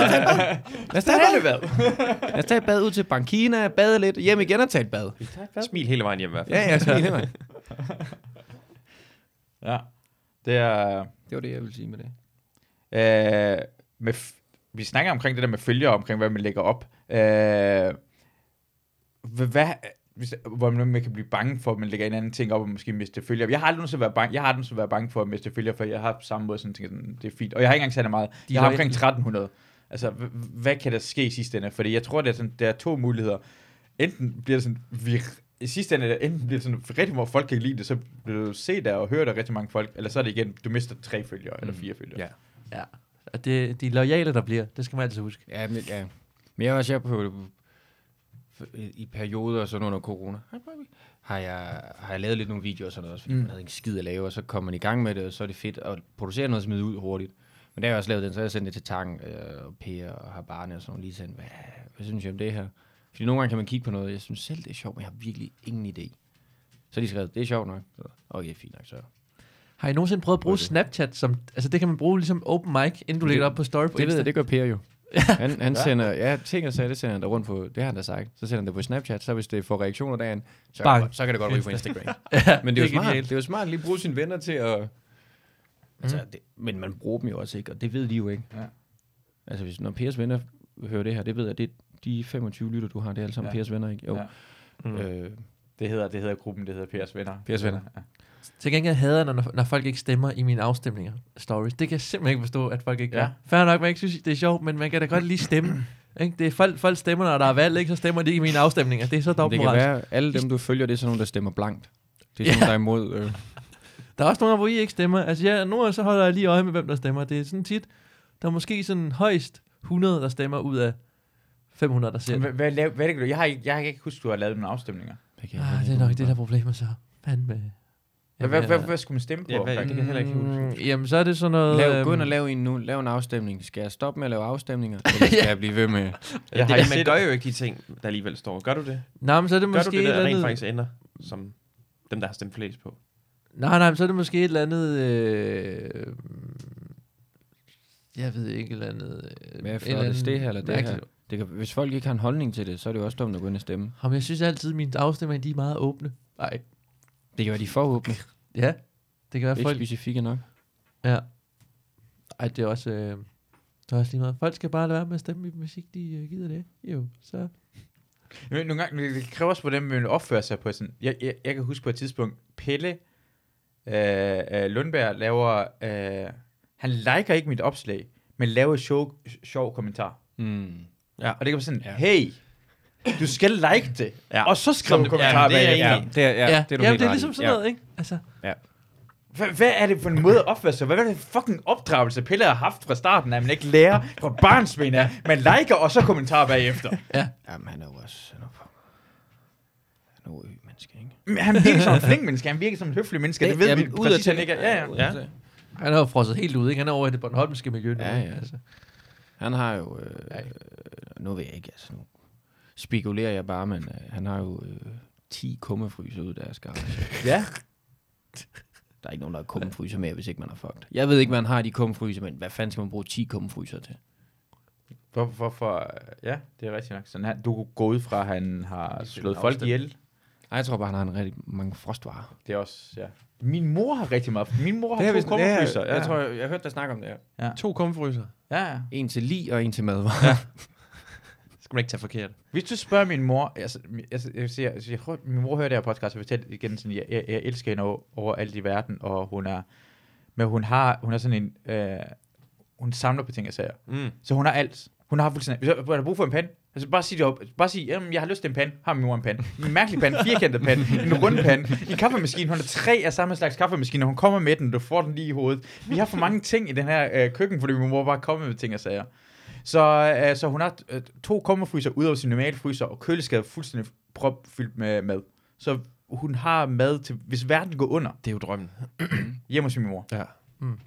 Speaker 2: Lad os tage et
Speaker 1: Alle bad.
Speaker 2: bad. Lad os tage et bad ud til Bankina, bade lidt, hjem igen og tage et bad.
Speaker 4: Smil hele vejen hjem i hvert fald. Øh,
Speaker 2: Ja, ja, smil, mand.
Speaker 1: Ja, det er... øhm,
Speaker 2: Det var det, jeg ville sige med det.
Speaker 1: Øh, med f- vi snakker omkring det der med følgere, omkring hvad man lægger op. Øh, hva- hvad, hvis, hvor man, man kan blive bange for, at man lægger en anden ting op, og måske miste følgere. Jeg har aldrig nogensinde været bange, jeg har aldrig nogensinde været bange for at miste følgere, for jeg har på samme måde sådan tænkt, sådan, det er fint. Og jeg har ikke engang særlig meget.
Speaker 3: De
Speaker 1: jeg har
Speaker 3: har-
Speaker 1: omkring 1300. Altså, h- hvad kan der ske i sidste ende? Fordi jeg tror, der er, sådan, der er to muligheder. Enten bliver det sådan, vi, i sidste ende, enten bliver det sådan rigtig, hvor folk kan lide det, så bliver du set af og hørt af rigtig mange folk, eller så er det igen, du mister tre følgere, eller fire følgere.
Speaker 4: Ja.
Speaker 3: Ja. Og det, de lojale, der bliver, det skal man altid huske.
Speaker 2: Ja, men, ja. men jeg var også jeg på, øh, i perioder og sådan under corona, har jeg, har jeg lavet lidt nogle videoer og sådan noget også, fordi mm. man havde en skid at lave, og så kom man i gang med det, og så er det fedt at producere noget og smide ud hurtigt. Men da jeg også lavede den, så har jeg sendt det til Tang øh, og Per og Habane og sådan nogle, lige sådan, hvad, hvad synes jeg om det her? Fordi nogle gange kan man kigge på noget, og jeg synes selv, det er sjovt, men jeg har virkelig ingen idé. Så har de skrev, det er sjovt nok. Så, Okay, fint nok, så.
Speaker 3: Har I nogensinde prøvet at bruge
Speaker 2: Det
Speaker 3: Snapchat som... Altså, det kan man bruge ligesom open mic, inden du
Speaker 2: Det-
Speaker 3: lægger det op på story
Speaker 2: Det
Speaker 3: på
Speaker 2: ved
Speaker 3: Insta.
Speaker 2: jeg, det gør Per jo. Han, han sender, ja, ting og sager, det sender han der rundt på, det har han da sagt. Så sender han det på Snapchat, så hvis det får reaktioner dagen, så, kan det
Speaker 3: Bang.
Speaker 2: godt- så kan det godt ryge på Instagram.
Speaker 3: ja,
Speaker 2: Men det er jo
Speaker 3: det er
Speaker 2: smart,
Speaker 3: genialt.
Speaker 2: det er jo smart at lige bruge sine venner til at...
Speaker 3: Mm.
Speaker 2: Altså, det, men man bruger dem jo også ikke, og det ved de jo ikke.
Speaker 1: Ja.
Speaker 2: Altså, hvis, når Pers venner hører det her, det ved jeg, det er de 25 lytter, du har, det er alle sammen
Speaker 1: Ja.
Speaker 2: ja. Pers venner, ikke? Jo.
Speaker 1: Ja.
Speaker 2: Ja.
Speaker 4: Mm.
Speaker 2: Mm. Øh,
Speaker 1: Det hedder, det hedder gruppen, det hedder Pers Venner.
Speaker 2: Pers Venner.
Speaker 1: Ja.
Speaker 3: Til gengæld hader jeg, når, når folk ikke stemmer i mine afstemninger. Stories. Det kan jeg simpelthen ikke forstå, at folk ikke
Speaker 1: Ja.
Speaker 3: gør. Fair nok, man ikke synes, det er sjovt, men man kan da godt lige stemme. ikke? Det er folk, folk stemmer, når der er valg, ikke? så stemmer de ikke i mine afstemninger. Det er så
Speaker 2: det kan
Speaker 3: dobbelt
Speaker 2: være, alle dem, du følger, det er sådan nogle, der stemmer blankt. Det er sådan, ja.
Speaker 3: Ja.
Speaker 2: der er imod... Øh,
Speaker 3: Der er også nogle, hvor I ikke stemmer. Altså, ja, nu så holder jeg lige øje med, hvem der stemmer. Det er sådan tit, der er måske sådan højst 100, der stemmer ud af 500, der ser det.
Speaker 1: Hvad, hvad, lav, hvad er det, du- jeg har, ikke, jeg har ikke husket, du har lavet nogle afstemninger.
Speaker 2: det kan jeg
Speaker 3: Ah,
Speaker 2: heller
Speaker 3: det er
Speaker 2: ikke
Speaker 3: nok
Speaker 2: huske.
Speaker 3: det, der er problemet så. Fanden med...
Speaker 1: Hvad, hvad, hvad, hvad skulle man stemme på?
Speaker 4: Ja, hvad-
Speaker 1: faktisk?
Speaker 4: det kan jeg heller ikke huske.
Speaker 3: Mm, jamen, så er det sådan noget...
Speaker 2: Lav,
Speaker 3: øhm,
Speaker 2: gå ind og lav en nu. Lav en afstemning. Skal jeg stoppe med at lave afstemninger, eller skal jeg blive ved med?
Speaker 1: Jeg
Speaker 4: Jeg
Speaker 1: har
Speaker 4: det,
Speaker 1: ikke
Speaker 4: man
Speaker 1: set-
Speaker 4: gør jo ikke de ting, der alligevel står. Gør du det?
Speaker 3: Nej, men så er det
Speaker 4: Gør
Speaker 3: måske
Speaker 4: du
Speaker 3: et
Speaker 4: det, der
Speaker 3: eller
Speaker 4: rent
Speaker 3: andet...
Speaker 4: faktisk ender, som dem, der har stemt flest på?
Speaker 3: Nej, nej, men så er det måske et eller andet... Øh... Jeg ved ikke, et eller andet... Øh...
Speaker 2: Hvad er
Speaker 3: et
Speaker 2: flottest,
Speaker 3: andet
Speaker 2: det her eller det
Speaker 3: mærkeligt-
Speaker 2: her? Det kan, hvis folk ikke har en holdning til det, så er det jo også dumt at gå ind og stemme.
Speaker 3: Jamen, jeg synes altid, at mine afstemninger de er meget åbne. Nej.
Speaker 2: Det kan være, de er for åbne.
Speaker 3: Ja. Det kan være,
Speaker 2: Ikke
Speaker 3: folk...
Speaker 2: specifikke nok.
Speaker 3: Ja. Ej, det er også... Øh, det er også lige meget. Folk skal bare lade være med at stemme i musik, de øh, gider det. Jo, så...
Speaker 1: Men nogle gange, det kræver også, hvordan man opfører sig på sådan... Jeg, jeg, jeg kan huske på et tidspunkt, Pelle øh, øh, Lundberg laver... Øh, han liker ikke mit opslag, men laver sjov, sjov kommentar.
Speaker 3: Hmm.
Speaker 2: Mm.
Speaker 1: Ja. Og det kan være sådan,
Speaker 2: Ja.
Speaker 1: hey, du skal like det, ja.
Speaker 4: Ja.
Speaker 1: og så skriv en
Speaker 4: Som-
Speaker 1: kommentar
Speaker 4: Jamen, det er
Speaker 1: bagefter.
Speaker 4: jeg
Speaker 2: Ja, det er, ja, det er du
Speaker 3: ja,
Speaker 2: helt
Speaker 3: det er
Speaker 2: ret i.
Speaker 3: ligesom sådan
Speaker 2: Ja.
Speaker 3: noget, ikke? Altså,
Speaker 1: Hva- Hvad er det for en måde at opføre sig? Hvad er det for fucking opdragelse, Pelle har haft fra starten, at man ikke lærer fra barnsben af? Man liker, og så kommentar bagefter.
Speaker 2: Jamen, han er jo også... Han er jo, han er jo ø-menneske, ikke?
Speaker 1: Men han virker som en flink menneske, han virker som en høflig menneske, det ved
Speaker 2: Jamen,
Speaker 1: vi
Speaker 2: udadtil-
Speaker 1: præcis, han ikke er. Ja, ja.
Speaker 2: udadtil.
Speaker 4: Ja.
Speaker 3: han er jo frosset helt ude, ikke? Han er over i det Bornholmske miljø nu.
Speaker 2: Ja,
Speaker 3: ikke?
Speaker 2: ja.
Speaker 3: Altså.
Speaker 2: Han har jo... Øh,
Speaker 3: Ej.
Speaker 2: øh, nu ved jeg ikke, altså nu spekulerer jeg bare, men øh, han har jo øh, 10 kummefryser ud af deres garage.
Speaker 1: ja.
Speaker 2: Der er ikke nogen, der har kummefryser mere, hvis ikke man har fucked. Jeg ved ikke, hvad han har i de kummefryser, men hvad fanden skal man bruge 10 kummefryser til?
Speaker 1: Hvor, hvorfor? Ja, det er rigtigt nok. Sådan her, du går ud fra, at han har slået folk ihjel.
Speaker 2: Ej, jeg tror bare, han har en rigtig mange frostvarer.
Speaker 1: Det er også, ja. Min mor har rigtig meget. Min mor
Speaker 4: Det
Speaker 1: har
Speaker 4: har
Speaker 1: det
Speaker 4: vi-
Speaker 1: to
Speaker 4: det er-
Speaker 1: kummefryser. Ja.
Speaker 2: Jeg tror, jeg, jeg hørte dig snakke om det her.
Speaker 4: To kumfryser.
Speaker 1: ja. ja.
Speaker 2: En til li og en til madvarer.
Speaker 4: Det skal man ikke tage forkert.
Speaker 1: Hvis du spørger min mor, altså, mi- altså jeg, siger, jeg, siger, "Prøv, min mor hører det her podcast, og fortæller igen sådan, jeg, jeg, jeg elsker hende over, over alt i verden, og hun er, men hun har, hun er sådan en, øh, hun samler på ting og sager.
Speaker 4: Mm.
Speaker 1: Så hun har alt. Hun har fuldstændig... Hvis jeg har brug for en pande, altså bare sig det op. Bare sig, jamen, jeg har lyst til en pande. Har min mor en pande. En mærkelig pande, firkantet pande, en rund pande, en kaffemaskine. Hun har tre af samme slags kaffemaskiner. Hun kommer med den, du får den lige i hovedet. Vi har for mange ting i den her øh, køkken, fordi min mor bare kommer med ting og sager. Så, øh, så hun har øh, to kommefryser ud over sin normale fryser, og køleskabet er fuldstændig propfyldt med mad. Så hun har mad til, hvis verden går under,
Speaker 4: Det er jo drømmen.
Speaker 1: hjemme hos min mor.
Speaker 4: Ja.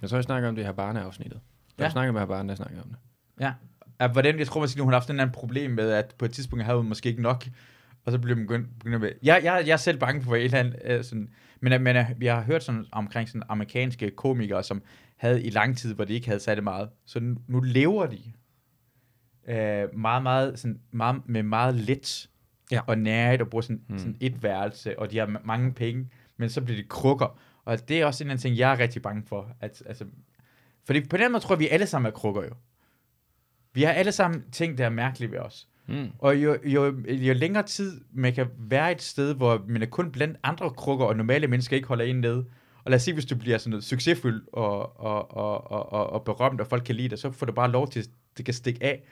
Speaker 2: jeg tror, jeg snakker om det her barneafsnittet. Jeg
Speaker 1: Ja.
Speaker 2: ja. snakker med her barne, der snakker om det.
Speaker 1: at hvordan, jeg tror måske, hun har haft en anden problem med, at på et tidspunkt havde hun måske ikke nok, og så blev hun begyndt, begyndt med, jeg, jeg, jeg er selv bange for, at et eller andet, øh, sådan, men, øh, men øh, jeg har hørt sådan, omkring sådan amerikanske komikere, som havde i lang tid, hvor de ikke havde særlig meget, så nu, nu lever de øh, meget, meget, sådan, meget, med meget lidt,
Speaker 4: Ja.
Speaker 1: og nærhed, og bruger sådan, hmm. sådan et værelse, og de har ma- mange penge, men så bliver de krukker, og det er også en af de ting, jeg er rigtig bange for, at, altså, fordi på den måde tror jeg, vi alle sammen er krukker jo. Vi har alle sammen ting, der er mærkelige ved os.
Speaker 2: Mm.
Speaker 1: Og jo, jo, jo længere tid man kan være et sted, hvor man er kun blandt andre krukker, og normale mennesker ikke holder en nede, og lad os sige, hvis du bliver sådan noget succesfuld og, og, og, og, og, og berømt, og folk kan lide dig, så får du bare lov til, at det kan stikke af.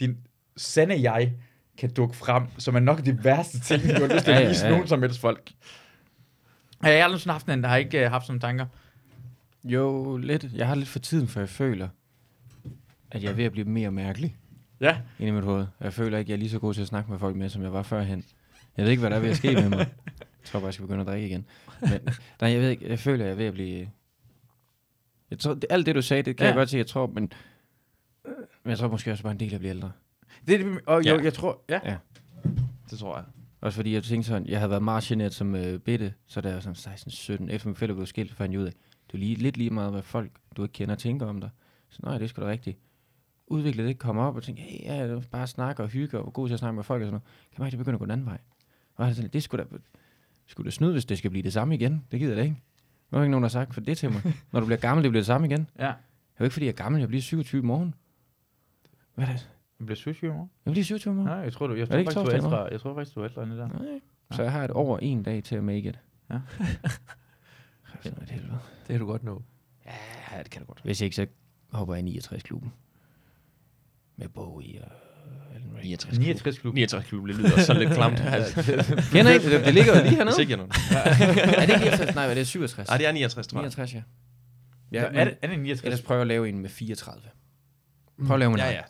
Speaker 1: Din sande jeg kan dukke frem, som er nok de værste ting, du har lyst til
Speaker 2: Ja,
Speaker 1: at
Speaker 2: ja,
Speaker 1: vise
Speaker 2: ja.
Speaker 1: nogen som helst folk. Ja, Jeg har aldrig sådan haft en, der har ikke øh, haft sådan tanker.
Speaker 2: Jo, lidt. Jeg har lidt for tiden, for jeg føler, at jeg er ved at blive mere mærkelig.
Speaker 1: Ja.
Speaker 2: Ind i mit hoved. Og Jeg føler ikke, at jeg er lige så god til at snakke med folk med, som jeg var førhen. Jeg ved ikke, hvad der er ved at ske med mig. Jeg tror bare, jeg skal begynde at drikke igen. Men, nej, jeg ved ikke. Jeg føler, at jeg er ved at blive... Jeg tror, det, alt det, du sagde, det kan
Speaker 1: Ja.
Speaker 2: ja. jeg godt se, jeg tror, men... Men jeg tror måske også bare en del af at blive ældre.
Speaker 1: Det, er det, og jo,
Speaker 4: Ja.
Speaker 1: jeg tror, ja.
Speaker 4: Det tror jeg.
Speaker 2: Også fordi jeg tænkte sådan, jeg havde været meget generet som øh, bitte, så da jeg var sådan 16-17, efter min fætter blev skilt, fandt jeg ud af, det er lige, lidt lige meget, hvad folk, du ikke kender, tænker om dig. Så nej, det er sgu da rigtigt. Udviklede det, kom op og tænkte, hey, ja, det var bare snakke og hygge, og var god til at snakke med folk og sådan noget. Kan man ikke begynde at gå den anden vej? Og han sådan, det skulle da, skulle da snyde, hvis det skal blive det samme igen. Det gider det ikke. Nu har ikke nogen, der har sagt for det til mig. Når du bliver gammel, det bliver det samme igen. Det
Speaker 1: ja.
Speaker 2: er jo ikke, fordi jeg er gammel, jeg bliver 27 i morgen. Hvad er det?
Speaker 1: Jeg bliver sushi i morgen.
Speaker 2: Jeg bliver 27 i morgen.
Speaker 1: Nej, jeg tror, du, jeg
Speaker 2: det
Speaker 1: tror
Speaker 2: ikke
Speaker 1: faktisk, du Mm. er
Speaker 2: torsdag i morgen?
Speaker 1: ældre. Jeg tror faktisk, du er ældre end det der.
Speaker 2: Nej. Så jeg har et over en dag til at make it.
Speaker 1: Ja.
Speaker 2: Kræft, det er et helvede.
Speaker 3: Det kan du godt nå.
Speaker 2: Ja, det kan du godt. Hvis ikke, så hopper jeg i 69-klubben. Med Bowie og Alan Ray.
Speaker 4: 69
Speaker 1: 69 klub.
Speaker 4: 69 klub, det lyder så lidt klamt. altså.
Speaker 2: Kender I det? Det ligger jo lige hernede.
Speaker 4: Hvis ikke jeg nogen.
Speaker 2: er det ikke 69? Nej, hvad er det 67?
Speaker 4: Nej, det er 69, tror jeg.
Speaker 2: 69, ja.
Speaker 1: Ja,
Speaker 2: ja
Speaker 1: er, det,
Speaker 2: men,
Speaker 1: er det 69?
Speaker 2: ellers prøv at lave en med 34. Prøv at lave en
Speaker 4: Ja,
Speaker 2: med
Speaker 4: ja.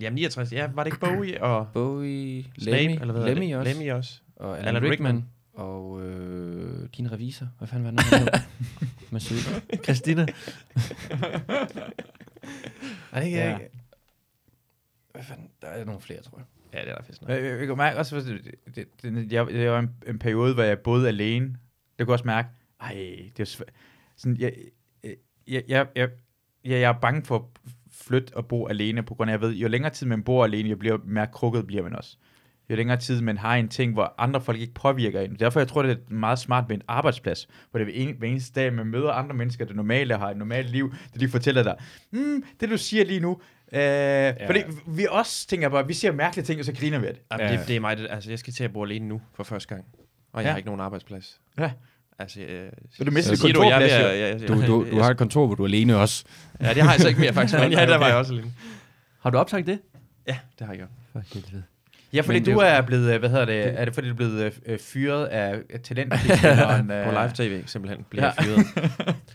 Speaker 4: Jamen 69, ja, var det ikke Bowie og
Speaker 2: Bowie,
Speaker 4: Snape,
Speaker 2: Lemmy,
Speaker 4: eller hvad hedder
Speaker 2: Lemmy
Speaker 4: det?
Speaker 2: også,
Speaker 4: Lemmy også.
Speaker 2: og Alan,
Speaker 4: Alan
Speaker 2: Rickman,
Speaker 4: Rickman.
Speaker 2: og øh, din revisor. Hvad fanden var det nu, han hed? Masoud.
Speaker 3: Christina,
Speaker 2: Nej, det
Speaker 1: kan jeg
Speaker 2: Hvad fanden? Der er nogle flere, tror jeg.
Speaker 4: Ja, det er der fedt nok.
Speaker 1: Jeg, jeg, jeg kunne mærke også, at det, det, det, jeg, det var en, en periode, hvor jeg boede alene. Det kunne jeg også mærke, ej, det er svært. Sådan, jeg, jeg, jeg, jeg, jeg, jeg er bange for at flytte og bo alene, på grund af, at jeg ved, jo længere tid man bor alene, jo bliver mere krukket bliver man også. jo længere tid man har en ting, hvor andre folk ikke påvirker en. Derfor jeg tror, det er meget smart med en arbejdsplads, hvor det er hver en, hver eneste dag, man møder andre mennesker, der normale har et normalt liv, det de fortæller dig, mm, det du siger lige nu, øh, ja. fordi vi også tænker bare, vi siger mærkelige ting, og så griner vi af det.
Speaker 4: Jamen, ja. det, det er mig, det, altså, jeg skal til at bo alene nu for første gang, og jeg
Speaker 1: Ja.
Speaker 4: ja. har ikke nogen arbejdsplads.
Speaker 1: Ja.
Speaker 4: Altså, øh,
Speaker 1: Så du mister
Speaker 4: så
Speaker 1: dit
Speaker 4: siger du, jeg,
Speaker 1: kontorplads,
Speaker 4: jeg,
Speaker 1: jo.
Speaker 4: jeg, jeg, jeg,
Speaker 5: Du, du, du har et kontor, hvor du er alene også.
Speaker 4: Ja, det har jeg så ikke mere, faktisk. Men ja, der var jeg også alene.
Speaker 3: Har du optaget det?
Speaker 4: Ja, det har jeg gjort.
Speaker 3: For helvede.
Speaker 1: Ja, fordi
Speaker 3: Men
Speaker 1: du
Speaker 3: det-
Speaker 1: er blevet, øh, hvad hedder det, er det fordi du er blevet øh, øh, fyret af øh? af talentprisen?
Speaker 4: På live tv, simpelthen, blev jeg fyret.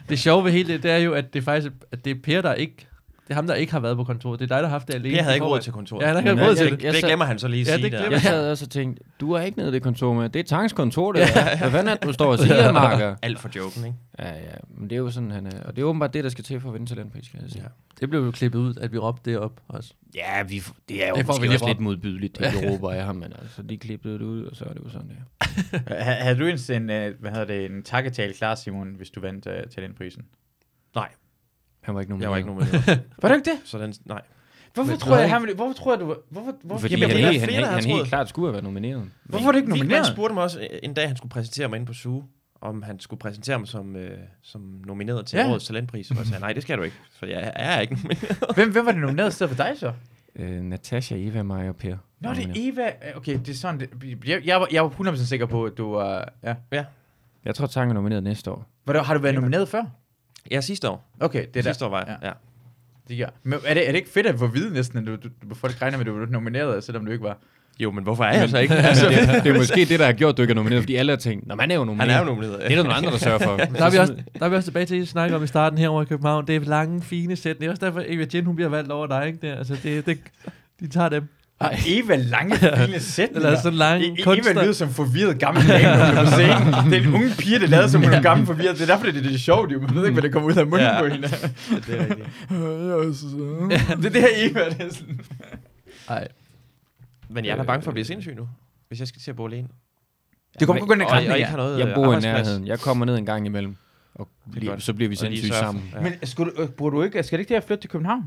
Speaker 3: Det sjove ved hele det, det er jo, at det faktisk at det er Per, der ikke... Det er ham, der ikke har været på kontoret. Det er dig, der har haft det alene.
Speaker 4: Jeg havde
Speaker 3: i
Speaker 4: ikke råd
Speaker 3: forvejen.
Speaker 4: til kontoret.
Speaker 3: Ja, han har ikke
Speaker 2: Men
Speaker 3: haft råd til
Speaker 2: jeg-
Speaker 3: det.
Speaker 4: det, det
Speaker 2: sad-
Speaker 4: glemmer han så lige at
Speaker 3: Ja,
Speaker 4: sige
Speaker 3: det
Speaker 4: der.
Speaker 3: glemmer
Speaker 2: Jeg sad også og tænkte, du er ikke nede i det kontor med. Det er Tangs kontor, det der. Hvad fanden er det, du står og siger, Marker?
Speaker 4: Alt for joken, ikke?
Speaker 2: Ja, ja, men det er jo sådan, han er. Og det er åbenbart det, der skal til for at vinde talentpris, kan jeg sige.
Speaker 4: Ja.
Speaker 3: Det blev jo klippet ud, at vi råbte det op også.
Speaker 2: Ja, vi, f- det er jo
Speaker 3: Det
Speaker 2: det
Speaker 3: får vi
Speaker 2: måske
Speaker 3: lige
Speaker 2: også
Speaker 3: råbt.
Speaker 2: lidt modbydeligt, det vi råber af ham, men altså, de klippede det ud, og så er det jo sådan, det er.
Speaker 1: Havde du ens en, øh, hvad hedder det, en takketale klar, Simon, hvis du vandt øh, talentprisen?
Speaker 2: Han var ikke nogen
Speaker 4: Jeg var ikke
Speaker 2: nogen.
Speaker 4: nogen med
Speaker 1: Var du ikke det?
Speaker 4: Så den, nej.
Speaker 1: Hvorfor
Speaker 3: Men-
Speaker 1: tror jeg, han ville, hvorfor tror jeg, du, hvorfor, hvorfor,
Speaker 2: Fordi
Speaker 1: Jamen,
Speaker 2: han,
Speaker 1: jeg mener,
Speaker 2: helt, han,
Speaker 4: flere,
Speaker 2: han,
Speaker 4: der har
Speaker 2: han helt
Speaker 4: troet.
Speaker 2: klart skulle have været nomineret.
Speaker 1: hvorfor er du ikke
Speaker 4: Vi, man
Speaker 1: nomineret?
Speaker 4: spurgte mig også øh, en dag, han skulle præsentere mig inde på SUGE, om han skulle præsentere mig som, øh, som nomineret til
Speaker 1: Ja.
Speaker 4: ja. årets talentpris. Og jeg sagde, nej, det skal du ikke, for jeg er ikke nomineret.
Speaker 1: Hvem, hvem var det nomineret i stedet for dig så?
Speaker 2: Øh, Natasha, Eva, mig og Per.
Speaker 1: Nå, det er
Speaker 2: nomineret.
Speaker 1: Eva. Okay, det er sådan, det, jeg, jeg, var, jeg var 100% sikker på, at du var, ja.
Speaker 2: Jeg tror, Tang er nomineret næste år.
Speaker 1: Var du, har du været nomineret før?
Speaker 4: Ja, sidste år.
Speaker 1: Okay, det
Speaker 4: Det
Speaker 1: er der.
Speaker 4: sidste år var jeg.
Speaker 1: Ja.
Speaker 4: Ja.
Speaker 1: Det gør. Men er det, er det ikke fedt at få at vide næsten, at du, du, du- folk regner med, at du var nomineret, selvom du ikke var?
Speaker 4: Jo, men hvorfor er jeg så ikke?
Speaker 2: Altså, det, det, er måske det, der har gjort, du ikke er nomineret, fordi alle har tænkt, Nå, man er jo
Speaker 1: Altså,
Speaker 2: nomineret.
Speaker 4: Han er jo nomineret.
Speaker 2: Det er der nogle andre, der sørger for.
Speaker 3: Der er, vi også, der er vi også tilbage til, at snakke om i starten herovre i København. Det er lange, fine sæt. Det er også derfor, Eva Jen, hun bliver valgt over dig, ikke? Det, er- altså, det, det, de tager dem.
Speaker 1: Ej. Eva lange, fine sætninger.
Speaker 3: Eller sådan lange
Speaker 1: E- Eva
Speaker 3: kunstner.
Speaker 1: lyder som forvirret gammel dame, når hun er på scenen. Det er en unge pige, der lader som hun er gammel forvirret. Det er derfor, det er det, det er sjovt. jo. Man ved ikke, hvad der kommer ud af munden
Speaker 4: Ja.
Speaker 1: på hende.
Speaker 4: det er rigtigt.
Speaker 1: det er det her Eva, det er sådan.
Speaker 3: Nej.
Speaker 4: Men jeg er da bange for at blive sindssyg nu, hvis jeg skal til at bo alene.
Speaker 1: Det kommer kun gå ind i
Speaker 4: Og, og
Speaker 1: kramninger.
Speaker 4: ikke har noget
Speaker 2: Jeg
Speaker 4: øh,
Speaker 2: bor i
Speaker 4: arbejdsplads.
Speaker 2: nærheden. Jeg kommer ned en gang imellem, og
Speaker 4: godt.
Speaker 2: bliver, så bliver vi
Speaker 4: Og lige
Speaker 2: sindssygt
Speaker 4: surfer.
Speaker 2: sammen.
Speaker 4: Ja.
Speaker 1: Men skulle, du- øh, burde du ikke, skal det ikke det at flytte til København?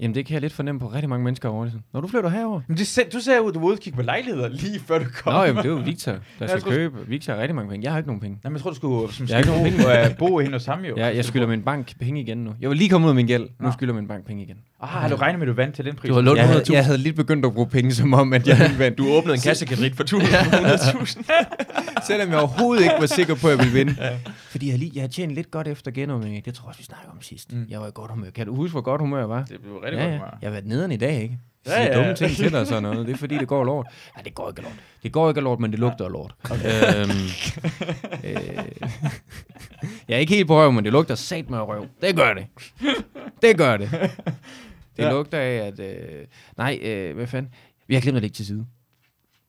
Speaker 2: Jamen, det kan jeg lidt fornemme på rigtig mange mennesker over det. Når du flytter herover.
Speaker 1: Men det, se- du sagde jo, at du var ude og kigge på lejligheder lige før du kom.
Speaker 2: Nå, jamen, det er jo Victor, der skal
Speaker 1: skulle-
Speaker 2: købe. Victor har rigtig mange penge. Jeg har ikke nogen penge.
Speaker 1: Nej, men jeg tror, du skulle som
Speaker 2: Jeg har
Speaker 1: skal
Speaker 2: ikke nogen
Speaker 1: bo, øh, bo hende hos ham jo.
Speaker 2: Ja, jeg skylder min bank penge igen nu. Jeg var lige kommet ud af min gæld.
Speaker 1: Nå.
Speaker 2: Nu skylder min bank penge igen.
Speaker 1: Ah, har du regnet med, at du vandt til den pris?
Speaker 3: Du har lånt
Speaker 2: Jeg havde,
Speaker 3: 100.000.
Speaker 2: jeg havde lige begyndt at bruge penge, som om, at jeg ville vinde.
Speaker 4: Du åbnede en kassekredit for 200.000.
Speaker 2: Selvom jeg overhovedet ikke var sikker på, at jeg ville vinde. Fordi jeg, lige, jeg har tjent lidt godt efter genåbningen. Det tror jeg også, vi snakkede om sidst.
Speaker 1: Mm.
Speaker 2: Mm. Jeg var i godt humør. Kan du huske, hvor godt humør jeg var?
Speaker 1: Det blev rigtig
Speaker 2: Ja, ja.
Speaker 1: godt, Mara.
Speaker 2: Jeg har været nederen i dag, ikke?
Speaker 1: Ja,
Speaker 2: Jeg siger
Speaker 1: ja.
Speaker 2: dumme ting til dig og sådan noget. Det er fordi, det går lort. Nej, det går ikke af lort. Det går ikke af lort, men det lugter af lort. Okay. Øhm, øh, jeg er ikke helt på røv, men det lugter sat med røv. Det gør det. Det gør det. Det
Speaker 1: Ja.
Speaker 2: ja. lugter af, at... Øh, nej, øh, hvad fanden? Vi har glemt at lægge til side.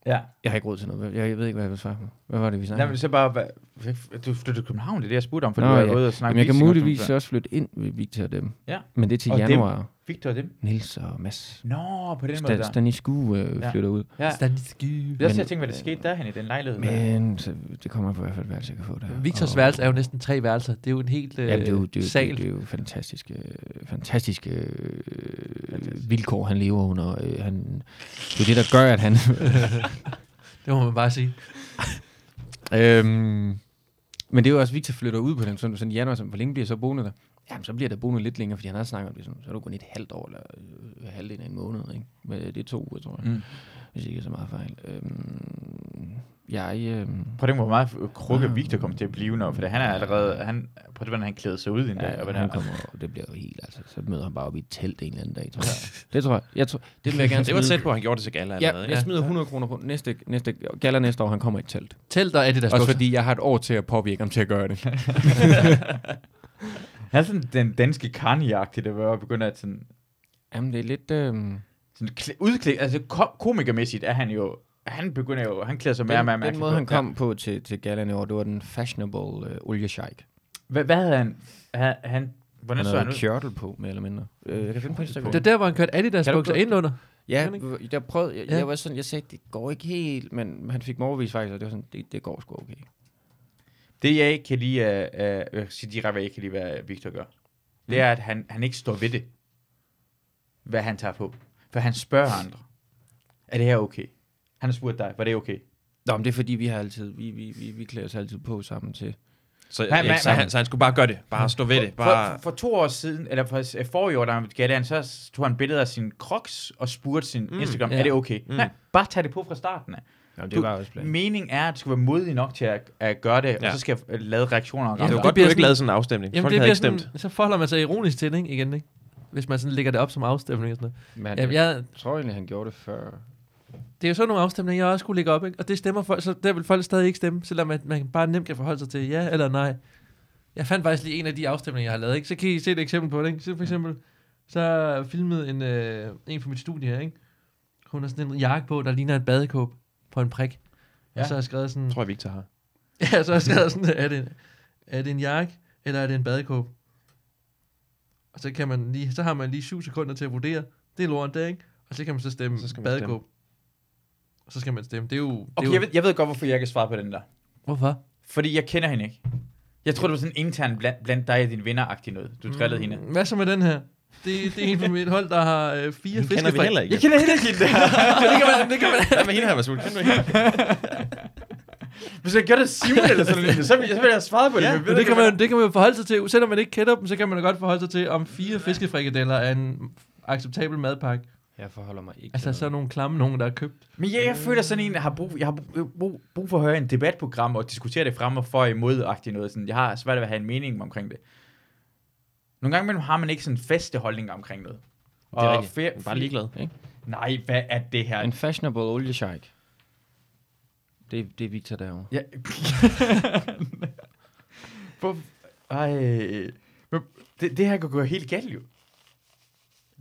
Speaker 1: Ja.
Speaker 2: Jeg har ikke råd til noget. Jeg, jeg ved ikke, hvad jeg vil svare på. Hvad var det, vi
Speaker 1: Nej,
Speaker 2: snakkede
Speaker 1: men
Speaker 2: om?
Speaker 1: så bare, hvad- du flyttede til København, det er det, jeg spurgte om, for
Speaker 2: Nå,
Speaker 1: du har
Speaker 2: ja.
Speaker 1: ude og snakke
Speaker 2: Jamen, jeg kan
Speaker 1: leasing og sådan
Speaker 2: muligvis
Speaker 1: noget.
Speaker 2: også flytte ind ved Victor og dem.
Speaker 1: Ja.
Speaker 2: Men det er til
Speaker 1: Og dem.
Speaker 2: januar.
Speaker 1: Victor og dem.
Speaker 2: Nils og Mads.
Speaker 1: Nå, på den måde
Speaker 2: Stan,
Speaker 1: der.
Speaker 2: Stanisku øh,
Speaker 1: Ja.
Speaker 2: flytter ud.
Speaker 1: Ja. Det er også,
Speaker 2: Men-
Speaker 1: jeg tænkte, hvad der skete derhen i den lejlighed. der.
Speaker 2: Men så, det kommer på i hvert fald værelse, jeg kan få der.
Speaker 3: Victors
Speaker 2: Og-
Speaker 3: værelse er jo næsten tre værelser. Det er jo en helt øh,
Speaker 2: Jamen, det er jo, det, er jo-
Speaker 3: sal.
Speaker 2: Det, er jo fantastiske, øh, fantastiske øh, vilkår, han lever under. Øh, han, det er det, der gør, at han...
Speaker 3: Det må man bare sige.
Speaker 2: øhm, men det er jo også, Victor flytter ud på den søndag, sådan i januar, så hvor længe bliver jeg så boende der? Jamen, så bliver der boende lidt længere, fordi han har snakket om det, sådan, så er du kun et halvt år, eller øh, halvdelen af en måned, ikke? Men øh, det er to uger, tror jeg,
Speaker 1: Mm.
Speaker 2: hvis ikke er så meget fejl. Øhm, jeg, øhm,
Speaker 1: Prøv at tænke, hvor meget
Speaker 2: Ah.
Speaker 1: krukke Victor kommer til at blive nu, for han er allerede, han, prøv at hvordan han klæder sig ud en dag.
Speaker 2: Ja,
Speaker 1: og
Speaker 2: ja,
Speaker 1: hvordan
Speaker 2: han kommer, og det bliver jo helt, altså, så møder han bare op i et telt en eller anden dag, tror jeg. Det tror jeg, jeg tror, det vil jeg gerne
Speaker 4: Det var
Speaker 2: smide.
Speaker 4: tæt på, at han gjorde det til gala allerede.
Speaker 2: Ja,
Speaker 4: ikke?
Speaker 2: jeg smider 100 kroner på næste, næste gala næste år, han kommer i et telt.
Speaker 3: Telt og Adidas bukser. Fordi...
Speaker 2: jeg har et år til at påvirke ham til at gøre det.
Speaker 1: Han er sådan den danske karniagtige, der var begynder at sådan,
Speaker 2: Jamen, det er lidt... Øh,
Speaker 1: sådan klæ- udklæde, altså kom- komikermæssigt er han jo, han begynder jo, han klæder sig mere og mere
Speaker 2: den, den
Speaker 1: mærkeligt
Speaker 2: måde,
Speaker 1: på.
Speaker 2: han
Speaker 1: Ja.
Speaker 2: kom på til, til galaen i år, det var den fashionable øh, oliesheik.
Speaker 1: Hvad, hvad havde han? Han, han hvordan
Speaker 2: Han
Speaker 1: så han
Speaker 2: havde
Speaker 1: ud?
Speaker 2: kjørtel på, mere eller mindre. Øh, jeg kan finde på Instagram.
Speaker 3: Det er der, hvor han kørte Adidas
Speaker 2: Kan du
Speaker 3: bukser
Speaker 2: godt-
Speaker 3: ind under.
Speaker 2: Ja,
Speaker 3: Kan
Speaker 2: jeg prøvede, jeg,
Speaker 3: Ja.
Speaker 2: ja. jeg var sådan, jeg sagde, det går ikke helt, men han fik mig overbevist faktisk, og det var sådan, det, det går sgu okay.
Speaker 1: Det, jeg ikke kan lide, uh, uh, jeg kan sige direkte, hvad jeg ikke kan lide, hvad Victor gør, det er, at han, han ikke står ved det, hvad han tager på. For han spørger andre, er det her okay? Han spurgte dig, var det okay?
Speaker 2: Nå, men det er fordi, vi har altid, vi, vi, vi, vi klæder os altid på sammen til.
Speaker 4: Så,
Speaker 1: Hvad-
Speaker 4: ja,
Speaker 1: hvad-
Speaker 4: så, han, så han skulle bare gøre det. Bare stå ved det.
Speaker 1: For,
Speaker 4: Bare,
Speaker 1: for to år siden, eller for øh, forrige år, der var Gadan, så tog han billeder af sin crocs og spurgte sin mm, Instagram,
Speaker 2: ja.
Speaker 1: er det okay?
Speaker 4: Mm.
Speaker 1: Mm. Nej, bare tag det på fra starten af.
Speaker 2: Jamen,
Speaker 1: Du-
Speaker 2: det var også planen.
Speaker 1: Meningen er, at du skal være modig nok til at, at gøre det, ja.
Speaker 4: Ja.
Speaker 1: og så skal jeg øh, lave reaktioner. og
Speaker 4: det var
Speaker 1: rammer.
Speaker 3: det
Speaker 4: godt, du
Speaker 3: bliver
Speaker 4: ikke
Speaker 3: sådan-
Speaker 4: lavede sådan en afstemning.
Speaker 3: Jamen,
Speaker 4: Folk
Speaker 3: det
Speaker 4: havde
Speaker 3: bliver
Speaker 4: ikke stemt.
Speaker 3: sådan, så forholder man sig ironisk til det, ikke? igen, ikke? Hvis man sådan lægger det op som afstemning og sådan noget.
Speaker 2: Mm. Men han,
Speaker 3: Jamen,
Speaker 2: jeg,
Speaker 3: jeg,
Speaker 2: jeg tror egentlig, han gjorde det før.
Speaker 3: det er jo sådan nogle afstemninger, jeg også skulle lægge op, ikke? Og det stemmer folk, så der vil folk stadig ikke stemme, selvom man, man bare nemt kan forholde sig til ja eller nej. Jeg fandt faktisk lige en af de afstemninger, jeg har lavet, ikke? Så kan I se et eksempel på det, ikke? Så for eksempel, så filmede en, øh, en fra mit studie her, ikke? Hun har sådan en jakke på, der ligner et badekåb på en prik. Ja.
Speaker 1: Ja.
Speaker 3: Og så har jeg skrevet sådan...
Speaker 4: Tror jeg, Victor har.
Speaker 3: Ja, så har jeg skrevet sådan, er det, er det en jakke, eller er det en badekåb? Og så, kan man lige, så har man lige syv sekunder til at vurdere, det er lort, det er, ikke? Og så kan man så stemme
Speaker 4: Så skal man
Speaker 3: badekåb. Og så skal man stemme. Det er jo... det
Speaker 1: Okay,
Speaker 3: er
Speaker 1: jeg
Speaker 3: jo
Speaker 1: ved, jeg ved godt, hvorfor jeg kan svare på den der.
Speaker 3: Hvorfor?
Speaker 1: Fordi jeg kender hende ikke. Jeg tror, det var sådan intern blandt, blandt dig og dine venner-agtig noget.
Speaker 3: Mm.
Speaker 1: Du drillede hende.
Speaker 3: Hvad så med den her? Det, det er en på mit hold, der har øh, fire
Speaker 4: Hende kender vi
Speaker 3: fiskefræk.
Speaker 4: heller ikke.
Speaker 1: Jeg kender hende ikke, hende der.
Speaker 3: Så det kan man, det kan man.
Speaker 4: Hvad med hende her, Mads Ulf? Kender du ikke hende?
Speaker 1: Hvis jeg gjorde det Simon eller sådan noget, så ville så ville jeg svare på det.
Speaker 4: Ja,
Speaker 1: men jeg ved
Speaker 3: Men det
Speaker 1: ikke,
Speaker 3: kan
Speaker 1: hvad-
Speaker 3: man, det kan man jo forholde sig til. Selvom man ikke kender dem, så kan man jo godt forholde sig til, om fire fiskefrikadeller er en acceptabel madpakke.
Speaker 2: Jeg forholder mig ikke
Speaker 3: Altså
Speaker 2: til
Speaker 3: sådan nogle klamme nogen, der er købt.
Speaker 1: Men ja, jeg føler sådan en, der har brug, jeg har brug, brug, brug for at høre en debatprogram og diskutere det frem og for og imod noget. Sådan, jeg har svært ved at have en mening omkring det. Nogle gange imellem har man ikke sådan en faste holdning omkring noget.
Speaker 4: Det er rigtigt.
Speaker 1: fe-
Speaker 4: Jeg er Bare ligeglad.
Speaker 1: Nej, hvad er det her?
Speaker 2: noget. En fashionable oliesheik. Det, det er Victor derovre.
Speaker 1: Ja. Hvor, ej. Men det, det her kan gå helt galt jo.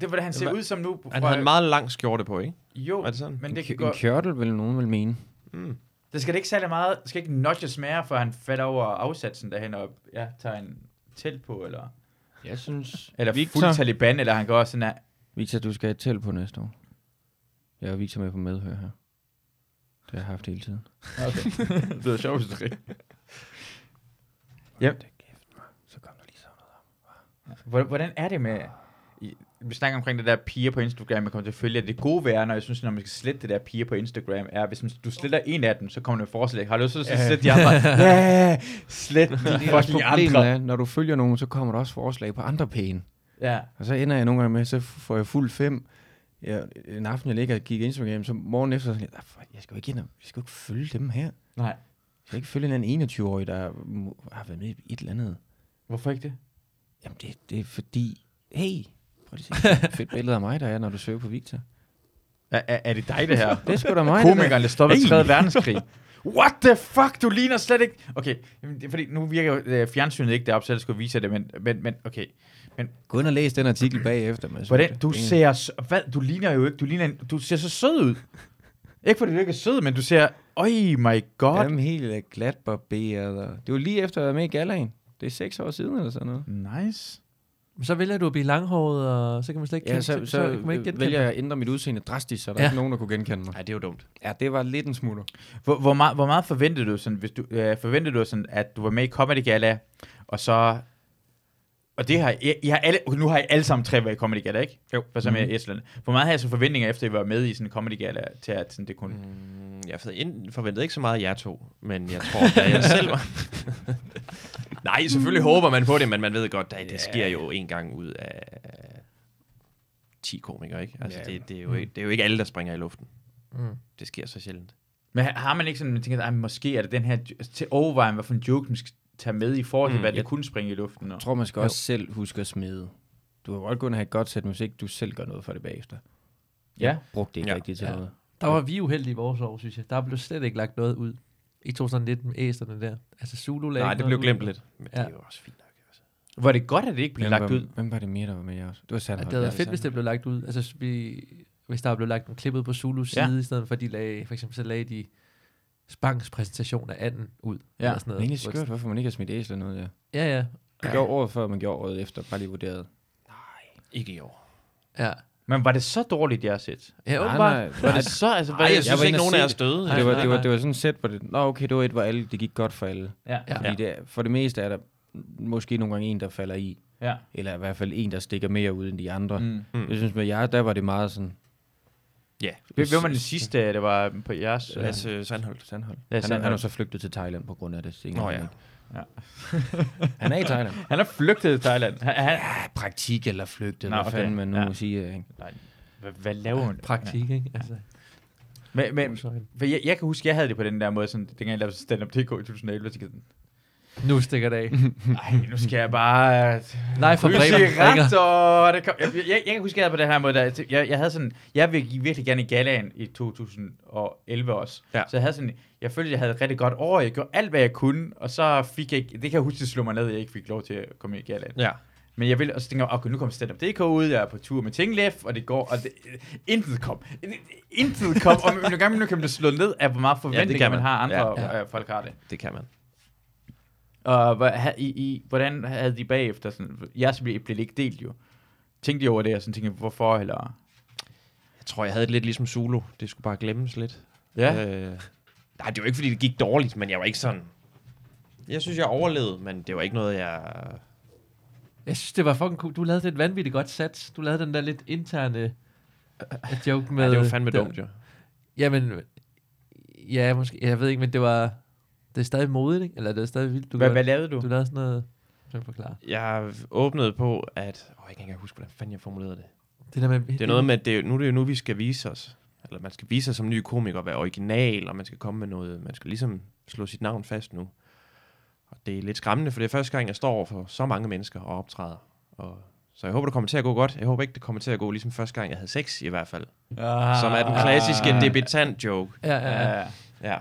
Speaker 1: Det var det, han ser
Speaker 4: Hva-
Speaker 1: ud som nu.
Speaker 4: Han havde en meget lang skjorte på, ikke?
Speaker 1: jo,
Speaker 4: Var det sådan?
Speaker 1: men
Speaker 2: en,
Speaker 1: det kan
Speaker 2: kj-
Speaker 1: gå...
Speaker 2: en kjortel, vil nogen vil mene.
Speaker 4: Mm.
Speaker 1: Det skal det ikke særlig meget, det skal ikke notches mere, for han fatter over afsatsen derhen og ja, tager en telt på, eller,
Speaker 2: Jeg synes...
Speaker 1: eller
Speaker 2: Victor,
Speaker 1: fuld Taliban, eller han går sådan her.
Speaker 2: Victor, du skal have et telt på næste år. Jeg er Victor med på medhør her. Det har jeg haft hele tiden.
Speaker 1: Okay. det er sjovt, det er
Speaker 2: Så kom der lige så.
Speaker 1: Hvordan er det med... I- Vi snakker omkring det der piger på Instagram, man kommer til at følge, at det gode ved er, når jeg synes, når man skal slette det der piger på Instagram, er, hvis man, du sletter en af dem, så kommer det forslag. Har du lyst til at slette de andre? Ja, slet de
Speaker 2: Det er også
Speaker 1: fucking
Speaker 2: problemet,
Speaker 1: andre.
Speaker 2: er, når du følger nogen, så kommer der også forslag på andre pæne.
Speaker 1: Ja.
Speaker 2: Og så ender jeg nogle gange med, så får jeg fuld fem. Ja, en aften, jeg ligger og kigger Instagram, så morgen efter, så er jeg sådan, "Ah, for- jeg skal jo ikke ind og, jeg skal jo ikke følge dem her. Jeg
Speaker 1: Nej.
Speaker 2: skal ikke følge en eller anden 21-årig, der må- har været med i et eller andet.
Speaker 1: Hvorfor ikke det?
Speaker 2: Jamen, det, det er fordi, hey, prøv lige at se, et fedt billede af mig, der er, når du søger på Victor.
Speaker 1: Er, er, er det dig, det her?
Speaker 2: Det er sgu da mig, det der.
Speaker 1: Komikeren, der stopper 3. verdenskrig. What the fuck, du ligner slet ikke... Okay, jamen, det er fordi nu virker jo øh, fjernsynet ikke deroppe, så jeg skulle vise jer det, men, men, men okay.
Speaker 2: Gå ind og læs den artikel bagefter. Men
Speaker 1: Hvordan, du ser... s- Hvad, du ligner jo ikke... Du, ligner, en- du ser så sød ud. Ikke fordi du ikke er sød, men du ser... Øj, my god.
Speaker 2: Jamen, helt øh, glatbarberet. og- Det var lige efter, at jeg var med i galaen. Det er seks år siden eller sådan noget.
Speaker 1: Nice.
Speaker 3: Så vælger du at blive langhåret, og så kan man slet ikke
Speaker 2: Ja,
Speaker 3: kende-
Speaker 2: så, så,
Speaker 3: så kan man ikke
Speaker 2: så
Speaker 3: genkende
Speaker 2: vælger jeg at ændre mit udseende drastisk, så der ja.
Speaker 3: Ja.
Speaker 2: er ikke nogen, der kunne genkende mig.
Speaker 4: Nej, det er jo dumt.
Speaker 2: Ja, det var lidt en smutter.
Speaker 1: Hvor, hvor, meget, hvor meget forventede du, sådan, hvis du, øh, forventede du sådan, at du var med i Comedy Gala, og så... Og det har, I, I har alle, nu har I alle sammen tre været i Comedy Gala, ikke? Jo. For så med Estland. Hvor meget havde jeg så forventninger, efter I var med i sådan en Comedy Gala, til at sådan, det kunne... Mm.
Speaker 4: Mm, Jeg forventede ikke- forventede ikke så meget af jer to, men jeg tror, da jeg selv var... Nej, selvfølgelig håber man på det, men man ved godt, at det sker jo en gang ud af 10 komikere, ikke? Altså,
Speaker 2: Ja.
Speaker 4: det, det, er jo ikke, det er jo ikke alle, der springer i luften.
Speaker 3: Mm.
Speaker 4: Det sker så sjældent.
Speaker 1: Men har- har man ikke sådan, man tænker, at måske er det den her... altså, Til overvejen, hvad for en joke, man skal tage med i forhold til,
Speaker 4: Mm,
Speaker 1: mm, hvad det
Speaker 4: jeg-
Speaker 1: kunne springe i luften. Og...
Speaker 2: Jeg tror, man skal jo. også selv huske at smide. Du kan godt kun have et godt sæt musik, du selv gør noget for det bagefter.
Speaker 1: Ja.
Speaker 2: Jeg brugte det ikke
Speaker 4: Ja.
Speaker 2: ja. rigtigt til
Speaker 3: Ja.
Speaker 2: ja. noget.
Speaker 3: Der var vi uheldige i vores år, synes jeg. Der blev slet ikke lagt noget ud i 2019 med æsterne der. Altså Zulu lagde
Speaker 4: Nej,
Speaker 3: ikke
Speaker 4: det
Speaker 3: noget
Speaker 4: blev
Speaker 3: ud.
Speaker 4: glemt lidt. Men det
Speaker 3: Ja.
Speaker 4: er jo også fint nok. Altså.
Speaker 1: Var det godt, at det ikke blev lagt ud?
Speaker 2: Hvem var det mere, der var med jer også? Det var
Speaker 3: Ja,
Speaker 2: Sandholm.
Speaker 3: det havde været fedt,
Speaker 4: sandt.
Speaker 3: hvis det blev lagt ud. Altså vi, hvis der blev lagt en klippet på Zulus
Speaker 1: Ja.
Speaker 3: side, i stedet for at de lagde, for eksempel så lagde de Spangs præsentation af anden ud.
Speaker 1: Ja,
Speaker 3: eller sådan
Speaker 2: Det
Speaker 3: noget.
Speaker 2: er egentlig skørt, hvorfor man ikke har smidt æsler noget, ja.
Speaker 3: Ja, ja.
Speaker 2: Man gjorde året før, man gjorde året efter, bare lige vurderet.
Speaker 4: Ikke i år.
Speaker 3: Ja,
Speaker 1: Men var det så dårligt, jeg har set?
Speaker 3: ja
Speaker 2: Nej,
Speaker 3: åbenbart.
Speaker 2: nej,
Speaker 1: Var det så? Altså, var
Speaker 4: Nej, jeg
Speaker 1: det-
Speaker 4: synes
Speaker 2: var
Speaker 4: ikke,
Speaker 2: inde og
Speaker 4: nogen
Speaker 2: se
Speaker 4: af os døde.
Speaker 3: Nej,
Speaker 2: det, var, det, var,
Speaker 3: nej.
Speaker 2: det var sådan et sæt, hvor det, nå okay, det var et, hvor alle, det gik godt for alle.
Speaker 1: Ja,
Speaker 3: Ja.
Speaker 2: Fordi det, er- for det meste er der måske nogle gange en, der falder i,
Speaker 1: ja.
Speaker 2: eller i hvert fald en, der stikker mere ud end de andre. Mm.
Speaker 1: Mm.
Speaker 2: Jeg synes med jer, der var det meget sådan,
Speaker 4: Ja.
Speaker 1: Hvem hvem var den sidste, det var på jeres? øh,
Speaker 4: Lasse Sandholt.
Speaker 2: Sandhold.
Speaker 1: Lasse
Speaker 2: Han er, han er
Speaker 1: Sandholt?
Speaker 2: så flygtet til Thailand på grund af det. så ingen
Speaker 4: Nå
Speaker 2: ved
Speaker 4: ja.
Speaker 2: det.
Speaker 1: Ja.
Speaker 2: han er i Thailand.
Speaker 1: Han er flygtet til Thailand. Han, han,
Speaker 2: Ja, praktik eller flygtet,
Speaker 1: Nå,
Speaker 2: Nå, hvad
Speaker 1: okay.
Speaker 2: fanden man nu
Speaker 1: Ja.
Speaker 2: ja. siger. Ikke?
Speaker 1: hvad, hvad laver hun?
Speaker 3: Praktik, ikke? Altså,
Speaker 1: Ja. Men, men
Speaker 3: sorry.
Speaker 1: for jeg, jeg kan huske, jeg havde det på den der måde, sådan, dengang jeg lavede stand-up.dk i 2011, så tænkte
Speaker 3: nu stikker det af.
Speaker 1: nej, nu skal jeg bare
Speaker 3: Nej, for
Speaker 1: Kryds i
Speaker 3: Bremen ringer.
Speaker 1: ret, og det kom, jeg, jeg, jeg, kan huske, jeg havde på den her måde, der, jeg, jeg havde sådan, jeg ville virkelig gerne i galaen i 2011 også,
Speaker 4: Ja.
Speaker 1: så jeg havde sådan, jeg følte, jeg havde et rigtig godt år, jeg gjorde alt, hvad jeg kunne, og så fik jeg, ikke- det kan jeg huske, det slog mig ned, at jeg ikke fik lov til at komme i galaen.
Speaker 4: Ja.
Speaker 1: Men jeg ville, og så tænkte jeg, okay, nu kommer stand-up.dk ud, jeg er på tur med Tinglef, og det går, og det, intet kom. Intet kom, og nogle gange nu kan man blive slået ned af, hvor meget forventninger ja,
Speaker 4: kan
Speaker 1: man.
Speaker 4: man.
Speaker 1: har, andre ja,
Speaker 4: Ja,
Speaker 1: ja. Øh, folk har det.
Speaker 4: Det kan man.
Speaker 1: Og hvad, ha, i, i, hvordan havde de bagefter sådan, jeres blev, blev ikke delt jo. Tænkte de over det, og sådan tænkte, jeg, hvorfor eller...
Speaker 4: Jeg tror, jeg havde det lidt ligesom solo. Det skulle bare glemmes lidt. Øh, nej, det var ikke, fordi det gik dårligt, men jeg var ikke sådan... Jeg synes, jeg overlevede, men det var ikke noget, jeg...
Speaker 3: Jeg synes, det var fucking cool. Du lavede et vanvittigt godt sats. Du lavede den der lidt interne øh, joke med...
Speaker 4: Ja, det var fandme
Speaker 3: den-
Speaker 4: dumt, jo.
Speaker 3: Jamen, ja, måske. Jeg ved ikke, men det var... Det er stadig modigt, ikke? Eller det er stadig vildt. Du,
Speaker 1: Hvad,
Speaker 3: gjorde
Speaker 1: hvad
Speaker 3: det.
Speaker 1: lavede du?
Speaker 3: du lavede sådan noget... Skal jeg forklare?
Speaker 4: Jeg åbnede på, at... Åh, jeg kan ikke engang huske, hvordan fanden jeg formulerede det.
Speaker 3: Det, der med,
Speaker 4: Det er noget med, at det, er- nu er det jo nu, vi skal vise os. Eller man skal vise sig som ny komiker, være original, og man skal komme med noget. Man skal ligesom slå sit navn fast nu. Og det er lidt skræmmende, for det er første gang, jeg står over for så mange mennesker og optræder. Og, så jeg håber, det kommer til at gå godt. Jeg håber ikke, det kommer til at gå ligesom første gang, jeg havde sex i hvert fald.
Speaker 1: Ah,
Speaker 4: Som er den klassiske debutant joke.
Speaker 3: Ja, ja, ja.
Speaker 1: Ja, ja.
Speaker 4: Ja.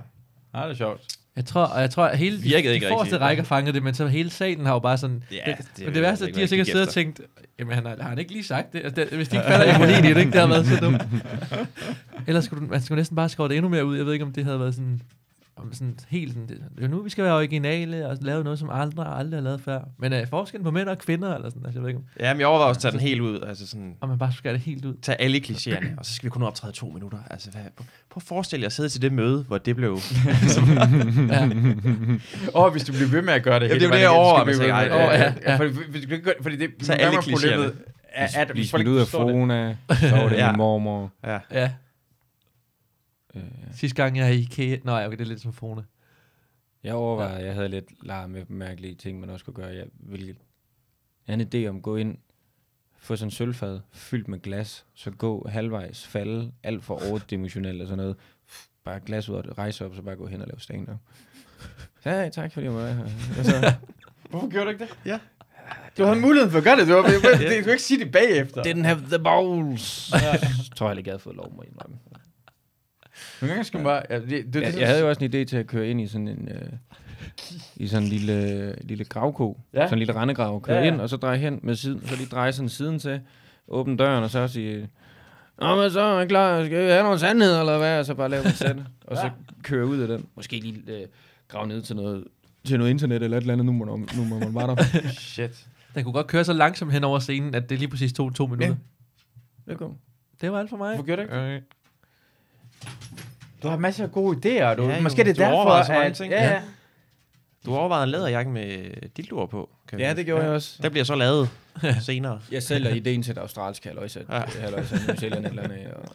Speaker 1: Ah, det er sjovt.
Speaker 3: Jeg tror, og jeg tror at hele
Speaker 4: Virkede
Speaker 3: de,
Speaker 4: ikke
Speaker 3: de forreste
Speaker 4: rigtigt.
Speaker 3: rækker fangede det, men så hele salen har jo bare sådan...
Speaker 4: Ja, det
Speaker 3: det, det, men
Speaker 4: ved
Speaker 3: det
Speaker 4: jeg
Speaker 3: værste, er,
Speaker 4: ikke,
Speaker 3: at de
Speaker 4: hvad
Speaker 3: har
Speaker 4: jeg
Speaker 3: sikkert
Speaker 4: gik
Speaker 3: siddet og
Speaker 4: efter.
Speaker 3: tænkt, jamen han har, har han ikke lige sagt det? Altså, det hvis de ikke fatter ironien i det, ikke? Det har været så dumt. Ellers skulle du, man skulle næsten bare skåre det endnu mere ud. Jeg ved ikke, om det havde været sådan... Om sådan helt sådan, det, det er nu vi skal være originale og lave noget, som andre aldrig har lavet før. Men er forskellen på mænd og kvinder, eller sådan, altså, jeg ved ikke, om,
Speaker 4: ja, men jeg overvejede også at tage den helt ud. Altså sådan,
Speaker 3: om man bare skal det helt ud.
Speaker 4: tage alle klichéerne, og så skal vi kun optræde to minutter. Altså, hvad, prøv prøv at forestille jer at sidde til det møde, hvor det blev...
Speaker 3: Ja.
Speaker 1: Åh, hvis du bliver ved med at gøre det
Speaker 4: Ja,
Speaker 1: hele
Speaker 4: det er jo det,
Speaker 1: vejen
Speaker 4: jeg
Speaker 1: igennem,
Speaker 4: overvejer,
Speaker 1: skal
Speaker 4: men
Speaker 1: vi blive ved med det. Ja,
Speaker 4: så
Speaker 3: jeg- ja,
Speaker 1: Fordi, fordi, fordi, fordi det
Speaker 4: Så alle
Speaker 1: mange af problemet er, at
Speaker 2: Blive
Speaker 1: hvis folk
Speaker 2: smidt
Speaker 1: ikke
Speaker 2: ud af
Speaker 1: forstår det-
Speaker 2: Fona, så var det
Speaker 4: Ja.
Speaker 2: min mormor.
Speaker 4: ja.
Speaker 3: ja.
Speaker 2: Øh,
Speaker 3: Sidste gang jeg er i IKEA... Nå, ja, okay, det er lidt som Fone.
Speaker 2: Jeg overvejede, at jeg havde lidt larm med mærkelige ting, man også kunne gøre. Jeg ville jeg havde en idé om at gå ind, få sådan en sølvfad fyldt med glas, så gå halvvejs, falde alt for overdimensionelt og sådan noget. Bare glas ud og rejse op, så bare gå hen og lave stand up. Ja, tak fordi jeg var her. Og så,
Speaker 1: Hvorfor gjorde du ikke det?
Speaker 4: Ja.
Speaker 1: Du havde muligheden for at gøre det. Du, var, det, du kunne ikke sige det bagefter.
Speaker 2: Didn't have the balls. Ja. tror jeg ikke, jeg havde fået lov med indrømme.
Speaker 1: Nogle gange skal man bare... Ja, det, det, det,
Speaker 2: Jeg, jeg havde jo også en idé til at køre ind i sådan en, øh, i sådan en lille, lille gravko,
Speaker 1: Ja.
Speaker 2: ja. sådan en lille rendegrav, køre
Speaker 1: Ja,
Speaker 2: ja,
Speaker 1: ja.
Speaker 2: ja. ind, og så dreje hen med siden, så lige dreje sådan siden til, åbne døren, og så sige, Nå, men så er jeg klar, skal vi have nogle sandheder, eller hvad? Og så bare lave en sæt, og så køre ud af den. Måske lige øh, grave ned til noget, til noget internet, eller et eller andet, nu må, nu må man bare der.
Speaker 1: Shit.
Speaker 3: Den kunne godt køre så langsomt hen over scenen, at det lige præcis tog to minutter. Ja.
Speaker 2: Det går.
Speaker 3: Det var alt for mig.
Speaker 1: Hvorfor gjorde du ikke det? Du har masser af gode idéer. Du,
Speaker 4: Ja,
Speaker 1: ja,
Speaker 4: jo,
Speaker 1: måske er det
Speaker 4: du
Speaker 1: derfor,
Speaker 4: overvejer så mange
Speaker 1: at...
Speaker 4: ting.
Speaker 1: Ja, ja.
Speaker 4: Du overvejede en læderjakke med dildoer på. Kan vi-
Speaker 2: gjorde jeg også.
Speaker 4: Der bliver så lavet senere.
Speaker 2: Jeg sælger ideen til et australsk halvøjsat,
Speaker 4: Ja.
Speaker 2: ja. halvøjsat New Zealand eller andet. Og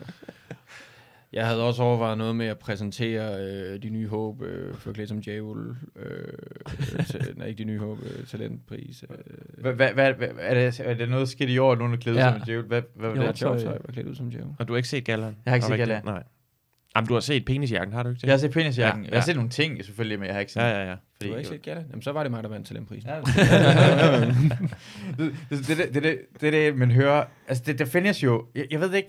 Speaker 2: jeg havde også overvejet noget med at præsentere øh, de nye håb, øh, for klædt som djævel, øh, til, nej, ikke de nye håb, øh, talentpris. Øh,
Speaker 1: Hvad, hvad, hvad, hvad, er, det, er det noget skidt i år, at nogen er klædet
Speaker 3: Ja.
Speaker 1: ja. som en djævel? Hvad, hvad var
Speaker 3: Jo,
Speaker 2: jeg
Speaker 1: det?
Speaker 3: tøj.
Speaker 2: tror, jeg var klædt ud som djævel.
Speaker 4: Og du har ikke set galleren?
Speaker 1: Jeg har ikke
Speaker 4: Er
Speaker 1: set
Speaker 4: det
Speaker 1: Gallaen.
Speaker 4: rigtigt? Nej. Jamen, du har set penisjakken, har du ikke det?
Speaker 1: Jeg har set penisjakken. Ja,
Speaker 4: Ja,
Speaker 1: ja. Jeg har
Speaker 4: ja.
Speaker 1: set nogle ting, selvfølgelig, men jeg har ikke set...
Speaker 4: Ja, ja, ja.
Speaker 2: Du har ikke set Gala? Jamen, så var det mig, der vandt talentprisen.
Speaker 1: Ja. det, det, det, det, det, det, det, man hører... Altså, det, der findes jo... Jeg, jeg ved ikke...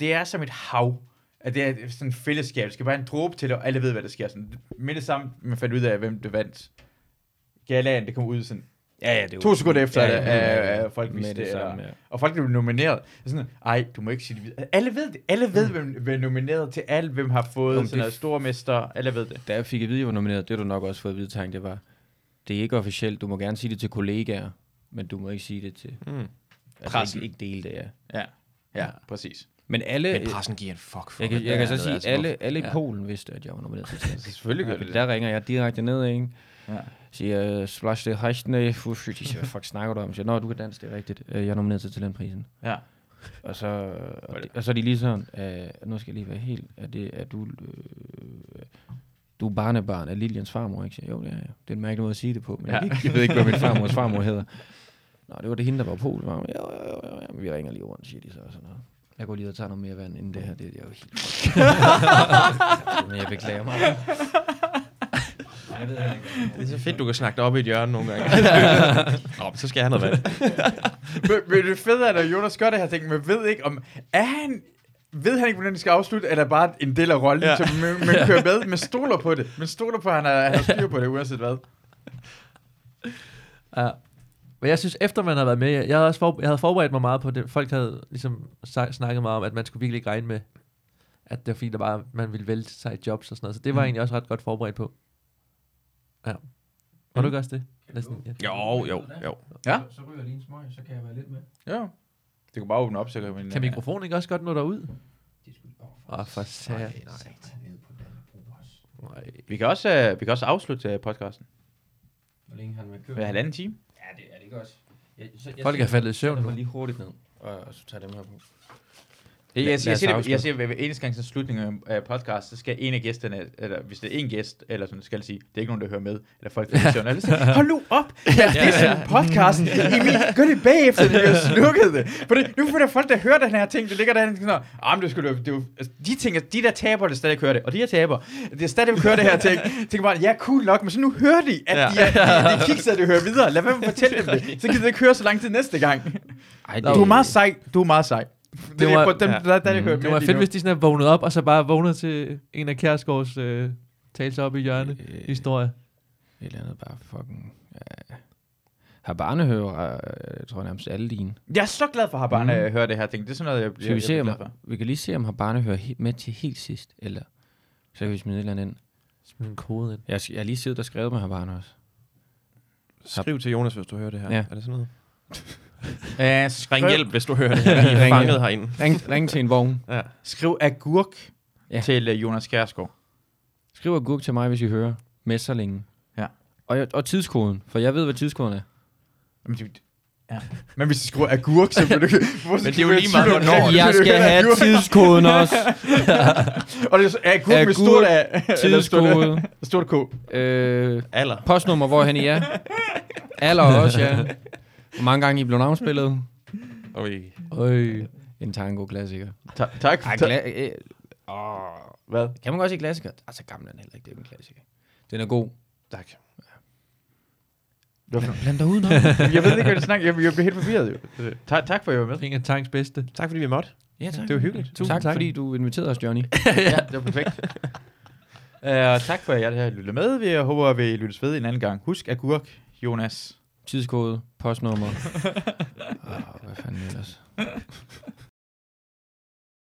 Speaker 1: Det er som et hav. At det er sådan et fællesskab. Det skal bare en dråbe til, og alle ved, hvad der sker. Sådan, med det samme, man fandt ud af, hvem det vandt. Galaen, det kom ud sådan
Speaker 2: Ja, ja, det var...
Speaker 1: To sekunder efter, at-
Speaker 2: ja, ja.
Speaker 1: at- at folk
Speaker 2: Med
Speaker 1: vidste
Speaker 2: det
Speaker 1: det,
Speaker 2: samme,
Speaker 1: eller-
Speaker 2: ja.
Speaker 1: Og folk blev nomineret. Og Sådan, Ej, du må ikke sige det videre. Alle ved det. Alle ved, hvem, hvem er nomineret til alt, hvem har fået
Speaker 2: Jamen,
Speaker 1: sådan
Speaker 2: det-
Speaker 1: noget stormester. Alle ved det.
Speaker 2: Da jeg fik at vide, at jeg var nomineret, det har du nok også fået at vide, tanke, det var, det er ikke officielt, du må gerne sige det til kollegaer, men du må ikke sige det til...
Speaker 4: Mm.
Speaker 2: Altså,
Speaker 1: Pressen.
Speaker 2: ikke, ikke dele det, ja.
Speaker 1: Ja, ja præcis.
Speaker 2: Men alle...
Speaker 4: Men pressen giver en fuck for
Speaker 2: Jeg kan,
Speaker 4: det.
Speaker 2: jeg kan så
Speaker 4: Det er
Speaker 2: sige,
Speaker 4: altså-
Speaker 2: at alle, alle i
Speaker 3: Ja.
Speaker 2: Polen vidste, at jeg var nomineret til talent.
Speaker 1: Selvfølgelig gør det det.
Speaker 2: Der ringer jeg direkte ned, ikke?
Speaker 1: Ja.
Speaker 2: Siger, splash det hejstene, fush, de siger, hvad fuck snakker du om? Siger, nå, du kan danse, det er rigtigt. Øh, Jeg er nomineret til talentprisen.
Speaker 1: Ja.
Speaker 2: Og så, og, de, og så er de lige sådan, øh, nu skal jeg lige være helt, er, det, er du, øh, du er barnebarn af Lilians farmor, ikke? Så, Jo, det er jeg. Det er en mærkelig måde at sige det på, men ja.
Speaker 1: Ja.
Speaker 2: jeg, kan ikke, jeg ved ikke, hvad min farmors farmor hedder. Nå, det var det hende, der var på. Jo, jo, jo, jo, jo, vi ringer lige rundt, siger de så og sådan noget. Jeg går lige ud og tager noget mere vand inden det her. Det er jo helt... men jeg beklager mig. Jeg ved heller ikke, hvad
Speaker 4: Det er så fedt, du kan snakke dig op i et hjørne nogle gange. Nå, men så skal jeg have noget vand.
Speaker 1: men, men det fede er, at Jonas gør det her ting, men ved ikke om... Er han... Ved han ikke, hvordan det skal afslutte, eller er bare en del af rollen,
Speaker 4: Ja.
Speaker 1: ja. som man, man kører med, men stoler på det. Men stoler på, at han har, han har styr på det, uanset hvad.
Speaker 3: Ja. Men jeg synes, efter man har været med, jeg havde, også for, jeg havde forberedt mig meget på det. Folk havde ligesom sa- snakket meget om, at man skulle virkelig ikke regne med, at det var fordi, der bare, man ville vælge sig i jobs og sådan noget. Så det var mm. egentlig også ret godt forberedt på. Ja. Var
Speaker 2: Mm.
Speaker 3: du ikke også det? Næsten, ja.
Speaker 4: Jo, jo, jo.
Speaker 1: Ja.
Speaker 2: Så, så ryger jeg lige en smøg, så kan jeg være lidt med.
Speaker 1: Ja. Det kunne bare åbne op, så kan man...
Speaker 3: Kan mikrofonen ikke også godt nå derud? Åh, oh, for satan. Nej.
Speaker 1: Vi kan også, øh, vi kan også afslutte øh, podcasten
Speaker 2: Hvor længe har den været kørt?
Speaker 1: med halvanden time.
Speaker 2: Ja, det er det ikke også. Jeg, så, jeg
Speaker 3: Folk er faldet i søvn
Speaker 2: Jeg
Speaker 3: nu.
Speaker 2: mig lige hurtigt ned, og, og så tager dem her på.
Speaker 1: Jeg,
Speaker 2: Lad-
Speaker 1: jeg,
Speaker 2: lad
Speaker 1: jeg,
Speaker 2: os
Speaker 1: siger, det, jeg
Speaker 2: afslutte.
Speaker 1: siger, at hver eneste gang til slutningen af podcast, så skal en af gæsterne, eller hvis det er en gæst, eller sådan skal jeg sige, det er ikke nogen, der hører med, eller folk, der hører eller så, hold nu op, ja, det er sådan en podcast, Emil, gør det bagefter, det er slukket det. For det, nu får der folk, der hører den her ting, det ligger derinde, sådan, ah, men det skulle, det er jo, altså, de tænker, de der taber, der stadig hører det, og de der taber, det er stadig hører det her ting, tænker bare, ja, cool nok, men så nu hører de, at de, er, de, de kikser, at det hører videre, lad være med at fortælle dem det, så kan de ikke høre så lang tid næste gang.
Speaker 2: Ej, det,
Speaker 1: Du er meget sej, du er meget sej. Det, det
Speaker 3: var-
Speaker 1: var, dem,
Speaker 4: ja.
Speaker 1: ja. der, der, der mm.
Speaker 3: Det var fedt, hvis de sådan er vågnet op, og så bare vågnede til en af Kjærsgaards øh, talelser op i hjørnet.
Speaker 2: Øh.
Speaker 3: Historie.
Speaker 2: Et eller andet bare fucking... Ja. Har barnehøver, øh, jeg tror nærmest alle dine.
Speaker 1: Jeg er så glad for, at Habana mm. hører det her ting. Det er sådan noget, jeg bliver
Speaker 2: Skal vi se,
Speaker 1: jeg
Speaker 2: om,
Speaker 1: bliver glad for.
Speaker 2: vi kan lige se, om har barnehøver he- med til helt sidst, eller så kan vi smide et eller andet ind.
Speaker 3: Smid en kode ind.
Speaker 2: Jeg, sk- jeg har lige siddet og skrevet med har barne også.
Speaker 4: Skriv til Jonas, hvis du hører det her.
Speaker 2: Ja.
Speaker 4: Er det sådan noget?
Speaker 1: Uh,
Speaker 4: Ring hjælp, hvis du hører det her. Vi er
Speaker 2: Ring
Speaker 4: fanget
Speaker 2: hjælp.
Speaker 4: herinde.
Speaker 2: Ring, ring til en vogn.
Speaker 4: Ja.
Speaker 1: Skriv agurk
Speaker 2: Ja.
Speaker 1: ja. til uh, Jonas Kjærsgaard.
Speaker 2: Skriv agurk til mig, hvis I hører messerlingen.
Speaker 1: Ja.
Speaker 2: Og, og tidskoden, for jeg ved, hvad tidskoden er.
Speaker 1: Men, det- ja. Men hvis du skriver agurk, så vil du Men
Speaker 4: det er jo lige meget, hvornår.
Speaker 2: Jeg skal have tidskoden også.
Speaker 1: Og det er så agurk med
Speaker 2: Agurk,
Speaker 1: stort A. eller stort-
Speaker 2: Tidskode.
Speaker 1: Stort K.
Speaker 2: Øh,
Speaker 4: Alder.
Speaker 2: postnummer, hvor han I er. Alder også, ja. Hvor mange gange I blev navnspillet.
Speaker 4: Okay.
Speaker 3: Øj.
Speaker 2: En tango-klassiker.
Speaker 1: Ta- Tak.
Speaker 2: Ej,
Speaker 1: tak.
Speaker 2: gla- øh, åh,
Speaker 1: Hvad?
Speaker 2: kan man godt sige klassiker? Altså, gammel er den heller ikke, det er en klassiker. Den er god.
Speaker 4: Tak.
Speaker 2: Bland dig ud nu.
Speaker 1: Jeg ved ikke, hvad det snakker. Jeg, jeg bliver helt forvirret. Jo. Tak, tak for, at jeg var med.
Speaker 3: En af Tangs bedste.
Speaker 4: Tak fordi vi måtte.
Speaker 2: ja, tak.
Speaker 3: Det var hyggeligt. Tusind
Speaker 2: tak,
Speaker 3: tak.
Speaker 2: fordi du inviterede os, Johnny.
Speaker 1: Ja, det var perfekt. Uh, tak for, at jeg har lyttet med. Vi håber, at vi lyttes ved en anden gang. Husk agurk, Jonas.
Speaker 2: Tidskode, postnummer. Åh, hvad fanden ellers?